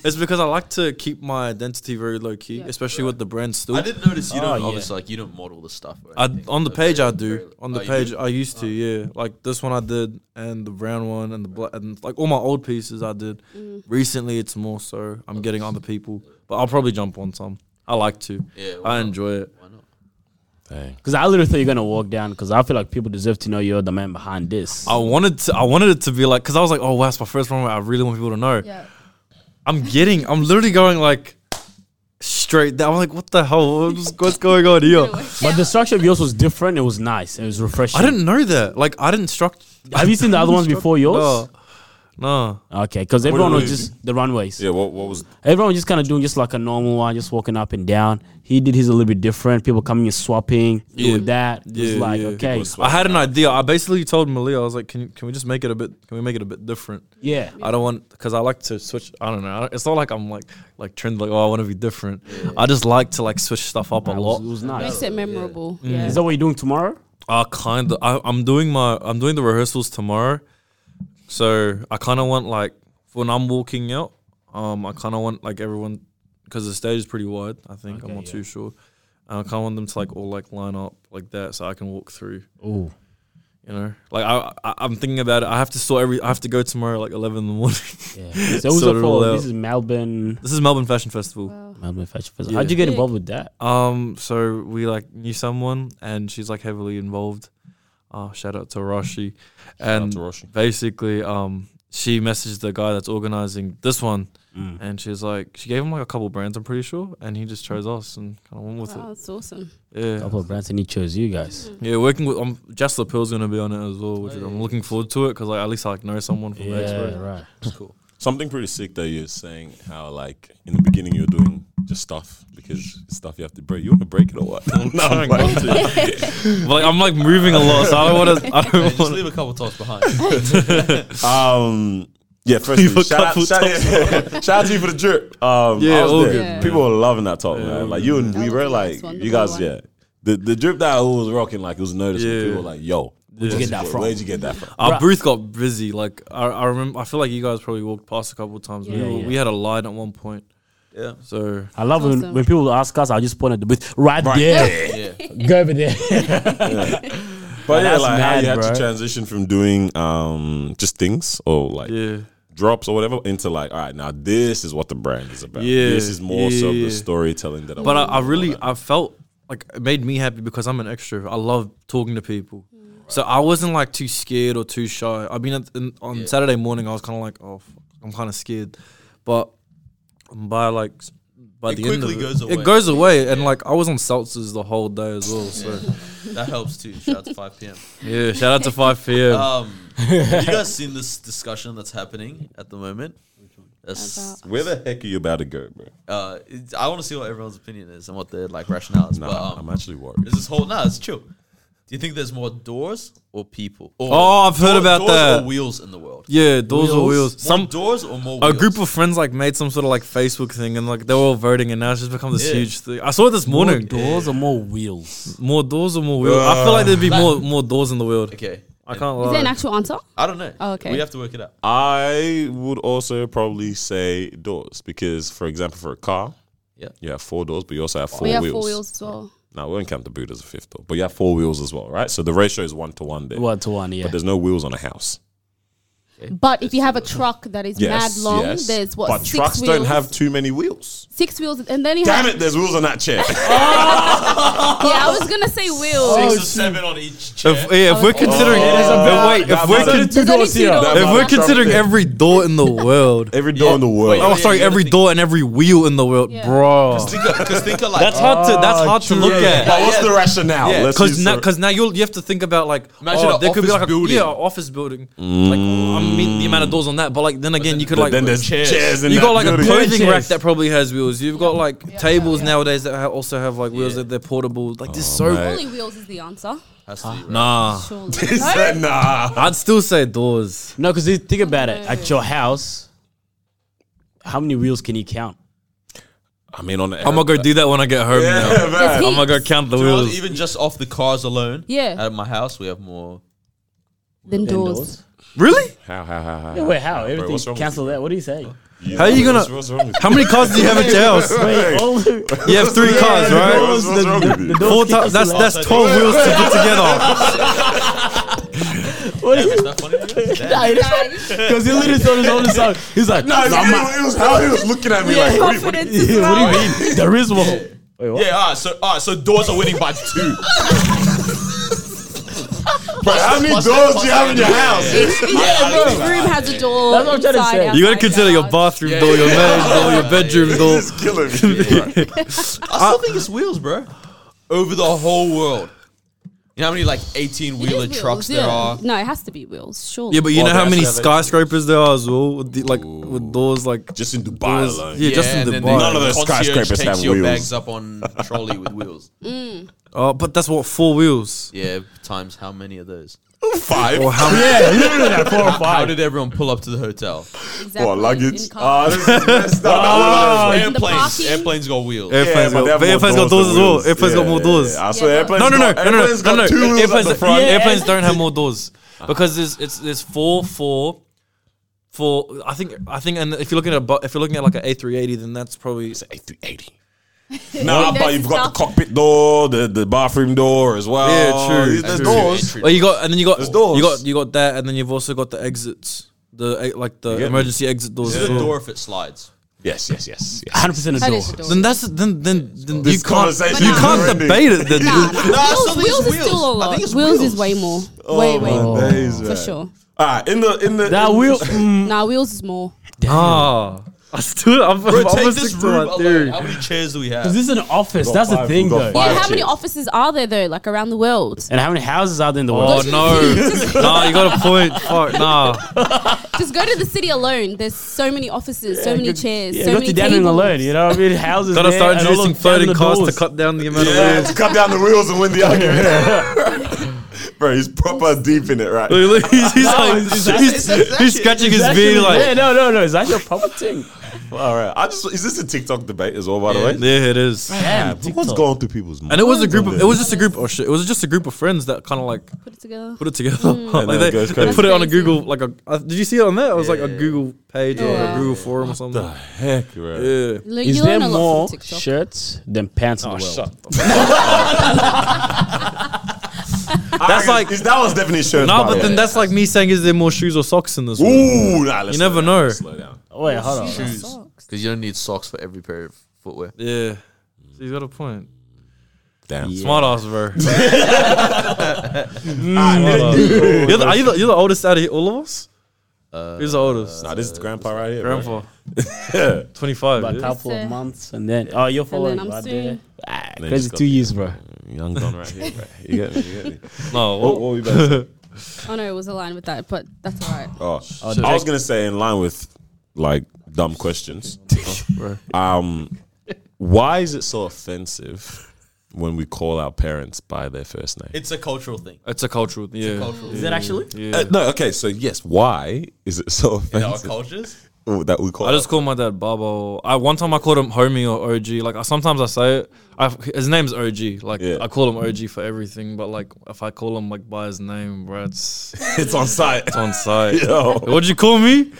Speaker 5: it's because I like to keep my identity very low key,
Speaker 3: Yeah.
Speaker 5: especially with the brand still.
Speaker 1: I didn't notice you
Speaker 4: Oh,
Speaker 1: don't
Speaker 4: yeah.
Speaker 1: obviously like you don't model the stuff. or
Speaker 5: I,
Speaker 1: anything.
Speaker 5: on the
Speaker 1: So
Speaker 5: page
Speaker 1: very-
Speaker 5: I do.
Speaker 1: very-
Speaker 5: On
Speaker 1: Oh,
Speaker 5: the
Speaker 1: you
Speaker 5: page
Speaker 1: do?
Speaker 5: I used to, yeah. Like this one I did, and the brown one, and the black, and like all my old pieces I did. Recently, it's more so I'm getting other people, but I'll probably jump on some. I like to.
Speaker 1: Yeah, why
Speaker 5: I
Speaker 1: not?
Speaker 5: enjoy it.
Speaker 1: Why not?
Speaker 4: Because I literally thought you're gonna walk down. Because I feel like people deserve to know you're the man behind this.
Speaker 5: I wanted to. I wanted it to be like because I was like, oh wow, it's my first runway. I really want people to know.
Speaker 3: Yeah.
Speaker 5: I'm getting. I'm literally going like straight. Down. I'm like, what the hell? What's, what's going on here?
Speaker 4: But the structure of yours was different. It was nice. It was refreshing.
Speaker 5: I didn't know that. Like I didn't struct.
Speaker 4: Have you seen the other ones before yours?
Speaker 5: No. no.
Speaker 4: Okay, because everyone
Speaker 2: do
Speaker 4: was
Speaker 2: you-
Speaker 4: just the runways.
Speaker 2: Yeah, what, what was.
Speaker 4: Everyone was just kind of doing just like a normal one, just walking up and down. He did his a little bit different. People coming and swapping, doing that. It was
Speaker 5: Yeah,
Speaker 4: like
Speaker 5: yeah.
Speaker 4: okay,
Speaker 5: I had an idea. I basically told Malia, I was like, can, can we just make it a bit? Can we make it a bit different?
Speaker 4: yeah.
Speaker 5: I don't want because I like to switch. I don't know. I don't- It's not like I'm like like trend like oh I want to be different. I just like to like switch stuff up a
Speaker 4: It was,
Speaker 5: lot.
Speaker 4: it was
Speaker 3: Makes
Speaker 4: nice.
Speaker 3: it memorable. Yeah.
Speaker 4: Is that what you're doing tomorrow?
Speaker 5: I kind of I, I'm doing my I'm doing the rehearsals tomorrow, so I kind of want like when I'm walking out, um, I kind of want like everyone because the stage is pretty wide. I think I'm not too sure. And I kind of want them to like all like line up like that so I can walk through.
Speaker 4: Oh,
Speaker 5: You know, like I, I I'm thinking about it. I have to sort every. I have to go tomorrow like 11 in the morning.
Speaker 4: yeah. So it was
Speaker 5: Sort
Speaker 4: a
Speaker 5: it
Speaker 4: fall.
Speaker 5: all out.
Speaker 4: This is Melbourne.
Speaker 5: this is Melbourne Fashion Festival.
Speaker 4: Melbourne Fashion Festival.
Speaker 5: Yeah.
Speaker 4: How'd you get
Speaker 3: Yeah.
Speaker 4: involved with that?
Speaker 5: Um, so we like knew someone, and she's like heavily involved. Uh, shout out to Rashi, and
Speaker 2: to Roshi.
Speaker 5: basically, um, she messaged the guy that's organizing this one,
Speaker 4: Mm.
Speaker 5: and she's like, she gave him like a couple brands, I'm pretty sure, and he just chose us and kind of went with
Speaker 3: Wow, that's awesome.
Speaker 5: it. Yeah,
Speaker 4: Couple of brands, and he chose you guys.
Speaker 3: Mm-hmm.
Speaker 5: yeah, working with um, Jess Lapel's gonna be on it as well, which I'm looking forward to it because like at least I like know someone from the
Speaker 4: Yeah,
Speaker 5: expo.
Speaker 4: right.
Speaker 5: It's cool.
Speaker 2: Something pretty sick that you're saying how like in the beginning you're doing just stuff because it's stuff you have to break. You want to break it or what? no, I'm
Speaker 5: trying not
Speaker 2: playing.
Speaker 5: But like I'm like moving a lot, so I don't want to. I
Speaker 1: Yeah,
Speaker 5: don't
Speaker 1: just
Speaker 5: want.
Speaker 1: leave a couple thoughts behind.
Speaker 2: Um, yeah, firstly,
Speaker 5: Leave a
Speaker 2: shout out,
Speaker 5: couple
Speaker 2: shout, shout out to you for the drip. Um,
Speaker 5: Yeah,
Speaker 2: I was
Speaker 5: all
Speaker 2: there.
Speaker 5: good,
Speaker 3: Yeah.
Speaker 2: People were loving that talk, man. Like you and
Speaker 3: That
Speaker 2: we
Speaker 3: was
Speaker 2: were
Speaker 3: a nice
Speaker 2: like,
Speaker 3: one, the
Speaker 2: you
Speaker 3: blue
Speaker 2: guys,
Speaker 3: one.
Speaker 2: yeah. The the drip that I was rocking, like it was noticeable.
Speaker 5: Yeah.
Speaker 2: People were like, yo, where'd
Speaker 4: you get that from?
Speaker 2: Where'd you get that from? Uh,
Speaker 5: Our booth got busy. Like I, I remember, I feel like you guys probably walked past a couple of times. we,
Speaker 4: Yeah,
Speaker 5: were-
Speaker 4: yeah.
Speaker 5: we had a line at one point.
Speaker 1: Yeah.
Speaker 5: So
Speaker 4: I love when,
Speaker 3: Awesome.
Speaker 4: when people ask us. I just point at the booth right, there. Go over there.
Speaker 2: But yeah,
Speaker 4: that's
Speaker 2: like how
Speaker 4: mad,
Speaker 2: you had
Speaker 4: bro.
Speaker 2: to transition from doing um just things or like
Speaker 5: yeah,
Speaker 2: drops or whatever into like, all right, now this is what the brand is about.
Speaker 5: Yeah,
Speaker 2: This is more
Speaker 5: yeah,
Speaker 2: so
Speaker 5: yeah.
Speaker 2: the storytelling that I
Speaker 5: but I,
Speaker 2: want
Speaker 5: I
Speaker 2: to do.
Speaker 5: really, I felt like it made me happy because I'm an extrovert. I love talking to people. So I wasn't like too scared or too shy. I mean, at- in, on Saturday morning, I was kind of like, oh, fuck, I'm kind of scared, but by like. s- By
Speaker 1: It
Speaker 5: the end of
Speaker 1: quickly goes away.
Speaker 5: It goes away, and like I was on seltzers the whole day as well. So
Speaker 1: That helps too. Shout out to 5 p.m.
Speaker 5: yeah, shout out to five PM.
Speaker 1: Um, have you guys seen this discussion that's happening at the moment? That's,
Speaker 2: Where the heck are you about to go, bro?
Speaker 1: uh, it's- I want to see what everyone's opinion is and what their like rationale is.
Speaker 2: Nah,
Speaker 1: but um,
Speaker 2: I'm actually worried.
Speaker 1: Is this whole nah? It's chill. Do you think there's more doors or people? Or
Speaker 5: Oh, I've
Speaker 1: door-
Speaker 5: heard about
Speaker 1: doors
Speaker 5: that.
Speaker 1: Or wheels in the world.
Speaker 5: yeah, doors or wheels.
Speaker 1: Some
Speaker 5: Some
Speaker 1: doors or more.
Speaker 5: a
Speaker 1: wheels?
Speaker 5: group of friends like made some sort of like Facebook thing and like they were all voting and now it's just become this
Speaker 1: Yeah.
Speaker 5: huge thing. I saw it this
Speaker 4: More
Speaker 5: morning.
Speaker 4: doors or more wheels?
Speaker 5: More doors or more wheels? I feel like there'd be more more doors in the world.
Speaker 1: Okay,
Speaker 5: I can't
Speaker 3: Is there an
Speaker 5: lie.
Speaker 3: actual answer?
Speaker 1: I don't know.
Speaker 3: Oh, okay.
Speaker 1: we have to work it out.
Speaker 2: I would also probably say doors because, for example, for a car,
Speaker 1: Yeah.
Speaker 2: you have four doors, but you also have four
Speaker 3: we have
Speaker 2: wheels.
Speaker 3: four wheels as well.
Speaker 2: No, we don't count the boot as a fifth door, but you have four wheels as well, right? So the ratio is one to one there.
Speaker 4: One to one, yeah.
Speaker 2: But there's no wheels on a house.
Speaker 3: But if you have a truck that is
Speaker 2: Yes,
Speaker 3: mad long,
Speaker 2: yes.
Speaker 3: there's what
Speaker 2: But
Speaker 3: six
Speaker 2: trucks
Speaker 3: wheels.
Speaker 2: don't have too many wheels.
Speaker 3: six wheels, and then you
Speaker 2: Damn
Speaker 3: have.
Speaker 2: it! There's wheels on that chair.
Speaker 3: Yeah, I was gonna say wheels.
Speaker 5: Oh,
Speaker 1: Six or seven on each chair.
Speaker 5: If, yeah,
Speaker 3: Oh,
Speaker 5: if we're considering
Speaker 2: bad-
Speaker 5: wait, if
Speaker 2: that
Speaker 5: we're
Speaker 2: bad.
Speaker 5: con-
Speaker 3: There's only two doors.
Speaker 5: if we're
Speaker 2: That's
Speaker 5: considering
Speaker 2: something.
Speaker 5: every door in the world,
Speaker 2: Every door in the world.
Speaker 1: Wait,
Speaker 5: oh
Speaker 1: yeah,
Speaker 5: sorry,
Speaker 1: you gotta
Speaker 5: every
Speaker 1: think-
Speaker 5: door and every wheel in the world,
Speaker 3: Yeah.
Speaker 5: bro.
Speaker 1: Because think of like
Speaker 5: That's hard to that's hard to look at.
Speaker 2: But what's the rationale?
Speaker 1: Yeah,
Speaker 2: Let's
Speaker 5: Because
Speaker 2: use
Speaker 5: now,
Speaker 2: some-
Speaker 5: because now you'll you have to think about like
Speaker 1: Imagine
Speaker 5: oh,
Speaker 1: a
Speaker 5: there could be
Speaker 1: office
Speaker 5: like a
Speaker 1: building.
Speaker 5: yeah a office building. Like I mean the amount of doors on that, but like then again you could
Speaker 2: But
Speaker 5: like
Speaker 2: then there's
Speaker 1: chairs.
Speaker 2: chairs, in
Speaker 5: you
Speaker 2: that
Speaker 5: got like
Speaker 2: building.
Speaker 5: a clothing rack
Speaker 4: Chairs.
Speaker 5: that probably has wheels. You've got like tables nowadays that ha- also have like wheels that they're portable. Like this so
Speaker 3: Only wheels is the answer.
Speaker 1: Has to be, right?
Speaker 5: nah.
Speaker 3: Surely.
Speaker 2: He said, nah.
Speaker 5: I'd still say doors.
Speaker 4: No, because think about it. At your house, how many wheels can you count?
Speaker 2: I mean, on the
Speaker 5: I'm gonna go do that when I get home.
Speaker 2: Yeah,
Speaker 5: Now.
Speaker 2: man.
Speaker 5: I'm gonna go count the
Speaker 1: You know what,
Speaker 5: wheels.
Speaker 1: even just off the cars alone.
Speaker 3: Yeah.
Speaker 1: At my house, we have more.
Speaker 3: Then doors.
Speaker 5: Really?
Speaker 2: How, how, how, how?
Speaker 4: Yeah, wait, how?
Speaker 2: Bro, what's
Speaker 4: Everything
Speaker 2: wrong with
Speaker 4: cancel that. What do you say?
Speaker 2: you?
Speaker 5: How you gonna-
Speaker 2: What's, what's wrong with
Speaker 5: How many cars do you have at your house?
Speaker 4: Wait, all the,
Speaker 5: You have three cars,
Speaker 2: you?
Speaker 5: right?
Speaker 2: What's, what's wrong with you?
Speaker 4: the
Speaker 5: Four
Speaker 4: doors
Speaker 5: ti-
Speaker 4: cancel
Speaker 5: that's
Speaker 4: out.
Speaker 5: that's twelve wheels to put together.
Speaker 4: What do you-
Speaker 1: Is that funny? to you? Damn.
Speaker 4: Because he literally told his own song. He's like,
Speaker 2: No,
Speaker 4: no,
Speaker 2: it was, it was how he was looking at me
Speaker 3: Yeah,
Speaker 2: like, what do you- what do you-
Speaker 3: confidence as well.
Speaker 4: what do you mean? There is one. Wait, what?
Speaker 1: Yeah, all right, so all right, so doors are winning by two.
Speaker 2: But how many doors
Speaker 1: Plus-
Speaker 2: do you have in your house?
Speaker 3: yeah, each room has a door.
Speaker 4: That's what I'm trying to
Speaker 3: inside,
Speaker 4: say.
Speaker 3: outside,
Speaker 5: You gotta consider your
Speaker 3: outside.
Speaker 5: bathroom door, your marriage door, your bedroom door.
Speaker 2: This is killing me. Right.
Speaker 1: I still think it's wheels, bro. Over the whole world. You know how many like eighteen
Speaker 3: It is
Speaker 1: wheeler
Speaker 3: wheels,
Speaker 1: trucks
Speaker 3: yeah.
Speaker 1: there are?
Speaker 3: No, it has to be wheels, sure.
Speaker 5: Yeah, but you
Speaker 1: Well,
Speaker 5: know how
Speaker 1: that's
Speaker 5: many
Speaker 1: the other-
Speaker 5: skyscrapers there are as well, with the, like with doors like
Speaker 2: Just in Dubai
Speaker 5: doors-
Speaker 2: alone.
Speaker 5: Yeah, just in
Speaker 1: and then the
Speaker 5: Dubai.
Speaker 2: None of those
Speaker 1: concierge
Speaker 2: skyscrapers
Speaker 1: takes
Speaker 2: have
Speaker 1: your
Speaker 2: wheels.
Speaker 1: bags up on trolley with wheels.
Speaker 5: Oh, but that's what four wheels.
Speaker 1: Yeah, times how many of those?
Speaker 2: Five.
Speaker 5: Or how many?
Speaker 4: Yeah, literally like four or
Speaker 1: How
Speaker 4: five.
Speaker 1: did everyone pull up to the hotel?
Speaker 3: exactly.
Speaker 2: What, luggage?
Speaker 3: in cars.
Speaker 2: Oh, this is messed up.
Speaker 1: Oh,
Speaker 3: in the
Speaker 1: airplanes.
Speaker 3: parking.
Speaker 1: Airplanes got wheels.
Speaker 2: Yeah,
Speaker 5: Airplanes,
Speaker 2: but they have
Speaker 5: got, but
Speaker 2: more
Speaker 5: airplanes
Speaker 2: doors
Speaker 5: got doors as
Speaker 2: than
Speaker 5: well.
Speaker 2: wheels.
Speaker 5: Airplanes got
Speaker 2: Yeah,
Speaker 5: more
Speaker 2: yeah,
Speaker 5: doors.
Speaker 2: yeah. I swear,
Speaker 3: Yeah.
Speaker 2: airplanes
Speaker 5: No, no, no,
Speaker 2: got,
Speaker 5: no, no, no,
Speaker 2: airplanes
Speaker 5: no, no.
Speaker 2: got two wheels at
Speaker 5: Airplanes,
Speaker 2: the front.
Speaker 5: yeah, airplanes don't have more doors because there's it's there's four four. For I think I think, and if you're looking at a, bu- if you're looking at like an A380, then that's probably
Speaker 2: A380. Nah, but
Speaker 3: There's
Speaker 2: you've got the
Speaker 3: stuff-
Speaker 2: cockpit door, the, the bathroom door as well.
Speaker 5: Yeah, true,
Speaker 2: There's
Speaker 5: true.
Speaker 2: doors.
Speaker 1: Entry-
Speaker 5: Well, you got, and then you got,
Speaker 2: There's doors.
Speaker 5: you got, you got that, and then you've also got the exits, the eh, like the
Speaker 2: me?
Speaker 5: emergency exit doors.
Speaker 1: This
Speaker 5: As
Speaker 1: is a
Speaker 5: well.
Speaker 1: door if it slides.
Speaker 2: Yes, yes, yes. yes.
Speaker 4: Hundred percent a
Speaker 3: That is
Speaker 4: door.
Speaker 3: a door.
Speaker 5: Then that's then then, then you
Speaker 2: This
Speaker 5: can't
Speaker 2: conversation
Speaker 5: you
Speaker 3: is
Speaker 5: can't
Speaker 2: horrendous.
Speaker 5: debate it. Then.
Speaker 3: Nah, nah,
Speaker 1: Nah,
Speaker 3: wheels,
Speaker 1: something's
Speaker 3: wheels is
Speaker 1: wheels.
Speaker 3: still a
Speaker 1: I
Speaker 3: lot.
Speaker 1: think it's
Speaker 3: Wheels,
Speaker 1: wheels.
Speaker 3: is way more.
Speaker 2: Oh,
Speaker 3: way, way
Speaker 2: my
Speaker 3: more.
Speaker 2: days,
Speaker 3: For
Speaker 2: man.
Speaker 3: sure.
Speaker 2: All right, in the in the
Speaker 4: That
Speaker 2: in-
Speaker 4: wheel. Mm,
Speaker 3: Nah, wheels is more.
Speaker 5: Ah, I still I'm,
Speaker 1: Bro,
Speaker 5: I'm gonna
Speaker 1: take
Speaker 5: stick
Speaker 1: this
Speaker 5: to
Speaker 1: room
Speaker 5: my
Speaker 1: alone.
Speaker 5: theory.
Speaker 1: How many chairs do we have?
Speaker 4: this is an office.
Speaker 2: We've got
Speaker 4: That's the
Speaker 2: five,
Speaker 4: thing,
Speaker 2: we've got
Speaker 4: though.
Speaker 2: five.
Speaker 3: Yeah,
Speaker 2: Five
Speaker 3: how many
Speaker 2: chairs.
Speaker 3: offices are there though, like around the world?
Speaker 4: And how many houses out there in the
Speaker 5: Oh
Speaker 4: world?
Speaker 5: no, nah, you got a point. Fuck, nah.
Speaker 3: Just go to the city alone. There's so many offices, so many chairs,
Speaker 4: Yeah,
Speaker 3: so
Speaker 4: go
Speaker 3: many
Speaker 4: to Danning
Speaker 3: tables.
Speaker 4: alone. You know what I mean? Houses.
Speaker 5: Gotta
Speaker 4: there,
Speaker 5: start
Speaker 4: and all look
Speaker 5: introducing
Speaker 4: down
Speaker 5: floating
Speaker 4: the
Speaker 5: cars to
Speaker 4: doors.
Speaker 5: cut down the amount
Speaker 2: yeah,
Speaker 5: of
Speaker 2: to cut down the wheels and win the argument. Bro, he's proper deep in it, right?
Speaker 5: wheels. he's, he's, like,
Speaker 4: it's-
Speaker 5: he's, he's, scratching his
Speaker 4: That's
Speaker 5: beard
Speaker 4: your- yeah,
Speaker 5: like.
Speaker 4: no, no, no. Is that your proper thing?
Speaker 2: All right, I just is this a TikTok debate as well? By the way,
Speaker 5: There it is.
Speaker 4: Damn,
Speaker 2: what's
Speaker 4: TikTok.
Speaker 2: going through people's minds?
Speaker 5: And it was a group. Of, it was just a group. Oh shit! It was just a group of friends that kind of like
Speaker 3: Put it together.
Speaker 5: put it
Speaker 2: know,
Speaker 5: together. like
Speaker 2: it
Speaker 5: they,
Speaker 2: goes
Speaker 5: they
Speaker 2: crazy.
Speaker 5: put it on a
Speaker 3: That's crazy.
Speaker 5: Google like a. Uh, did you see it on there? It was like a Google page or like
Speaker 3: Yeah.
Speaker 5: a Google forum or something.
Speaker 2: heck, bro.
Speaker 5: Yeah.
Speaker 3: Look,
Speaker 4: Is
Speaker 3: you
Speaker 4: there
Speaker 3: learn a
Speaker 4: more
Speaker 3: lot from TikTok.
Speaker 4: shirts than pants in
Speaker 5: Oh,
Speaker 4: the world?
Speaker 5: That's like-
Speaker 2: is, that was definitely shown.
Speaker 5: Nah, but then that's like me saying, is there more shoes or socks in this? world?
Speaker 2: ooh, nah, let's
Speaker 5: You
Speaker 2: slow
Speaker 5: never
Speaker 2: down,
Speaker 5: know.
Speaker 2: let's Slow down.
Speaker 4: Wait, hold on.
Speaker 1: Shoes.
Speaker 3: Socks.
Speaker 1: Because you don't need socks for every pair of footwear.
Speaker 5: Yeah. So you got a point.
Speaker 2: Damn.
Speaker 5: Smart ass, bro.
Speaker 2: Ah,
Speaker 5: you're, the, are you the, you're the oldest out of here, all of us. Who's the oldest?
Speaker 2: Nah, this is grandpa right here. bro.
Speaker 5: Grandpa. Twenty-five.
Speaker 4: About a
Speaker 5: yeah?
Speaker 4: couple
Speaker 3: Yes,
Speaker 4: of
Speaker 3: sir.
Speaker 4: months, and then oh, you're following.
Speaker 3: I'm
Speaker 4: right
Speaker 3: soon.
Speaker 4: there. Ah,
Speaker 2: Then
Speaker 4: crazy
Speaker 2: just got
Speaker 4: two
Speaker 2: the- uh,
Speaker 4: years, bro.
Speaker 2: Young Don right here, bro. You get me? You get me?
Speaker 5: No.
Speaker 2: What, what were we about to say?
Speaker 3: Oh no, it was aligned with that, but that's alright.
Speaker 2: Oh, I was gonna say in line with like dumb questions. um, why is it so offensive when we call our parents by their first name?
Speaker 1: It's a cultural thing.
Speaker 5: It's a cultural. Yeah.
Speaker 1: Cultural.
Speaker 4: Is it actually?
Speaker 5: Yeah.
Speaker 2: Uh, no, okay, so yes, why is it so
Speaker 1: In our
Speaker 2: offensive
Speaker 1: cultures,
Speaker 2: oh, that we call?
Speaker 5: I just call my dad Babo. I one time I called him homie or OG. Like I, sometimes I say it. I, his name's OG. Like
Speaker 2: Yeah.
Speaker 5: I call him OG for everything. But like if I call him like by his name, bro, it's, it's
Speaker 2: it's on site.
Speaker 5: on site.
Speaker 2: Yo,
Speaker 5: What'd you call me?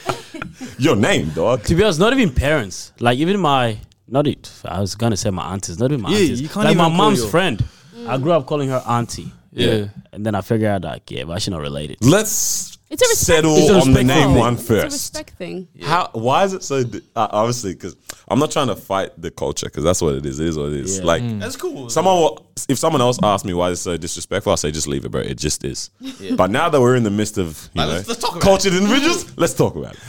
Speaker 2: your name, dog.
Speaker 4: To be honest, not even parents. Like even my not it. I was gonna say my aunties. Not even my
Speaker 5: Yeah,
Speaker 4: aunties.
Speaker 5: you can't
Speaker 4: like my
Speaker 5: even call
Speaker 4: mom's
Speaker 5: your-
Speaker 4: friend. I grew up calling her auntie.
Speaker 5: Yeah.
Speaker 4: And then I figured out like yeah, but she's not related.
Speaker 2: Let's
Speaker 3: It's a respect
Speaker 2: settle
Speaker 3: thing. It's a
Speaker 2: on the
Speaker 4: respect
Speaker 2: name
Speaker 4: thing.
Speaker 2: one
Speaker 3: It's a
Speaker 2: first.
Speaker 3: respect thing.
Speaker 2: How? Why is it so? Di- uh, obviously, because I'm not trying to fight the culture, because that's what it is. It is what it is.
Speaker 4: Yeah.
Speaker 2: Like,
Speaker 5: Mm.
Speaker 1: that's cool.
Speaker 2: Someone will, if someone else asks me why it's so disrespectful, I say just leave it, bro. It just is. But now that we're in the midst of you
Speaker 1: Like,
Speaker 2: know,
Speaker 1: let's- let's talk about
Speaker 2: cultured individuals, let's talk about it.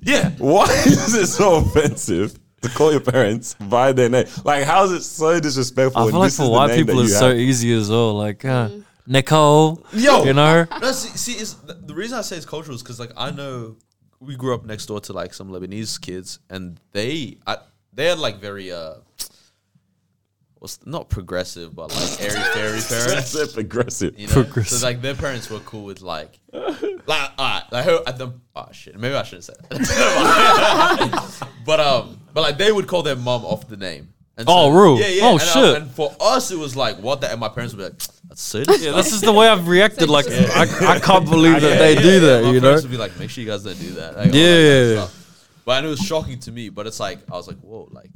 Speaker 2: Yeah, why is it so offensive to call your parents by their name? Like, how is it so disrespectful?
Speaker 5: I
Speaker 2: when
Speaker 5: feel like
Speaker 2: this is
Speaker 5: for
Speaker 2: the
Speaker 5: white
Speaker 2: name
Speaker 5: people
Speaker 2: that
Speaker 5: it's
Speaker 2: you
Speaker 5: so
Speaker 2: have?
Speaker 5: easy as well. Like uh, Nicole.
Speaker 2: Yo.
Speaker 5: You know.
Speaker 1: No, see, see is th- the reason I say it's cultural is because like I know we grew up next door to like some Lebanese kids, and they I, they're like very uh, was not progressive, but like airy fairy parents.
Speaker 2: That's it, progressive.
Speaker 1: You know? So like their parents were cool with like, like alright, like her at the oh shit, maybe I shouldn't say that. but um, but like they would call their mom off the name. And
Speaker 5: Oh, real?
Speaker 1: Yeah, yeah.
Speaker 5: Oh,
Speaker 1: and, I-
Speaker 5: shit.
Speaker 1: and for us, it was like what the and my parents would be like, that's serious.
Speaker 5: Yeah, this is the way I've reacted. Like I, I can't believe that they do that.
Speaker 1: My
Speaker 5: you know.
Speaker 1: parents would be like, make sure you guys don't do that. Like, all that
Speaker 5: Yeah.
Speaker 1: kind of stuff. But and it was shocking to me. But it's like I was like, whoa, like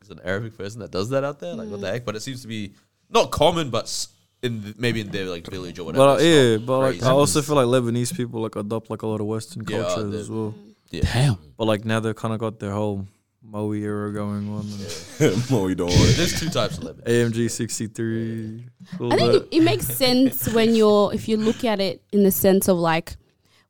Speaker 1: is an Arabic person that does that out there? Like what the heck? But it seems to be not common, but s- in th- maybe in their like village or whatever.
Speaker 5: But uh,
Speaker 1: it's
Speaker 5: yeah,
Speaker 1: not
Speaker 5: but like
Speaker 1: crazy.
Speaker 5: I also feel like Lebanese people like adopt like a lot of Western
Speaker 1: Yeah,
Speaker 5: cultures
Speaker 1: they-
Speaker 5: as well.
Speaker 1: Yeah.
Speaker 4: Damn.
Speaker 5: But like now they've kind of got their whole Moe era going on. and
Speaker 2: no, you don't worry.
Speaker 1: There's two types of lemon.
Speaker 5: AMG 63. all
Speaker 3: I
Speaker 5: that.
Speaker 3: think it makes sense when you're if you look at it in the sense of like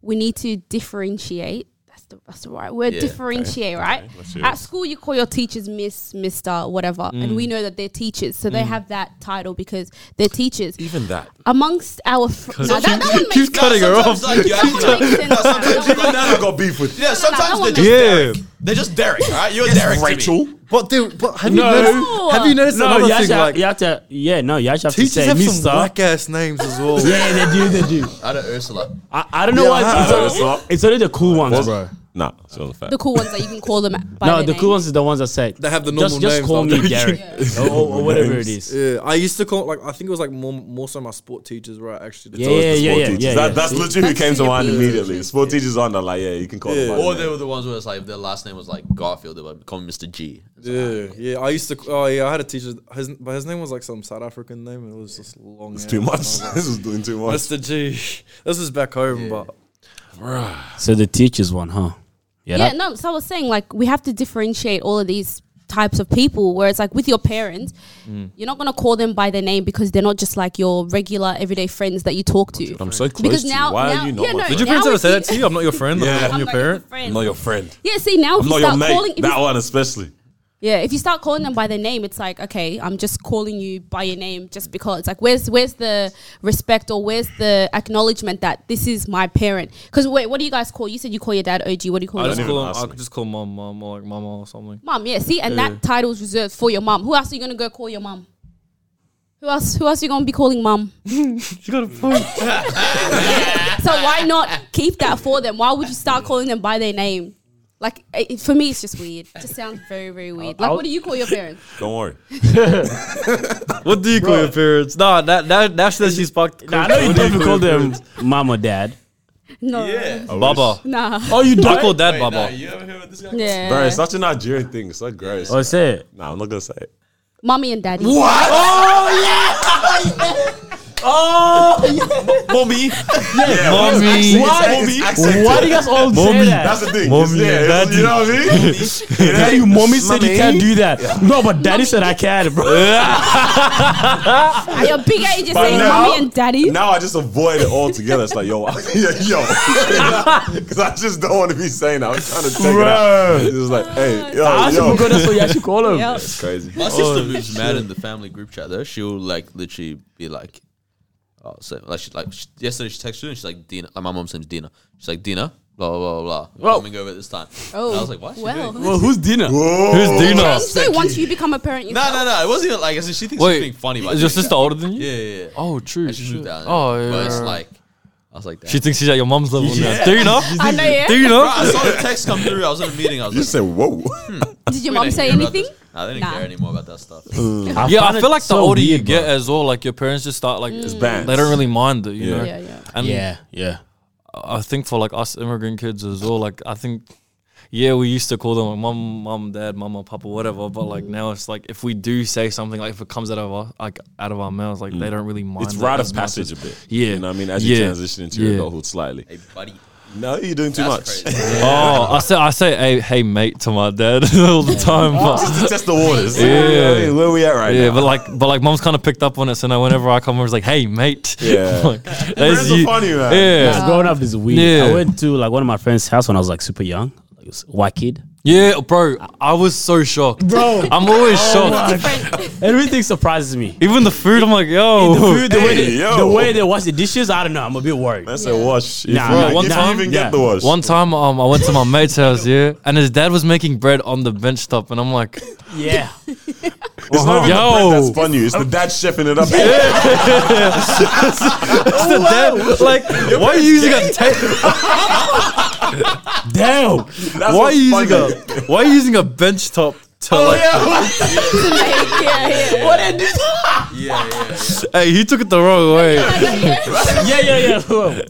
Speaker 3: we need to differentiate. That's the that's the right word.
Speaker 1: Yeah, okay.
Speaker 3: differentiate, right?
Speaker 2: let's hear
Speaker 3: At
Speaker 2: it.
Speaker 3: school, you call your teachers Miss, Mister, whatever, and we know that they're teachers, so they have that title because they're teachers.
Speaker 1: Even that.
Speaker 3: Amongst our fr- no, that, that one makes
Speaker 5: Keeps cutting her off.
Speaker 1: Sometimes, like, you
Speaker 3: that one
Speaker 1: actually-
Speaker 3: makes sense. That one makes-
Speaker 2: now I got beef with
Speaker 1: yeah, sometimes
Speaker 3: one
Speaker 1: they're just
Speaker 3: makes sense.
Speaker 1: Derek. They're just Derek, all right? You're Derek. to me.
Speaker 2: Rachel.
Speaker 5: But dude, but have
Speaker 4: No.
Speaker 5: you noticed? Have you noticed
Speaker 4: No,
Speaker 5: another
Speaker 4: you have,
Speaker 5: thing?
Speaker 4: to,
Speaker 5: Like
Speaker 4: you have to, yeah, no, you actually have to
Speaker 5: teachers
Speaker 4: say
Speaker 5: have some
Speaker 4: Mister.
Speaker 5: black ass names as well.
Speaker 4: yeah, they do, they do.
Speaker 1: I know Ursula.
Speaker 4: I, I don't know
Speaker 2: Yeah, I
Speaker 4: why. It's,
Speaker 2: have
Speaker 4: it's,
Speaker 2: Ursula.
Speaker 4: only, the cool ones, bro.
Speaker 2: Nah, it's not a fact.
Speaker 3: the cool ones that you can call them. By
Speaker 4: No,
Speaker 3: their
Speaker 4: the
Speaker 3: name.
Speaker 4: cool ones is the ones that said
Speaker 5: They have the
Speaker 4: just,
Speaker 5: normal
Speaker 4: just
Speaker 5: names,
Speaker 4: call
Speaker 5: don't
Speaker 4: me
Speaker 5: they?
Speaker 4: Derek or, or- or whatever it is.
Speaker 5: Yeah, I used to call like I think it was like more more so my sport teachers, right? Actually,
Speaker 4: Yeah,
Speaker 5: told us
Speaker 4: yeah,
Speaker 5: this.
Speaker 4: yeah,
Speaker 2: Sport
Speaker 4: yeah,
Speaker 2: teachers.
Speaker 4: yeah,
Speaker 2: That-
Speaker 4: yeah.
Speaker 2: That's literally who
Speaker 3: That's
Speaker 2: came to
Speaker 3: who
Speaker 2: mind
Speaker 3: it is.
Speaker 2: immediately. Sport teachers aren't like, yeah, you can call them.
Speaker 5: Yeah.
Speaker 2: by
Speaker 1: Or
Speaker 2: their
Speaker 1: they
Speaker 2: name.
Speaker 1: were the ones where it's like their last name was like Garfield, they would call him Mr. G.
Speaker 5: yeah, yeah. I used to. Oh yeah, I had a teacher. His but his name was like some South African name, and it was just long.
Speaker 2: It's too much. this is doing too much.
Speaker 5: Mr. G. This is back home, but
Speaker 4: So the teachers one, huh?
Speaker 3: Yeah,
Speaker 4: Yeah, that-
Speaker 3: no. So I was saying, like, we have to differentiate all of these types of people. Where it's like with your parents,
Speaker 2: Mm.
Speaker 3: you're not gonna call them by their name because they're not just like your regular everyday friends that you talk to.
Speaker 2: I'm so close
Speaker 3: Because
Speaker 2: to
Speaker 3: now,
Speaker 2: you. Why
Speaker 3: now-
Speaker 2: are you not
Speaker 3: yeah,
Speaker 2: my
Speaker 3: no,
Speaker 2: friend?
Speaker 5: did your parents
Speaker 3: now
Speaker 5: ever
Speaker 3: if
Speaker 5: say
Speaker 3: you-
Speaker 5: that to you? I'm not your friend.
Speaker 2: Yeah.
Speaker 5: I'm
Speaker 3: I'm
Speaker 5: not your
Speaker 3: not your
Speaker 5: parent.
Speaker 3: friend.
Speaker 2: I'm not your friend.
Speaker 3: Yeah, see now if
Speaker 2: I'm
Speaker 3: you
Speaker 2: not your
Speaker 3: start
Speaker 2: mate.
Speaker 3: calling, if you,
Speaker 2: that one especially.
Speaker 3: yeah, if you start calling them by their name, it's like okay, I'm just calling you by your name just because. Like, where's where's the respect or where's the acknowledgement that this is my parent? Because wait, what do you guys call? You said you call your dad OG. What do you call?
Speaker 5: I
Speaker 3: your
Speaker 5: just
Speaker 2: even
Speaker 3: mom?
Speaker 5: call.
Speaker 2: ask
Speaker 5: I
Speaker 2: me.
Speaker 5: just call mom, mom, or like mama or something.
Speaker 3: Mom, yeah. See, and that title's reserved for your mom. Who else are you gonna go call your mom? Who else? Who else you gonna be calling mom?
Speaker 5: She got a point.
Speaker 3: so why not keep that for them? Why would you start calling them by their name? Like it, for me, it's just weird. It just sounds very, very weird. Like, what do you call your parents?
Speaker 2: Don't worry.
Speaker 5: what do you call your parents? Nah, now now now she says she's fucked.
Speaker 4: Nah, I know you don't call them mom or dad.
Speaker 3: No,
Speaker 5: Baba.
Speaker 3: nah,
Speaker 4: Oh, you
Speaker 5: I call dad Baba.
Speaker 1: you ever hear about this guy?
Speaker 3: yeah,
Speaker 2: Bro, it's such a Nigerian thing. It's so gross.
Speaker 4: Oh, say it.
Speaker 2: Nah, I'm not going to say it.
Speaker 3: mommy and daddy.
Speaker 5: Mommy.
Speaker 2: Yeah,
Speaker 5: mommy.
Speaker 2: Why?
Speaker 4: Why? Why do you guys all say that?
Speaker 2: That's the thing.
Speaker 4: Mommy,
Speaker 2: Mommy, yeah, it's- you know what I mean?
Speaker 4: Daddy,
Speaker 2: Daddy,
Speaker 4: mommy said you can't do that. No, but daddy
Speaker 3: Mommy.
Speaker 4: said I can, bro.
Speaker 3: At your big age, you're
Speaker 2: But
Speaker 3: saying
Speaker 2: now-
Speaker 3: mommy and daddy.
Speaker 2: Now I just avoid it altogether. It's like, yo, yeah, yo, because I just don't want to be saying that. I'm trying to take it out. It's just like,
Speaker 3: Oh,
Speaker 2: hey, yo,
Speaker 4: I actually
Speaker 2: yo.
Speaker 4: forgot that's what you actually call him.
Speaker 3: Yep.
Speaker 2: It's crazy.
Speaker 1: My
Speaker 5: Oh,
Speaker 1: sister moves mad in the family group chat though. She'll like literally be like, oh, so like she like she, yesterday she texted me and she's like Dina. Like, my mom's name's Dina. She's like Dina. Blah blah blah blah. Coming over at this time.
Speaker 3: Oh,
Speaker 1: and I was like, what? is she
Speaker 3: well.
Speaker 1: doing?
Speaker 4: Well, who's dinner?
Speaker 2: Who's
Speaker 5: Dina.
Speaker 3: So once you become a parent, you
Speaker 1: No no no. It wasn't even like as in she thinks she's being funny. By
Speaker 5: is
Speaker 1: doing
Speaker 5: your sister older than
Speaker 1: that.
Speaker 5: you?
Speaker 1: Yeah yeah yeah.
Speaker 5: Oh, true.
Speaker 1: And she moved out.
Speaker 5: Oh, yeah.
Speaker 1: But it's like, I was like,
Speaker 5: she
Speaker 1: damn.
Speaker 5: thinks she's at your mom's level
Speaker 1: Yeah.
Speaker 5: now. Do you know?
Speaker 3: I know. Yeah.
Speaker 5: Do you
Speaker 1: Bro,
Speaker 5: know?
Speaker 1: I saw the text come through. I was in a meeting. I was
Speaker 2: You
Speaker 1: like,
Speaker 2: said, whoa.
Speaker 3: Did your
Speaker 1: "We're
Speaker 3: mom
Speaker 1: gonna
Speaker 3: say
Speaker 1: hear about
Speaker 3: anything?
Speaker 1: this." Nah, they didn't
Speaker 3: Nah.
Speaker 1: care anymore about that stuff.
Speaker 5: Yeah, I feel like the older you
Speaker 4: bro.
Speaker 5: get as well, like your parents just start like
Speaker 2: banned.
Speaker 5: they don't really mind it, you
Speaker 2: Yeah.
Speaker 5: know.
Speaker 3: Yeah, yeah.
Speaker 5: And
Speaker 4: Yeah, yeah.
Speaker 5: I think for like us immigrant kids as well, like I think yeah, we used to call them like mom, mom, dad, mama, papa, whatever. But like now it's like if we do say something, like if it comes out of our like out of our mouths, like they don't really mind.
Speaker 2: Mm. It's
Speaker 5: it
Speaker 2: rite
Speaker 5: as
Speaker 2: of
Speaker 5: much
Speaker 2: passage
Speaker 5: as-
Speaker 2: a bit.
Speaker 5: Yeah.
Speaker 2: You know what I mean? As you
Speaker 5: Yeah.
Speaker 2: transition into your
Speaker 5: Yeah.
Speaker 2: adulthood slightly.
Speaker 1: Hey buddy,
Speaker 2: No, you're doing too
Speaker 1: that's
Speaker 2: much.
Speaker 1: crazy.
Speaker 5: Oh, I say I say hey, hey mate to my dad all the time. But
Speaker 2: Just to test the waters.
Speaker 5: Yeah.
Speaker 2: You know what I mean? Where we at right
Speaker 5: yeah,
Speaker 2: now?
Speaker 5: but like but like mom's kind of picked up on it, so now whenever I come over, it's like hey mate.
Speaker 2: Yeah.
Speaker 5: like,
Speaker 2: Parents
Speaker 5: that's
Speaker 2: are
Speaker 5: you.
Speaker 2: funny, man.
Speaker 5: Yeah.
Speaker 4: Growing up is weird. I
Speaker 5: Yeah.
Speaker 4: went to like one of my friend's house when I was like super young. Like, was a white kid.
Speaker 5: Yeah, bro, I was so shocked. Bro, I'm always shocked.
Speaker 4: Everything surprises me.
Speaker 5: Even the food, I'm like, yo.
Speaker 4: The food, the, way
Speaker 2: Hey,
Speaker 4: they,
Speaker 2: yo.
Speaker 4: the way they wash the dishes, I don't know. I'm a bit worried.
Speaker 2: That's a wash. If
Speaker 4: Nah,
Speaker 2: you-
Speaker 4: bro,
Speaker 5: one
Speaker 2: if
Speaker 5: time-
Speaker 2: you even
Speaker 4: yeah.
Speaker 2: get the wash.
Speaker 5: One time, um, I went to my mate's house, yeah, and his dad was making bread on the bench top, and I'm like,
Speaker 4: Yeah.
Speaker 2: It's not even the
Speaker 5: Uh-huh.
Speaker 2: bread
Speaker 5: Yo.
Speaker 2: that's fun you. It's the dad chefing it up.
Speaker 5: the dad, like, why are you using a ta-
Speaker 4: Damn.
Speaker 2: That's
Speaker 5: why are
Speaker 2: what's
Speaker 5: you
Speaker 2: funny.
Speaker 5: using a why are you using a bench top to like?
Speaker 3: yeah, yeah. What a
Speaker 1: Yeah yeah yeah.
Speaker 5: Hey, he took it the wrong way.
Speaker 4: yeah, yeah, yeah.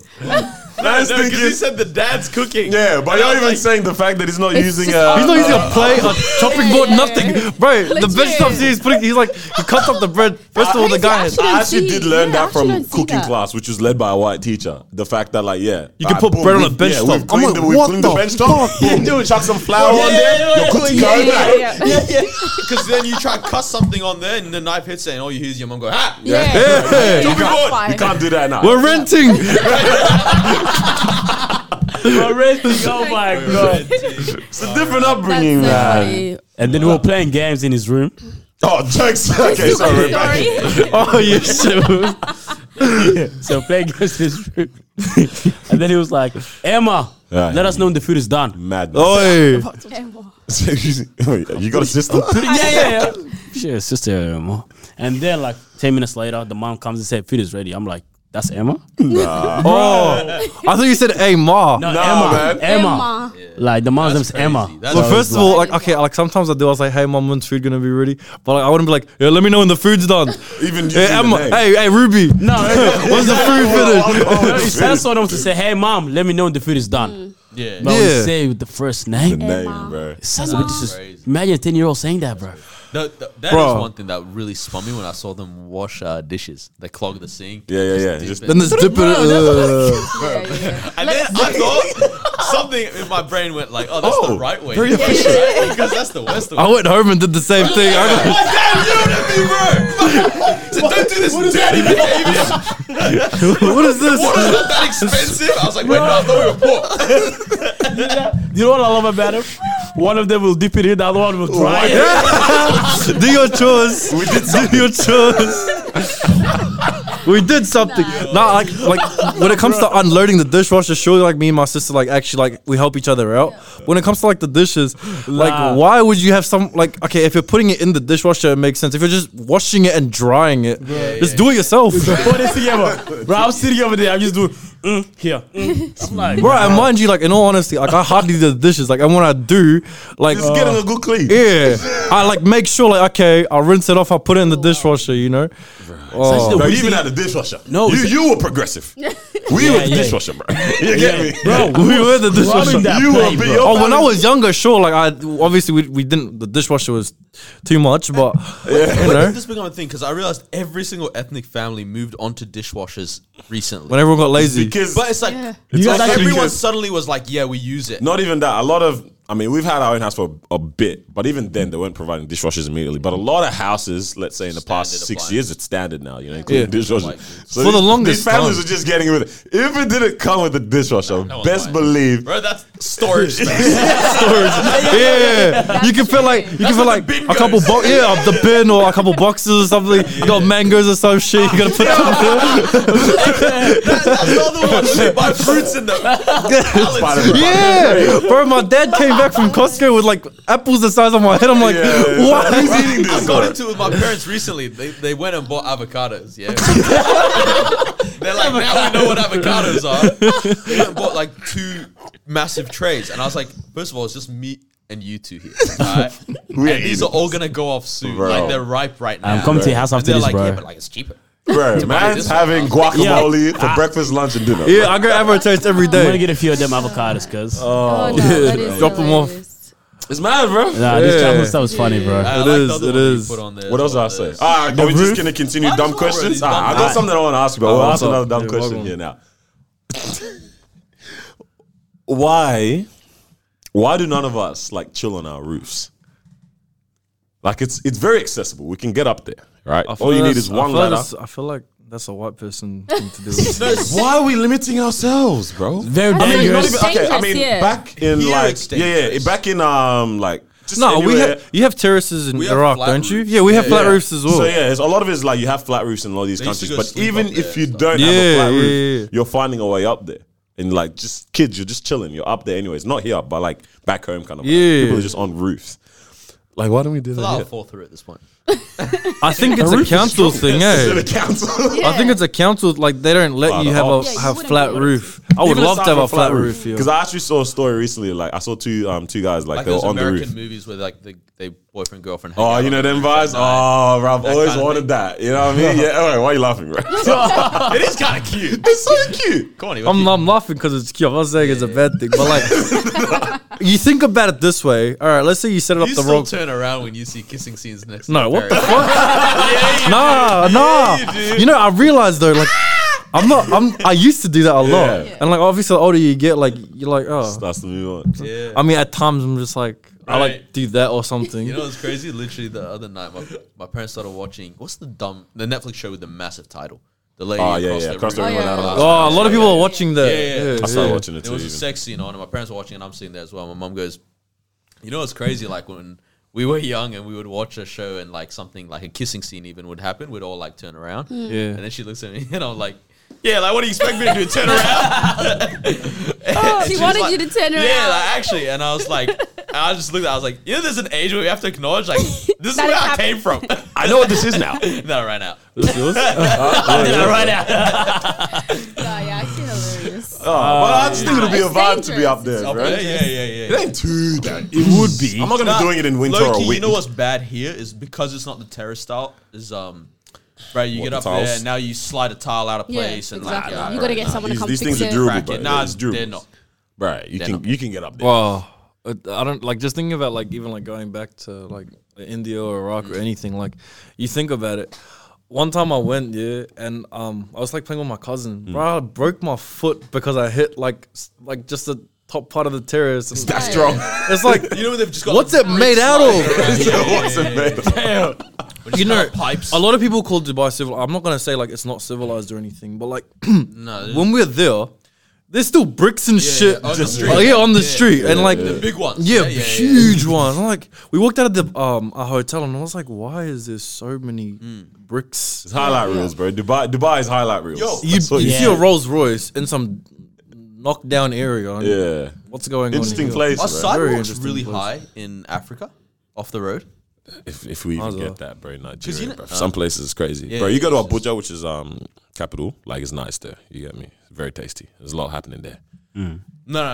Speaker 2: Man's
Speaker 1: no, because
Speaker 2: thinking-
Speaker 1: he said the dad's cooking.
Speaker 2: yeah, but
Speaker 1: And I
Speaker 2: you're
Speaker 1: was
Speaker 2: even
Speaker 1: like,
Speaker 2: saying the fact that he's not
Speaker 3: It's
Speaker 2: using
Speaker 3: just
Speaker 2: a.
Speaker 3: all-
Speaker 5: He's not using a plate, a chopping board, nothing, bro. The
Speaker 3: Legit.
Speaker 5: vegetables he's putting, he's like he cuts up the bread. First of all, the
Speaker 3: Crazy,
Speaker 5: guy,
Speaker 2: I
Speaker 3: actually. don't
Speaker 2: actually
Speaker 3: see-
Speaker 2: did learn that
Speaker 3: yeah, I actually
Speaker 2: from
Speaker 3: don't see
Speaker 2: cooking
Speaker 3: that.
Speaker 2: class, which was led by a white teacher. The fact that, like, yeah,
Speaker 5: You
Speaker 2: like,
Speaker 5: can put
Speaker 2: boom,
Speaker 5: bread on
Speaker 2: we've-
Speaker 5: a bench
Speaker 2: yeah,
Speaker 5: top.
Speaker 2: We've cleaned,
Speaker 5: I'm
Speaker 2: the,
Speaker 5: like,
Speaker 2: we've
Speaker 5: what
Speaker 2: cleaned the
Speaker 5: the
Speaker 2: bench top. Yeah, do it. Chuck some flour on
Speaker 1: yeah,
Speaker 2: there.
Speaker 1: yeah,
Speaker 2: You're good to
Speaker 1: yeah,
Speaker 2: go.
Speaker 3: Oh,
Speaker 1: yeah,
Speaker 2: man.
Speaker 3: yeah, yeah.
Speaker 1: Because then you try to cut something on there, and the knife hits it, and all you hear is your mom go, "Ah!"
Speaker 3: Yeah.
Speaker 5: Hey,
Speaker 2: You
Speaker 3: That's
Speaker 2: can't,
Speaker 3: fine.
Speaker 2: you can't do that now.
Speaker 5: we're renting.
Speaker 4: oh my god!
Speaker 2: It's a different
Speaker 3: That's
Speaker 2: upbringing,
Speaker 3: so
Speaker 2: man.
Speaker 3: funny.
Speaker 4: And then we were playing games in his room.
Speaker 2: Oh, jokes. Okay, sorry. back-
Speaker 3: Sorry.
Speaker 4: Oh, you should. so play against this room. and then he was like, Emma,
Speaker 2: Yeah.
Speaker 4: let us know when the food is done.
Speaker 2: Madness.
Speaker 5: Oi,
Speaker 3: Emma.
Speaker 2: you got a sister?
Speaker 4: yeah, yeah, yeah. Sure, sister uh, Emma. And then like ten minutes later, the mom comes and said, food is ready. I'm like, that's Emma?
Speaker 5: oh, I thought you said, "Hey, ma."
Speaker 4: No,
Speaker 2: Nah,
Speaker 4: Emma,
Speaker 2: man.
Speaker 4: Emma.
Speaker 3: Emma.
Speaker 4: Like the mom's name's
Speaker 1: That's
Speaker 4: Emma.
Speaker 1: crazy. That's
Speaker 5: Well,
Speaker 1: So
Speaker 5: first of all, like okay, like sometimes I do. I was like, "Hey, mom, when's food gonna be ready?" But like, I wouldn't be like, "Yeah, let me know when the food's done."
Speaker 2: Even
Speaker 5: Hey,
Speaker 2: using
Speaker 5: Emma,
Speaker 2: the name.
Speaker 5: hey, hey, Ruby,
Speaker 4: no, no, no.
Speaker 5: when's the food finished?
Speaker 2: Oh,
Speaker 4: It sounds so dumb to say, hey mom, let me know when the food is done.
Speaker 1: yeah.
Speaker 4: But when you
Speaker 5: Yeah.
Speaker 4: say with the first name, it
Speaker 2: name, bro.
Speaker 4: sounds a bit
Speaker 1: Crazy.
Speaker 4: disres- Imagine a 10 year old saying that, bro.
Speaker 1: No, th- that is
Speaker 5: Bro.
Speaker 1: one thing that really spun me when I saw them wash uh, dishes. They clog the sink.
Speaker 2: Yeah, yeah, yeah.
Speaker 1: dip
Speaker 2: Just-
Speaker 1: it.
Speaker 5: Then there's dip it. uh,
Speaker 3: Yeah, yeah, yeah.
Speaker 1: and then I thought something in my brain went like, "Oh, that's
Speaker 2: Oh,
Speaker 1: the right way."
Speaker 5: very
Speaker 1: Yeah, yeah,
Speaker 5: efficient.
Speaker 1: yeah, Because that's the West.
Speaker 5: I went home and did the same thing. I
Speaker 1: What damn you to me, bro? So don't do this daddy behavior.
Speaker 5: go, what is this?
Speaker 1: Water's not that expensive. I was like, wait, no, I thought we were poor.
Speaker 4: You know what I love about him? One of them will dip it in, the other one will dry it.
Speaker 5: do your chores. We did do your chores. we did something. Nah, like like when it comes to unloading the dishwasher, surely like me and my sister like actually like we help each other out. When it comes to like the dishes, like
Speaker 4: Nah.
Speaker 5: why would you have some like okay if you're putting it in the dishwasher it makes sense. If you're just washing it and drying it, just do it yourself.
Speaker 4: Put it together. Bro, I'm sitting over there. I'm just doing, mm, here. Mm. I'm like,
Speaker 5: Bro, and mind you, like in all honesty, like I hardly do the dishes. Like and when I do, like
Speaker 2: Just getting a good clean.
Speaker 5: yeah, I like make sure like okay, I rinse it off, I put it in the dishwasher, you know. Oh.
Speaker 2: Bro, you even had a dishwasher.
Speaker 4: No,
Speaker 2: you
Speaker 4: it's-
Speaker 2: you were progressive. We were the
Speaker 4: yeah.
Speaker 2: dishwasher, bro. You get me?
Speaker 4: bro,
Speaker 5: we were the
Speaker 4: rubbing
Speaker 5: dishwasher.
Speaker 4: that
Speaker 2: You
Speaker 4: plate,
Speaker 2: will be
Speaker 4: bro.
Speaker 2: your
Speaker 5: Oh, when I was younger, sure. Like I obviously we, we didn't. The dishwasher was too much, but you
Speaker 1: But
Speaker 5: know,
Speaker 1: this became a thing because I realized every single ethnic family moved onto dishwashers recently.
Speaker 5: when everyone got lazy,
Speaker 2: because
Speaker 1: But it's like
Speaker 3: Yeah. You
Speaker 1: it's
Speaker 2: guys
Speaker 1: like
Speaker 2: actually
Speaker 1: everyone
Speaker 2: get-
Speaker 1: suddenly was like, "Yeah, we use it."
Speaker 2: not even that. A lot of I mean, we've had our own house for a bit, but even then they weren't providing dishwashers immediately. But a lot of houses, let's say in the past
Speaker 1: Standard
Speaker 2: six
Speaker 1: appliance.
Speaker 2: years, it's standard now, you know, including
Speaker 5: Yeah.
Speaker 2: dishwashers. So
Speaker 5: For the
Speaker 2: these-
Speaker 5: longest
Speaker 2: these families
Speaker 5: time.
Speaker 2: are just getting rid of it. If it didn't come with a dishwasher,
Speaker 1: no one's
Speaker 2: best
Speaker 1: buying it.
Speaker 2: believe
Speaker 1: Bro, that's storage space.
Speaker 5: yeah, you can feel like you can feel like
Speaker 1: bin
Speaker 5: a couple bo- yeah, the bin or a couple boxes or something. You got mangoes or some shit. You gotta put
Speaker 1: That- that's the other one. They buy fruits in them. Pallets.
Speaker 2: Spider-Man.
Speaker 5: yeah, bro. My dad came back from Costco with like apples the size of my head. I'm like,
Speaker 2: Yeah.
Speaker 5: what?
Speaker 2: Who's eating
Speaker 1: I
Speaker 2: this?
Speaker 1: got
Speaker 2: bro?
Speaker 1: into it with my parents recently. They, they went and bought avocados. Yeah. They're like, now we know what avocados are. They went and bought like two massive trays. And I was like, first of all, it's just me and you two here. Alright?
Speaker 2: We
Speaker 1: And
Speaker 2: ain't
Speaker 1: these
Speaker 2: eating
Speaker 1: are all gonna go off soon.
Speaker 2: Bro.
Speaker 1: Like they're ripe right now.
Speaker 4: I'm coming to your
Speaker 1: bro.
Speaker 4: house
Speaker 1: And
Speaker 4: after
Speaker 1: they're
Speaker 4: this,
Speaker 1: like,
Speaker 4: bro.
Speaker 1: yeah, but like it's cheaper.
Speaker 2: Bro,
Speaker 1: this
Speaker 2: man's
Speaker 1: one.
Speaker 2: having guacamole for breakfast, lunch, and dinner.
Speaker 5: Yeah, I go advertise every
Speaker 4: I'm gonna
Speaker 5: day.
Speaker 4: get a few of them avocados, cuz.
Speaker 3: Oh, no, that is
Speaker 5: Drop 'em off.
Speaker 3: hilarious.
Speaker 2: It's mad, bro.
Speaker 4: nah, this
Speaker 5: yeah.
Speaker 4: childhood stuff is funny, bro.
Speaker 1: I
Speaker 5: It
Speaker 1: the
Speaker 5: is,
Speaker 1: other
Speaker 5: it
Speaker 1: one you
Speaker 5: is.
Speaker 1: put on there.
Speaker 2: What else did I say? All right, are Ah, we just gonna continue
Speaker 1: Might
Speaker 2: dumb
Speaker 1: as well, bro,
Speaker 2: questions?
Speaker 1: these
Speaker 2: Ah, I
Speaker 1: dumb
Speaker 2: got
Speaker 1: ones.
Speaker 2: something I want to ask, but we'll ask
Speaker 5: what's
Speaker 2: another
Speaker 5: up?
Speaker 2: dumb
Speaker 5: Yeah,
Speaker 2: question
Speaker 5: welcome.
Speaker 2: here now. Why? Why do none of us like chill on our roofs? Like it's it's very accessible. We can get up there, right? All you need is one ladder.
Speaker 5: I feel like that's a white person thing to do.
Speaker 2: Why are we limiting ourselves, bro?
Speaker 4: Very
Speaker 3: mean,
Speaker 2: Not
Speaker 4: dangerous.
Speaker 2: even- okay, I
Speaker 3: dangerous,
Speaker 2: mean,
Speaker 3: yeah.
Speaker 2: back in
Speaker 1: Here
Speaker 2: like
Speaker 1: it's
Speaker 2: yeah, yeah,
Speaker 1: dangerous.
Speaker 2: back in um like just
Speaker 5: No, we
Speaker 2: anywhere-
Speaker 5: have you have terraces in
Speaker 1: We have
Speaker 5: Iraq,
Speaker 1: flat
Speaker 5: don't you?
Speaker 1: roofs.
Speaker 5: Yeah, we have
Speaker 1: Yeah,
Speaker 5: flat
Speaker 1: yeah.
Speaker 5: roofs as well.
Speaker 2: So yeah, it's, a lot of it is like you have flat roofs in a lot of these
Speaker 1: They used to go
Speaker 2: countries. But
Speaker 1: sleep
Speaker 2: even
Speaker 1: up there
Speaker 2: if
Speaker 1: and
Speaker 2: you
Speaker 1: stuff.
Speaker 2: don't have a
Speaker 5: Yeah,
Speaker 2: flat
Speaker 5: yeah,
Speaker 2: roof,
Speaker 5: yeah.
Speaker 2: you're finding a way up there. And like just kids, you're just chilling. You're up there anyways. Not here, but like back home kind of. vibe.
Speaker 5: Yeah.
Speaker 2: people are just on roofs. Like why don't we do
Speaker 1: Allow
Speaker 2: that?
Speaker 1: fall through at this point.
Speaker 5: I think it's a council thing,
Speaker 2: to
Speaker 5: eh?
Speaker 2: the council.
Speaker 5: I think it's a council. Like they don't let
Speaker 2: Wow,
Speaker 5: you
Speaker 2: the
Speaker 5: have a
Speaker 2: ops. Yeah,
Speaker 3: you
Speaker 5: have
Speaker 3: wouldn't
Speaker 5: flat
Speaker 3: be-
Speaker 5: roof. I would love to have a flat roof. here.
Speaker 2: Because I actually saw a story recently. Like I saw two um two guys like,
Speaker 1: Like
Speaker 2: they were
Speaker 1: those
Speaker 2: on
Speaker 1: American
Speaker 2: the roof.
Speaker 1: movies where like the they boyfriend girlfriend. hang
Speaker 2: Oh,
Speaker 1: out
Speaker 2: you know
Speaker 1: on the
Speaker 2: them
Speaker 1: roof at
Speaker 2: vibes.
Speaker 1: night.
Speaker 2: Oh, bro, I've
Speaker 1: That
Speaker 2: always
Speaker 1: kinda
Speaker 2: wanted
Speaker 1: thing.
Speaker 2: that. You know what I mean? Yeah. All right, why are you laughing, bro?
Speaker 1: it is kind of cute.
Speaker 2: it's so cute.
Speaker 1: Come on, Iwaki.
Speaker 5: I'm, I'm laughing because it's cute. I'm not saying it's a bad thing, but like, you think about it this way. All right, let's say you set it up
Speaker 1: you
Speaker 5: the
Speaker 1: still
Speaker 5: wrong.
Speaker 1: turn around when you see kissing scenes next.
Speaker 5: no,
Speaker 1: to
Speaker 5: what the
Speaker 1: Paris.
Speaker 5: fuck? Nah, nah.
Speaker 1: do.
Speaker 5: You know, I realized though, like, I'm not. I'm. I used to do that a lot,
Speaker 2: Yeah. Yeah.
Speaker 5: and like, obviously, the older you get, like, you're like, oh.
Speaker 2: That's the move on.
Speaker 1: Yeah.
Speaker 5: I mean, at times, I'm just like, I like
Speaker 1: Right.
Speaker 5: do that or something.
Speaker 1: You know what's crazy? Literally the other night, my, my parents started watching what's the dumb the Netflix show with the massive title. The lady
Speaker 2: Oh, yeah,
Speaker 1: across
Speaker 2: yeah,
Speaker 1: the
Speaker 2: across the
Speaker 1: room.
Speaker 2: room.
Speaker 3: Oh,
Speaker 2: I don't
Speaker 1: yeah.
Speaker 2: know.
Speaker 5: oh, a lot of people are watching that.
Speaker 1: Yeah, yeah, yeah.
Speaker 2: I started
Speaker 5: yeah.
Speaker 2: watching it
Speaker 1: There
Speaker 2: too.
Speaker 1: was a
Speaker 2: even.
Speaker 1: sex scene on, and my parents were watching, and I'm sitting there as well. My mom goes, "You know what's crazy? Like when we were young and we would watch a show, and like something like a kissing scene even would happen. We'd all like turn around,
Speaker 5: Yeah.
Speaker 1: and then she looks at me, and I'm like." Yeah, like what do you expect me to do? Turn around?
Speaker 3: Oh, she
Speaker 1: She's
Speaker 3: wanted
Speaker 1: like-
Speaker 3: you to turn around.
Speaker 1: Yeah, like, actually, and I was like, and I just looked. at I was like, you know, there's an age where we have to acknowledge, like, this is
Speaker 3: That
Speaker 1: where
Speaker 3: it
Speaker 1: I came from.
Speaker 2: I know what this is now.
Speaker 1: no, right now.
Speaker 3: Nah, yeah, actually hilarious.
Speaker 2: but I just think it'll be a
Speaker 3: It's
Speaker 2: vibe to be
Speaker 3: dangerous.
Speaker 2: up there,
Speaker 1: Yeah,
Speaker 2: right?
Speaker 1: yeah, yeah, yeah.
Speaker 2: It ain't too bad. It would be. I'm not gonna
Speaker 1: Nah,
Speaker 2: be doing it in winter
Speaker 1: low-key,
Speaker 2: or winter.
Speaker 1: You know what's bad here is because it's not the terrace style. Is um, bro, you
Speaker 2: What,
Speaker 1: get
Speaker 2: the
Speaker 1: up there
Speaker 2: tiles?
Speaker 1: and now you slide a tile out of
Speaker 3: Yeah,
Speaker 1: place and
Speaker 3: exactly.
Speaker 1: like, nah,
Speaker 3: you
Speaker 1: bro,
Speaker 3: gotta get
Speaker 1: nah.
Speaker 3: someone to
Speaker 2: These,
Speaker 3: come
Speaker 2: these
Speaker 3: fix
Speaker 2: things are
Speaker 3: it.
Speaker 2: durable,
Speaker 1: Crack
Speaker 2: bro.
Speaker 1: it. Nah,
Speaker 2: it's durable.
Speaker 1: they're not.
Speaker 2: Right, you
Speaker 1: They're
Speaker 2: can
Speaker 1: not.
Speaker 2: you can get up there.
Speaker 5: Wow. I I don't like just thinking about like even like going back to like India or Iraq or
Speaker 1: Mm.
Speaker 5: anything. Like you think about it. One time I went yeah, and um I was like playing with my cousin.
Speaker 1: Mm.
Speaker 5: Bro, I broke my foot because I hit like s- like just the top part of the terrace. And
Speaker 2: That's strong.
Speaker 5: it's like
Speaker 1: You know when they've just got
Speaker 5: what's
Speaker 1: the
Speaker 5: it made out of?
Speaker 2: What's it made of?
Speaker 1: you
Speaker 5: You know,
Speaker 1: know pipes.
Speaker 5: a lot of people call Dubai civil. I'm not gonna say like it's not civilized or anything, but like
Speaker 1: No,
Speaker 5: when we're there, there's still bricks and shit.
Speaker 1: on the
Speaker 5: Just-
Speaker 1: street.
Speaker 5: oh, yeah, on the
Speaker 1: Yeah,
Speaker 5: street, and like
Speaker 1: the big ones.
Speaker 5: Yeah, huge one. Like we walked out of the um our hotel and I was like, why is there so many bricks?
Speaker 2: It's highlight reels, bro. Dubai, Dubai is highlight reels.
Speaker 1: Yo.
Speaker 5: You,
Speaker 2: That's what
Speaker 5: you
Speaker 2: you-
Speaker 5: see a Rolls Royce in some knockdown area. and
Speaker 2: yeah,
Speaker 5: What's going
Speaker 2: interesting
Speaker 5: on? here?
Speaker 2: place.
Speaker 1: Our
Speaker 2: bro.
Speaker 1: sidewalks
Speaker 5: interesting
Speaker 1: really
Speaker 5: place.
Speaker 1: high in Africa, off the road.
Speaker 2: If, if we even
Speaker 5: well.
Speaker 2: get that, bro, Nigeria,
Speaker 1: 'Cause you know- uh,
Speaker 2: bro. Some places it's crazy,
Speaker 1: yeah,
Speaker 2: bro. You go to
Speaker 1: it's just-
Speaker 2: Abuja, which is um capital, like it's nice there. You get me? Very tasty. There's a lot happening there.
Speaker 1: No,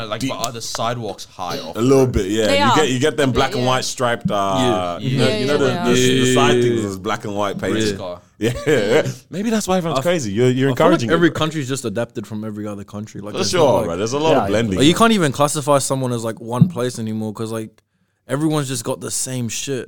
Speaker 1: no, like but are the sidewalks high off?
Speaker 2: A little bit, yeah.
Speaker 3: They
Speaker 2: you
Speaker 3: are.
Speaker 2: get you get them black and
Speaker 3: yeah.
Speaker 2: white striped. Uh,
Speaker 5: Yeah.
Speaker 2: You know,
Speaker 3: Yeah,
Speaker 2: you know
Speaker 3: yeah,
Speaker 2: the,
Speaker 5: they
Speaker 2: the,
Speaker 5: are.
Speaker 2: the side
Speaker 5: Yeah.
Speaker 2: things is black and white painted.
Speaker 1: car.
Speaker 2: Yeah, yeah. maybe that's why everyone's crazy. You're you're
Speaker 5: I feel like
Speaker 2: encouraging
Speaker 5: every
Speaker 2: it, bro.
Speaker 5: country's just adapted from every other country. Like
Speaker 2: For
Speaker 5: there's no,
Speaker 2: sure,
Speaker 5: like-
Speaker 2: bro. There's a lot of blending.
Speaker 5: Like, you can't even classify someone as like one place anymore because like everyone's just got the same shit.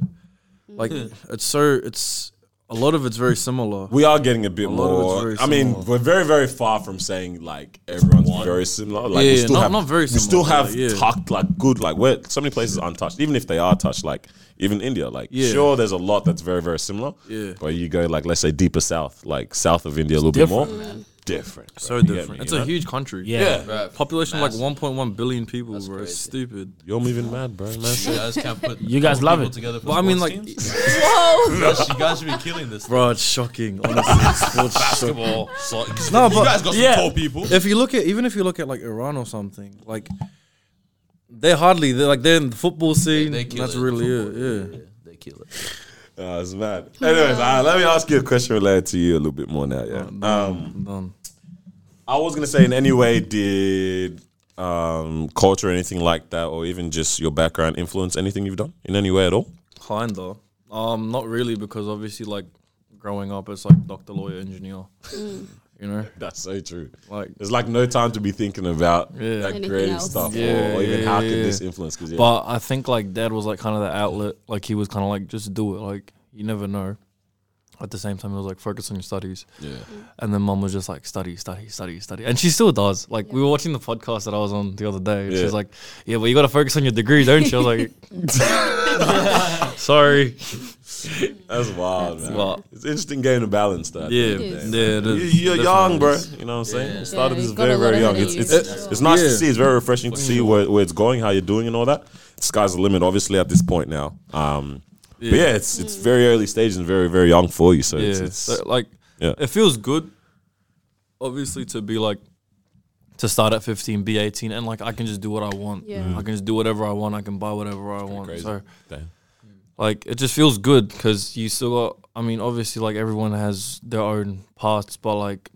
Speaker 5: Like
Speaker 1: Hmm.
Speaker 5: it's so it's a lot of it's very similar.
Speaker 2: We are getting a bit
Speaker 5: lot of it's
Speaker 2: more.
Speaker 5: very
Speaker 2: I mean,
Speaker 5: similar.
Speaker 2: we're very, very far from saying like everyone's very similar. Like, we
Speaker 5: Yeah,
Speaker 2: still
Speaker 5: not-
Speaker 2: have,
Speaker 5: not very
Speaker 2: We still
Speaker 5: similar,
Speaker 2: have
Speaker 5: but, yeah.
Speaker 2: tucked like good. Like, we're so many places untouched. Even if they are touched, like even India. Like,
Speaker 5: Yeah.
Speaker 2: sure, there's a lot that's very, very similar.
Speaker 5: Yeah.
Speaker 2: But you go like, let's say deeper south, like south of India, a little bit more different. bro.
Speaker 5: so
Speaker 2: You get
Speaker 5: different.
Speaker 2: me,
Speaker 5: it's
Speaker 2: you
Speaker 5: a
Speaker 2: know?
Speaker 5: huge country.
Speaker 4: Yeah.
Speaker 1: Bro,
Speaker 5: Population
Speaker 1: massive.
Speaker 5: like 1.1 billion people, bro. It's
Speaker 1: crazy.
Speaker 5: stupid.
Speaker 2: You're moving mad, bro. Man.
Speaker 1: You guys can't put
Speaker 4: You guys
Speaker 1: four
Speaker 4: love
Speaker 1: people
Speaker 4: it.
Speaker 1: Together for
Speaker 5: But I mean, like,
Speaker 1: sports teams? you guys should be killing this.
Speaker 5: bro, it's shocking. Honestly, sports
Speaker 1: Basketball, so,
Speaker 5: No,
Speaker 1: you
Speaker 5: but-
Speaker 1: guys got some
Speaker 4: yeah.
Speaker 1: tall people.
Speaker 5: if you look at even if you look at like Iran or something, like they're hardly they're like they're in the football scene.
Speaker 1: They
Speaker 5: and
Speaker 1: kill
Speaker 5: that's
Speaker 1: it.
Speaker 5: really
Speaker 1: Football,
Speaker 5: it. Yeah.
Speaker 1: They kill it.
Speaker 2: Oh, it's mad. Anyways, uh, let me ask you a question related to you a little bit more now.
Speaker 5: Oh,
Speaker 2: Yeah. Um,
Speaker 5: Done.
Speaker 2: I was gonna say in any way did um, culture or anything like that, or even just your background influence anything you've done in any way at all?
Speaker 5: Kinda. Um, not really because obviously like growing up, it's like doctor, lawyer, engineer.
Speaker 3: Mm.
Speaker 5: you know,
Speaker 2: That's so true.
Speaker 5: like
Speaker 2: There's like no time to be thinking about
Speaker 5: Yeah.
Speaker 2: that
Speaker 3: Anything
Speaker 2: creative
Speaker 3: else.
Speaker 2: stuff,
Speaker 5: Yeah,
Speaker 2: or, or even
Speaker 5: yeah,
Speaker 2: how can
Speaker 5: yeah.
Speaker 2: this influence? Because yeah,
Speaker 5: But I think like dad was like kind of the outlet. Like he was kind of like just do it. Like you never know. At the same time, it was like focus on your studies.
Speaker 2: yeah.
Speaker 5: And then mum was just like study, study, study, study, and she still does. Like we were watching the podcast that I was on the other day. And
Speaker 2: Yeah.
Speaker 5: She's like, yeah, but you got to focus on your degree, don't you? I was like, sorry.
Speaker 2: that's wild, man.
Speaker 5: wild.
Speaker 2: It's interesting game to balance that.
Speaker 5: Yeah,
Speaker 3: It is.
Speaker 5: yeah. it
Speaker 2: You-
Speaker 5: is,
Speaker 2: You're young,
Speaker 5: definitely.
Speaker 2: bro. You know what I'm saying?
Speaker 1: Yeah.
Speaker 2: You started
Speaker 3: Yeah,
Speaker 2: this
Speaker 3: you've got a
Speaker 2: very,
Speaker 3: lot
Speaker 2: very
Speaker 3: of
Speaker 2: young.
Speaker 3: it in
Speaker 2: It's
Speaker 3: you,
Speaker 2: it's,
Speaker 3: for
Speaker 2: it's,
Speaker 3: sure.
Speaker 2: nice to
Speaker 5: Yeah.
Speaker 2: see. It's very refreshing to see where, where it's going, how you're doing, and all that. Sky's the limit, obviously, at this point now. Um, But yeah, it's it's very early stages and very, very young for you. So
Speaker 5: Yeah,
Speaker 2: it's, it's
Speaker 5: so, like
Speaker 2: yeah.
Speaker 5: it feels good. Obviously, to be like to start at 15, be 18, and like I can just do what I want.
Speaker 3: Yeah. Mm.
Speaker 5: I can just do whatever I want. I can buy whatever I want.
Speaker 2: crazy.
Speaker 5: So like it just feels good because you still got. I mean, obviously, like everyone has their own parts, but like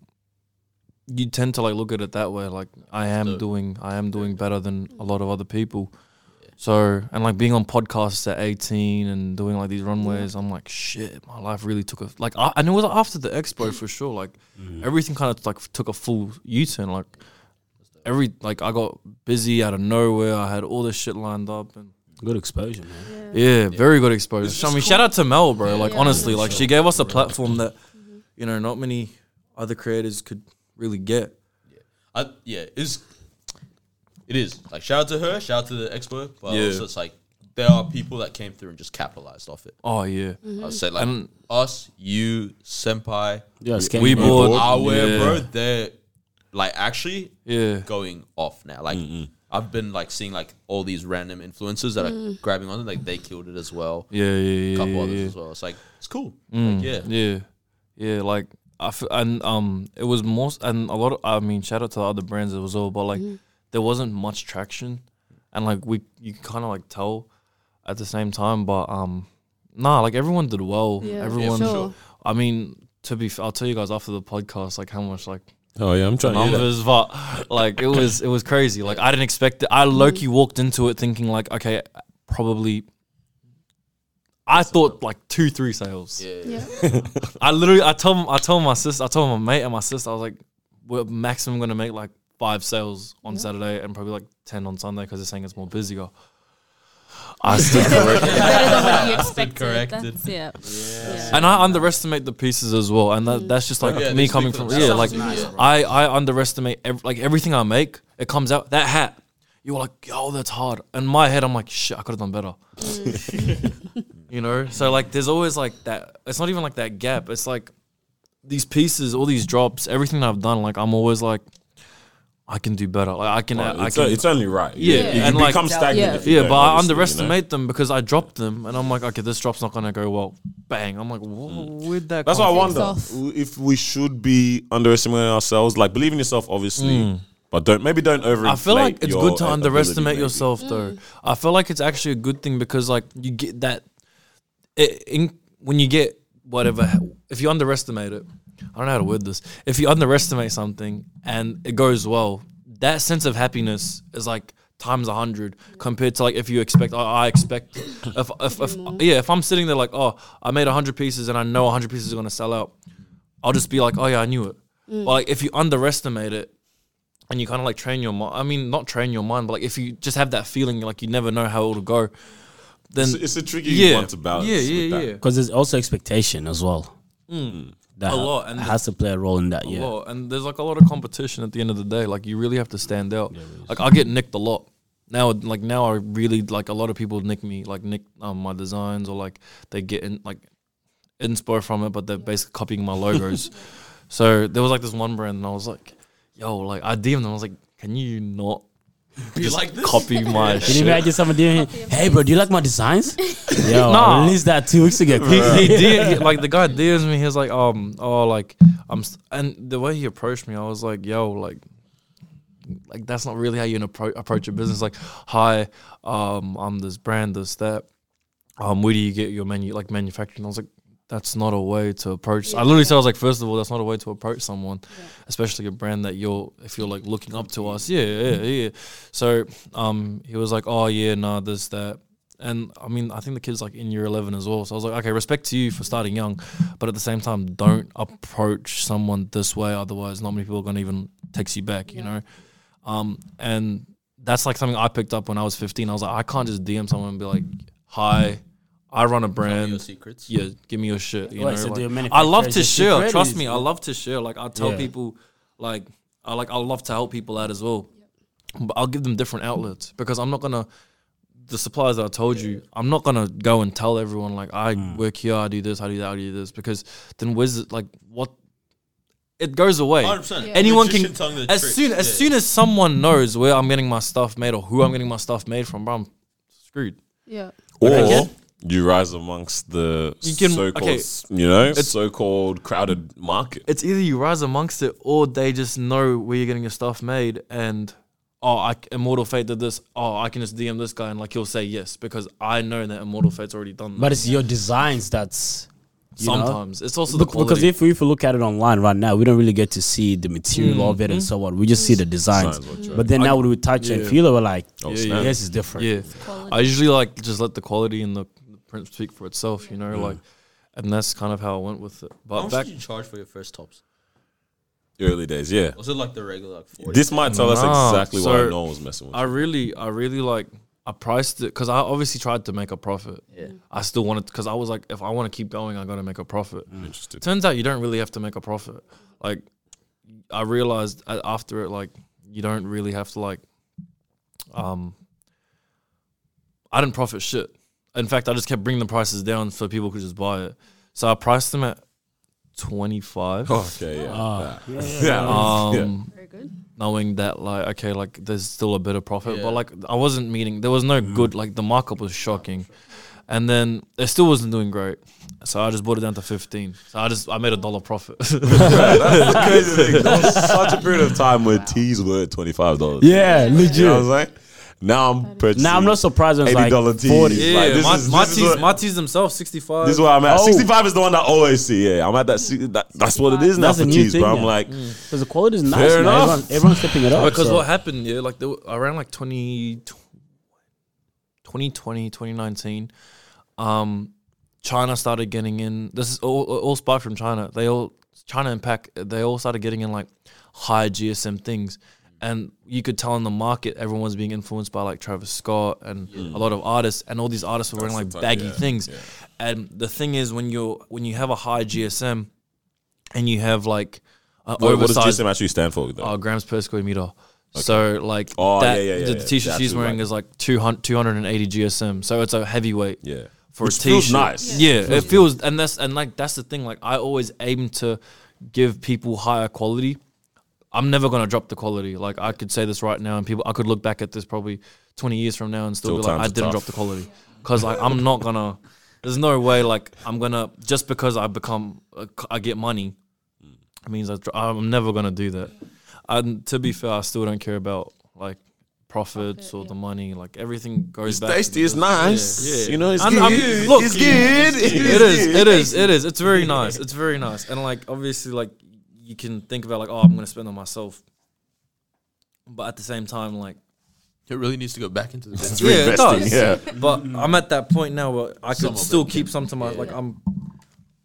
Speaker 5: you tend to like look at it that way. Like I am doing, I am doing better than a lot of other people. So and like being on podcasts at 18 and doing like these runways, I'm like shit. My life really took a like, I, and it was after the expo for sure. Like
Speaker 4: Mm.
Speaker 5: everything kind of like took a full U-turn. Like every like I got busy out of nowhere. I had all this shit lined up and
Speaker 4: Good exposure, man.
Speaker 5: yeah, very good exposure. I mean, shout out to Mel, bro. like honestly, like she gave us a platform that you know not many other creators could really get.
Speaker 1: I, yeah, it's it is like shout out to her, shout out to the expo, but
Speaker 5: Yeah.
Speaker 1: also it's like there are people that came through and just capitalized off it.
Speaker 5: Oh yeah,
Speaker 1: I'd say like
Speaker 5: And-
Speaker 1: us, you, senpai,
Speaker 4: Yeah, Skanky
Speaker 5: we
Speaker 4: man.
Speaker 5: bought-
Speaker 1: our
Speaker 5: Yeah.
Speaker 1: bro, they're like actually
Speaker 5: yeah,
Speaker 1: going off now. Like
Speaker 5: Mm-hmm.
Speaker 1: I've been like seeing like all these random influencers that are grabbing on, like they killed it as well.
Speaker 5: yeah, yeah, yeah.
Speaker 1: A couple
Speaker 5: yeah,
Speaker 1: others
Speaker 5: yeah. Mm.
Speaker 1: as well. It's like it's cool. Like, yeah.
Speaker 5: Yeah, yeah. Like I f- and um, it was most and a lot. Of, I mean, shout out to the other brands as well, but like there wasn't much traction, and like we you kind of like tell at the same time, but um, nah, like everyone did well.
Speaker 3: Yeah,
Speaker 5: everyone.
Speaker 3: sure.
Speaker 5: I mean, to be, f- I'll tell you guys after the podcast, like how much like
Speaker 2: Oh yeah, I'm trying to hear that.
Speaker 5: numbers, but like it was it was crazy. Like I didn't expect it. I Loki walked into it thinking like, okay, probably. I thought like two, three sales.
Speaker 3: Yeah.
Speaker 5: I literally, I told, I told my sister, I told my mate and my sister, I was like, we're maximum gonna make like five sales on Saturday and probably like ten on Sunday because they're saying it's more busier. I still correct,
Speaker 3: Better than what you expected.
Speaker 1: corrected.
Speaker 3: That's yeah. yeah.
Speaker 5: and I underestimate the pieces as well, and that, that's just like
Speaker 1: Yeah, they
Speaker 5: me
Speaker 1: speak
Speaker 5: coming
Speaker 1: for
Speaker 5: from
Speaker 1: themselves.
Speaker 5: yeah, like
Speaker 1: Sounds nice.
Speaker 5: I, I underestimate ev- like everything I make. It comes out that hat. You're like, yo, that's hard. In my head, I'm like, shit, I could have done better. you know, so like, there's always like that. It's not even like that gap. It's like these pieces, all these drops, everything I've done. Like, I'm always like, I can do better. Like, I can, I
Speaker 2: Oh, It's,
Speaker 5: can.
Speaker 2: it's only right.
Speaker 5: Yeah,
Speaker 2: you
Speaker 5: and,
Speaker 2: become
Speaker 5: like-
Speaker 2: stagnant.
Speaker 3: Yeah.
Speaker 2: if you
Speaker 5: yeah,
Speaker 2: don't,
Speaker 5: but I
Speaker 2: obviously, you know?
Speaker 5: underestimate them because I dropped them, and I'm like, okay, this drop's not gonna go well. Bang! I'm like, whoa, where'd that?
Speaker 2: That's
Speaker 5: come
Speaker 2: what I
Speaker 5: from?
Speaker 2: wonder
Speaker 3: off.
Speaker 2: w- if we should be underestimating ourselves. Like believe in yourself, obviously, but don't maybe don't over.
Speaker 5: I feel like it's good to underestimate yourself, though. I feel like it's actually a good thing because, like, you get that. It, in, when you get whatever, if you underestimate it, I don't know how to word this. If you underestimate something and it goes well, that sense of happiness is like times a hundred compared to like if you expect. Oh, I expect if if, if yeah, if I'm sitting there like, oh, I made a hundred pieces and I know a hundred pieces are gonna sell out, I'll just be like, oh yeah, I knew it. But like, if you underestimate it, and you kind of like train your mind. I mean, not train your mind, but like if you just have that feeling, like you never know how it'll go, then
Speaker 2: It's, it's a tricky
Speaker 5: yeah,
Speaker 2: one to balance.
Speaker 5: yeah, yeah,
Speaker 2: with
Speaker 5: yeah,
Speaker 4: Because there's also expectation as well. That
Speaker 5: Hmm. A lot, and
Speaker 4: has to play a role in that. Yeah,
Speaker 5: a lot. And there's like a lot of competition at the end of the day. Like you really have to stand out. like I get nicked a lot now. Like now, I really like a lot of people nick me, like nick um, my designs or like they get in like inspo from it, but they're basically copying my logos. so there was like this one brand, and I was like, yo, like I DM'd them. I was like, can you not
Speaker 1: Be like this.
Speaker 5: copy my
Speaker 4: Can you
Speaker 5: shit?
Speaker 4: imagine someone doing? Hey, bro, do you like my designs? Yo,
Speaker 5: Nah.
Speaker 4: I released that two weeks ago.
Speaker 5: he,
Speaker 4: bro.
Speaker 5: he did he- like the guy DMs me. He was like, um, oh, like I'm, s- and the way he approached me, I was like, yo, like, like that's not really how you appro- approach your business. Like, hi, um, I'm this brand, this that. Um, where do you get your menu, like manufacturing? I was like, that's not a way to approach. I literally said, I was like, first of all, that's not a way to approach someone, especially a brand that you're, if you're like looking up to us. Yeah, yeah, yeah. So, um, he was like, oh yeah, nah, this that. And I mean, I think the kid's like in year 11 as well. So I was like, okay, respect to you for starting young, but at the same time, don't approach someone this way. Otherwise, not many people are going to even text you back, you know? Um, and that's like something I picked up when I was 15. I was like, I can't just DM someone and be like, hi, I run a brand.
Speaker 1: your secrets.
Speaker 5: Yeah, give me your shit. You
Speaker 4: Wait,
Speaker 5: know,
Speaker 4: so do your
Speaker 5: like- I love
Speaker 4: manufacturers
Speaker 5: to
Speaker 4: just do
Speaker 5: share.
Speaker 4: credits?
Speaker 5: Trust me, I love to share. Like I tell
Speaker 4: Yeah.
Speaker 5: people, like I like I love to help people out as well. But I'll give them different outlets because I'm not gonna the suppliers that I told you. I'm not gonna go and tell everyone like I
Speaker 4: Mm.
Speaker 5: work here, I do this, I do that, I do this because then where's it like what? It goes away.
Speaker 1: 100%. Yeah.
Speaker 5: Anyone
Speaker 1: Magician
Speaker 5: can
Speaker 1: tongue the
Speaker 5: as
Speaker 1: trick.
Speaker 5: soon as
Speaker 1: Yeah.
Speaker 5: soon as someone knows where I'm getting my stuff made or who I'm getting my stuff made from, bro, I'm screwed.
Speaker 3: Yeah.
Speaker 2: that.
Speaker 5: Okay.
Speaker 2: Or you rise amongst the
Speaker 5: You can-
Speaker 2: so-called,
Speaker 5: okay.
Speaker 2: you know, so-called crowded market.
Speaker 5: it's either you rise amongst it or they just know where you're getting your stuff made and oh, I, Immortal Fate did this. Oh, I can just DM this guy and like he'll say yes because I know that Immortal Fate's already done that.
Speaker 4: But it's your designs that's you know,
Speaker 5: sometimes it's also the
Speaker 4: Look,
Speaker 5: quality.
Speaker 4: because if we, if we look at it online right now, we don't really get to see the material of it and so on. We just see the designs. But then now when we touch and
Speaker 5: yeah.
Speaker 4: feel it, we're like,
Speaker 5: Yeah,
Speaker 4: this
Speaker 5: yeah.
Speaker 4: is different.
Speaker 5: yeah,
Speaker 3: Quality.
Speaker 5: I usually like just let the quality and the, the print speak for itself. You know,
Speaker 4: Mm.
Speaker 5: like, and that's kind of how I went with it. But
Speaker 1: How much
Speaker 5: back,
Speaker 1: did you charge for your first tops?
Speaker 2: Early days, yeah.
Speaker 1: Was it like the regular like forty?
Speaker 2: This might tell us
Speaker 5: Nah,
Speaker 2: exactly
Speaker 5: so-
Speaker 2: why no one was messing with.
Speaker 5: I really, I really like. I priced it because I obviously tried to make a profit. Yeah. I still wanted because I was like, if I want to keep going, I got to make a profit.
Speaker 2: I'm interested.
Speaker 5: Turns out you don't really have to make a profit. Like, I realized a- after it, like, you don't really have to like. Um. I didn't profit shit. In fact, I just kept bringing the prices down so people could just buy it. So I priced them at twenty five.
Speaker 2: Okay, yeah.
Speaker 4: Ah.
Speaker 2: Oh, yeah.
Speaker 5: Oh, Um,
Speaker 3: Very good.
Speaker 5: knowing that like okay like there's still a bit of profit
Speaker 1: Yeah.
Speaker 5: but like i wasn't meeting there was no good like the markup was shocking and then it still wasn't doing great so i just brought it down to 15 so i just i made a dollar profit
Speaker 2: That's the crazy thing. There was such a period of time where teas were twenty five dollars.
Speaker 4: Yeah, legit.
Speaker 2: You know what I'm saying? Now I'm purchasing.
Speaker 4: Now I'm not surprised. It's like
Speaker 2: $80 teas.
Speaker 4: 40.
Speaker 2: Yeah, Like, this my- is- my this is tees- what- my
Speaker 5: themselves 65
Speaker 2: This is where I'm at.
Speaker 4: Oh.
Speaker 2: 65 is the one that I always see. Yeah, I'm at that. si- that that's what it is now
Speaker 4: That's a
Speaker 2: for
Speaker 4: new
Speaker 2: cheese,
Speaker 4: thing
Speaker 2: bro. I'm
Speaker 4: now.
Speaker 2: like,
Speaker 5: Mm.
Speaker 4: Because the quality is nice.
Speaker 2: Fair
Speaker 4: man.
Speaker 2: enough.
Speaker 4: Everyone, everyone's stepping it up.
Speaker 5: because
Speaker 4: so.
Speaker 5: what happened yeah like there were around like 20 2020 2019 um china started getting in this is all all spy from china they all china and pac they all started getting in like high gsm things and you could tell in the market everyone was being influenced by like travis scott and
Speaker 2: Mm.
Speaker 5: a lot of artists and all these artists were wearing like baggy things and the thing is when you're when you have a high gsm and you have like an
Speaker 2: what, what does
Speaker 5: oversized
Speaker 2: GSM actually stand for? Though?
Speaker 5: uh, grams per square meter. So like
Speaker 2: Oh,
Speaker 5: that,
Speaker 2: yeah, yeah, yeah,
Speaker 5: the
Speaker 2: yeah.
Speaker 5: t-shirt she's
Speaker 2: Absolutely
Speaker 5: wearing
Speaker 2: right.
Speaker 5: is like 200, 280 GSM. So it's a heavyweight
Speaker 2: yeah.
Speaker 5: for
Speaker 2: Which
Speaker 5: a t-shirt.
Speaker 2: feels nice.
Speaker 5: Yeah, it feels and that's and like that's the thing. Like I always aim to give people higher quality. I'm never gonna drop the quality. Like I could say this right now, and people I could look back at this probably 20 years from now and still
Speaker 2: Still
Speaker 5: be like,
Speaker 2: times
Speaker 5: I
Speaker 2: are
Speaker 5: didn't drop
Speaker 2: tough.
Speaker 5: the quality because like I'm not gonna. There's no way like I'm gonna just because I become I get money it means I dr- I'm never gonna do that. And to be fair, I still don't care about like profits or the money. Like everything goes
Speaker 2: It's
Speaker 5: back. to
Speaker 2: tasty.
Speaker 5: the
Speaker 2: It's nice.
Speaker 5: business.
Speaker 2: You know, it's
Speaker 5: I'm-
Speaker 2: good.
Speaker 5: I'm- um, look,
Speaker 2: it's good.
Speaker 5: It is. It is. It is. It's very nice. It's very nice. And like obviously, like you can think about like, oh, I'm gonna spend on myself. But at the same time, like,
Speaker 1: It really needs to go back into the business.
Speaker 5: yeah, it
Speaker 2: Investing,
Speaker 5: does.
Speaker 2: yeah.
Speaker 5: But I'm at that point now where I
Speaker 1: Some
Speaker 5: could
Speaker 1: of
Speaker 5: still
Speaker 1: it,
Speaker 5: keep some to my like I'm.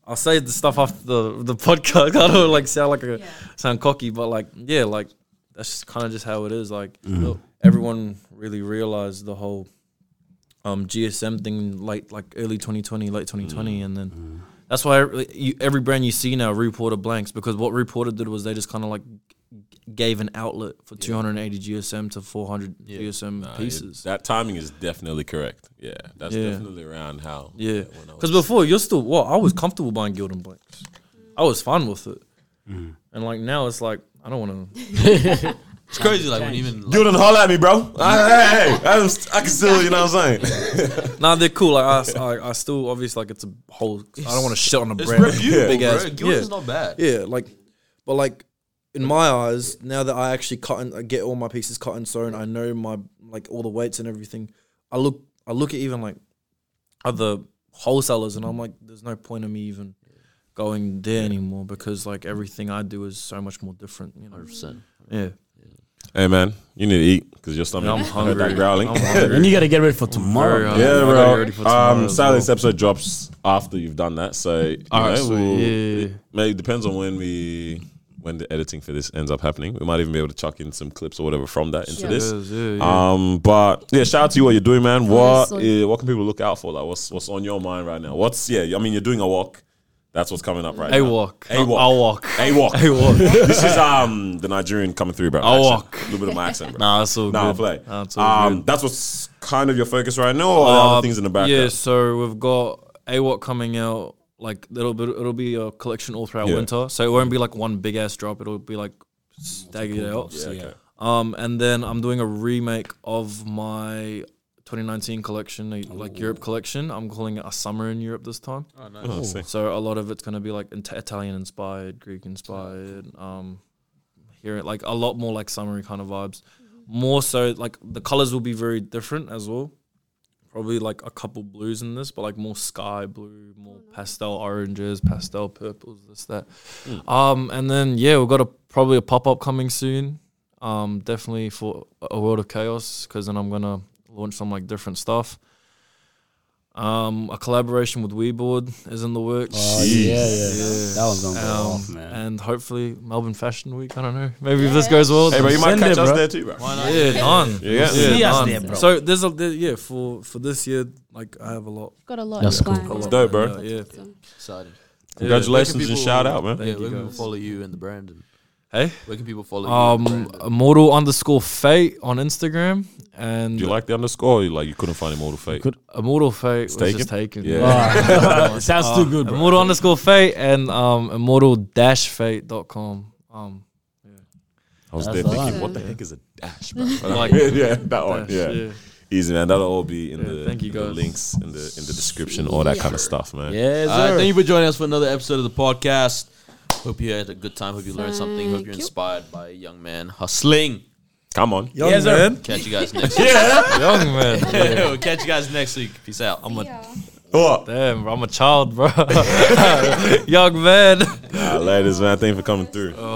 Speaker 5: I'll say the stuff after the the podcast. I don't like sound like a sound cocky, but like yeah, like that's just kind of just how it is. Like
Speaker 1: Mm-hmm.
Speaker 5: look, everyone really realized the whole um GSM thing late like early 2020, late 2020,
Speaker 1: Mm-hmm.
Speaker 5: and then. That's why every, you, every brand you see now reported blanks because what reporter did was they just kind of like g- gave an outlet for 280 GSM to 400 GSM pieces.
Speaker 2: That timing is definitely correct. Yeah, that's
Speaker 5: Yeah.
Speaker 2: definitely around how.
Speaker 5: Yeah,
Speaker 2: when I was-
Speaker 5: because before you're still well. I was comfortable buying Gildan blanks. I was fine with it,
Speaker 2: Mm-hmm.
Speaker 5: and like now it's like I don't want to.
Speaker 1: It's crazy. Like when even like,
Speaker 2: You done holler at me, bro. Hey, hey, hey, I'm, st- I can still, you know what I'm saying?
Speaker 5: nah, they're cool. Like I s- I, I, still obviously like it's a whole. I don't want to shit on a
Speaker 1: it's
Speaker 5: brand.
Speaker 1: reputable,
Speaker 5: Big
Speaker 1: bro.
Speaker 5: ass-
Speaker 1: Gildan's
Speaker 5: yeah.
Speaker 1: not bad.
Speaker 5: Yeah, like, but like in my eyes, now that I actually cut and I get all my pieces cut and sewn, I know my like all the weights and everything. I look, I look at even like other wholesalers, and I'm like, there's no point in me even going there anymore because like everything I do is so much more different. You know,
Speaker 1: 100%.
Speaker 5: yeah.
Speaker 2: Hey, man, you need to eat because your stomach
Speaker 5: Yeah, I'm
Speaker 2: I heard
Speaker 5: hungry.
Speaker 2: that growling.
Speaker 5: I'm hungry.
Speaker 4: And you got to get ready for tomorrow. man.
Speaker 5: very hungry.
Speaker 2: Yeah,
Speaker 5: Uh, I gotta get ready for
Speaker 2: bro.
Speaker 5: tomorrow
Speaker 2: Um,
Speaker 5: as
Speaker 2: Saturday's
Speaker 5: well.
Speaker 2: episode drops after you've done that, so you
Speaker 5: Alright,
Speaker 2: know,
Speaker 5: sweet.
Speaker 2: we'll-
Speaker 5: Yeah, yeah, yeah.
Speaker 2: maybe it depends on when we when the editing for this ends up happening. We might even be able to chuck in some clips or whatever from that into
Speaker 3: Yeah.
Speaker 2: this.
Speaker 5: yeah,
Speaker 2: Um, but yeah, shout out to you what you're doing, man. What
Speaker 3: Honestly.
Speaker 2: eh, what can people look out for? Like, what's what's on your mind right now? What's yeah? I mean, you're doing a walk. That's what's coming up right
Speaker 5: A
Speaker 2: now.
Speaker 5: walk.
Speaker 2: A walk.
Speaker 5: I'll walk.
Speaker 2: A walk.
Speaker 5: A walk.
Speaker 2: this is um the Nigerian coming through, bro.
Speaker 5: A
Speaker 2: Accent.
Speaker 5: walk.
Speaker 2: A little bit of my accent, bro.
Speaker 5: Nah, it's all
Speaker 2: Nah,
Speaker 5: good.
Speaker 2: play.
Speaker 5: Nah, it's all good.
Speaker 2: um, that's what's kind of your focus right now, or are there
Speaker 5: Uh,
Speaker 2: other things in the background.
Speaker 5: Yeah, so we've got AWOT coming out. Like it'll be it'll be a collection all throughout
Speaker 2: Yeah.
Speaker 5: winter, so it won't be like one big ass drop. It'll be like staggered out.
Speaker 2: okay.
Speaker 5: Um, and then I'm doing a remake of my 2019 collection, a- like Europe collection. I'm calling it a summer in Europe this time.
Speaker 2: Oh, I see.
Speaker 5: So a lot of it's gonna be like Ita- Italian inspired, Greek inspired. Um, here like a lot more like summery kind of vibes. more so like the colors will be very different as well. Probably like a couple blues in this, but like more sky blue, more pastel oranges, pastel purples, this that. Um, and then yeah, we've got a probably a pop up coming soon. Um, definitely for a world of chaos because then I'm gonna launch some like different stuff. Um, a collaboration with Weeboard is in the works.
Speaker 4: Oh, yeah, yeah, yeah. That one's gonna go
Speaker 5: Um,
Speaker 4: off, man.
Speaker 5: and hopefully Melbourne Fashion Week. I don't know. Maybe if this goes well,
Speaker 2: Hey, bro, you might
Speaker 4: Send
Speaker 2: catch
Speaker 4: it,
Speaker 2: us
Speaker 4: bro.
Speaker 2: there too, bro.
Speaker 5: yeah, done.
Speaker 2: Yeah.
Speaker 4: See us
Speaker 5: done.
Speaker 4: there, bro.
Speaker 5: So there's a there, yeah for for this year. Like I have a lot.
Speaker 3: Got a lot.
Speaker 4: That's
Speaker 3: of
Speaker 4: cool.
Speaker 3: plans.
Speaker 2: That's dope, bro.
Speaker 5: Yeah. yeah.
Speaker 1: Exciting.
Speaker 2: Congratulations
Speaker 1: Where can
Speaker 2: and
Speaker 1: people-
Speaker 2: shout out, man.
Speaker 1: Yeah,
Speaker 5: Thank
Speaker 1: where can
Speaker 5: you,
Speaker 1: people
Speaker 5: guys.
Speaker 1: follow you and the brand? And
Speaker 5: Hey.
Speaker 1: where can people follow you? and
Speaker 5: Um,
Speaker 1: the brand?
Speaker 5: immortal underscore fate on Instagram and
Speaker 2: Do you like the underscore? Or you like you couldn't find immortal fate.
Speaker 4: Could-
Speaker 5: immortal fate was
Speaker 2: taken?
Speaker 5: just taken.
Speaker 2: Yeah.
Speaker 4: Oh, sounds too good, bro.
Speaker 5: Um, Immortal underscore fate and um immortal dash fate dot com. Um,
Speaker 2: I was
Speaker 4: That's
Speaker 2: there
Speaker 4: a lot,
Speaker 2: thinking, what the
Speaker 3: man.
Speaker 2: heck is a dash, bro?
Speaker 5: Like-
Speaker 2: yeah, yeah, that one.
Speaker 5: dash,
Speaker 2: Yeah. easy, man. That'll all be in
Speaker 5: Yeah,
Speaker 2: the,
Speaker 5: thank you,
Speaker 2: the
Speaker 5: guys.
Speaker 2: links in the in the description, all that kind of stuff, man.
Speaker 4: Yeah,
Speaker 1: All right,
Speaker 4: sir.
Speaker 1: thank you for joining us for another episode of the podcast. Hope you had a good time. Hope you learned something. Hope
Speaker 3: Thank
Speaker 1: you're
Speaker 3: you.
Speaker 1: inspired by a young man hustling.
Speaker 2: Come on.
Speaker 5: Young
Speaker 4: Yes, sir.
Speaker 5: man.
Speaker 1: Catch you guys next week.
Speaker 5: Young man.
Speaker 1: We'll catch you guys next week. Peace out. I'm a-
Speaker 3: Yeah.
Speaker 2: What?
Speaker 5: Damn, bro, I'm a child, bro. Young man.
Speaker 2: Nah, ladies, man. Thank you for coming through.
Speaker 4: Oh.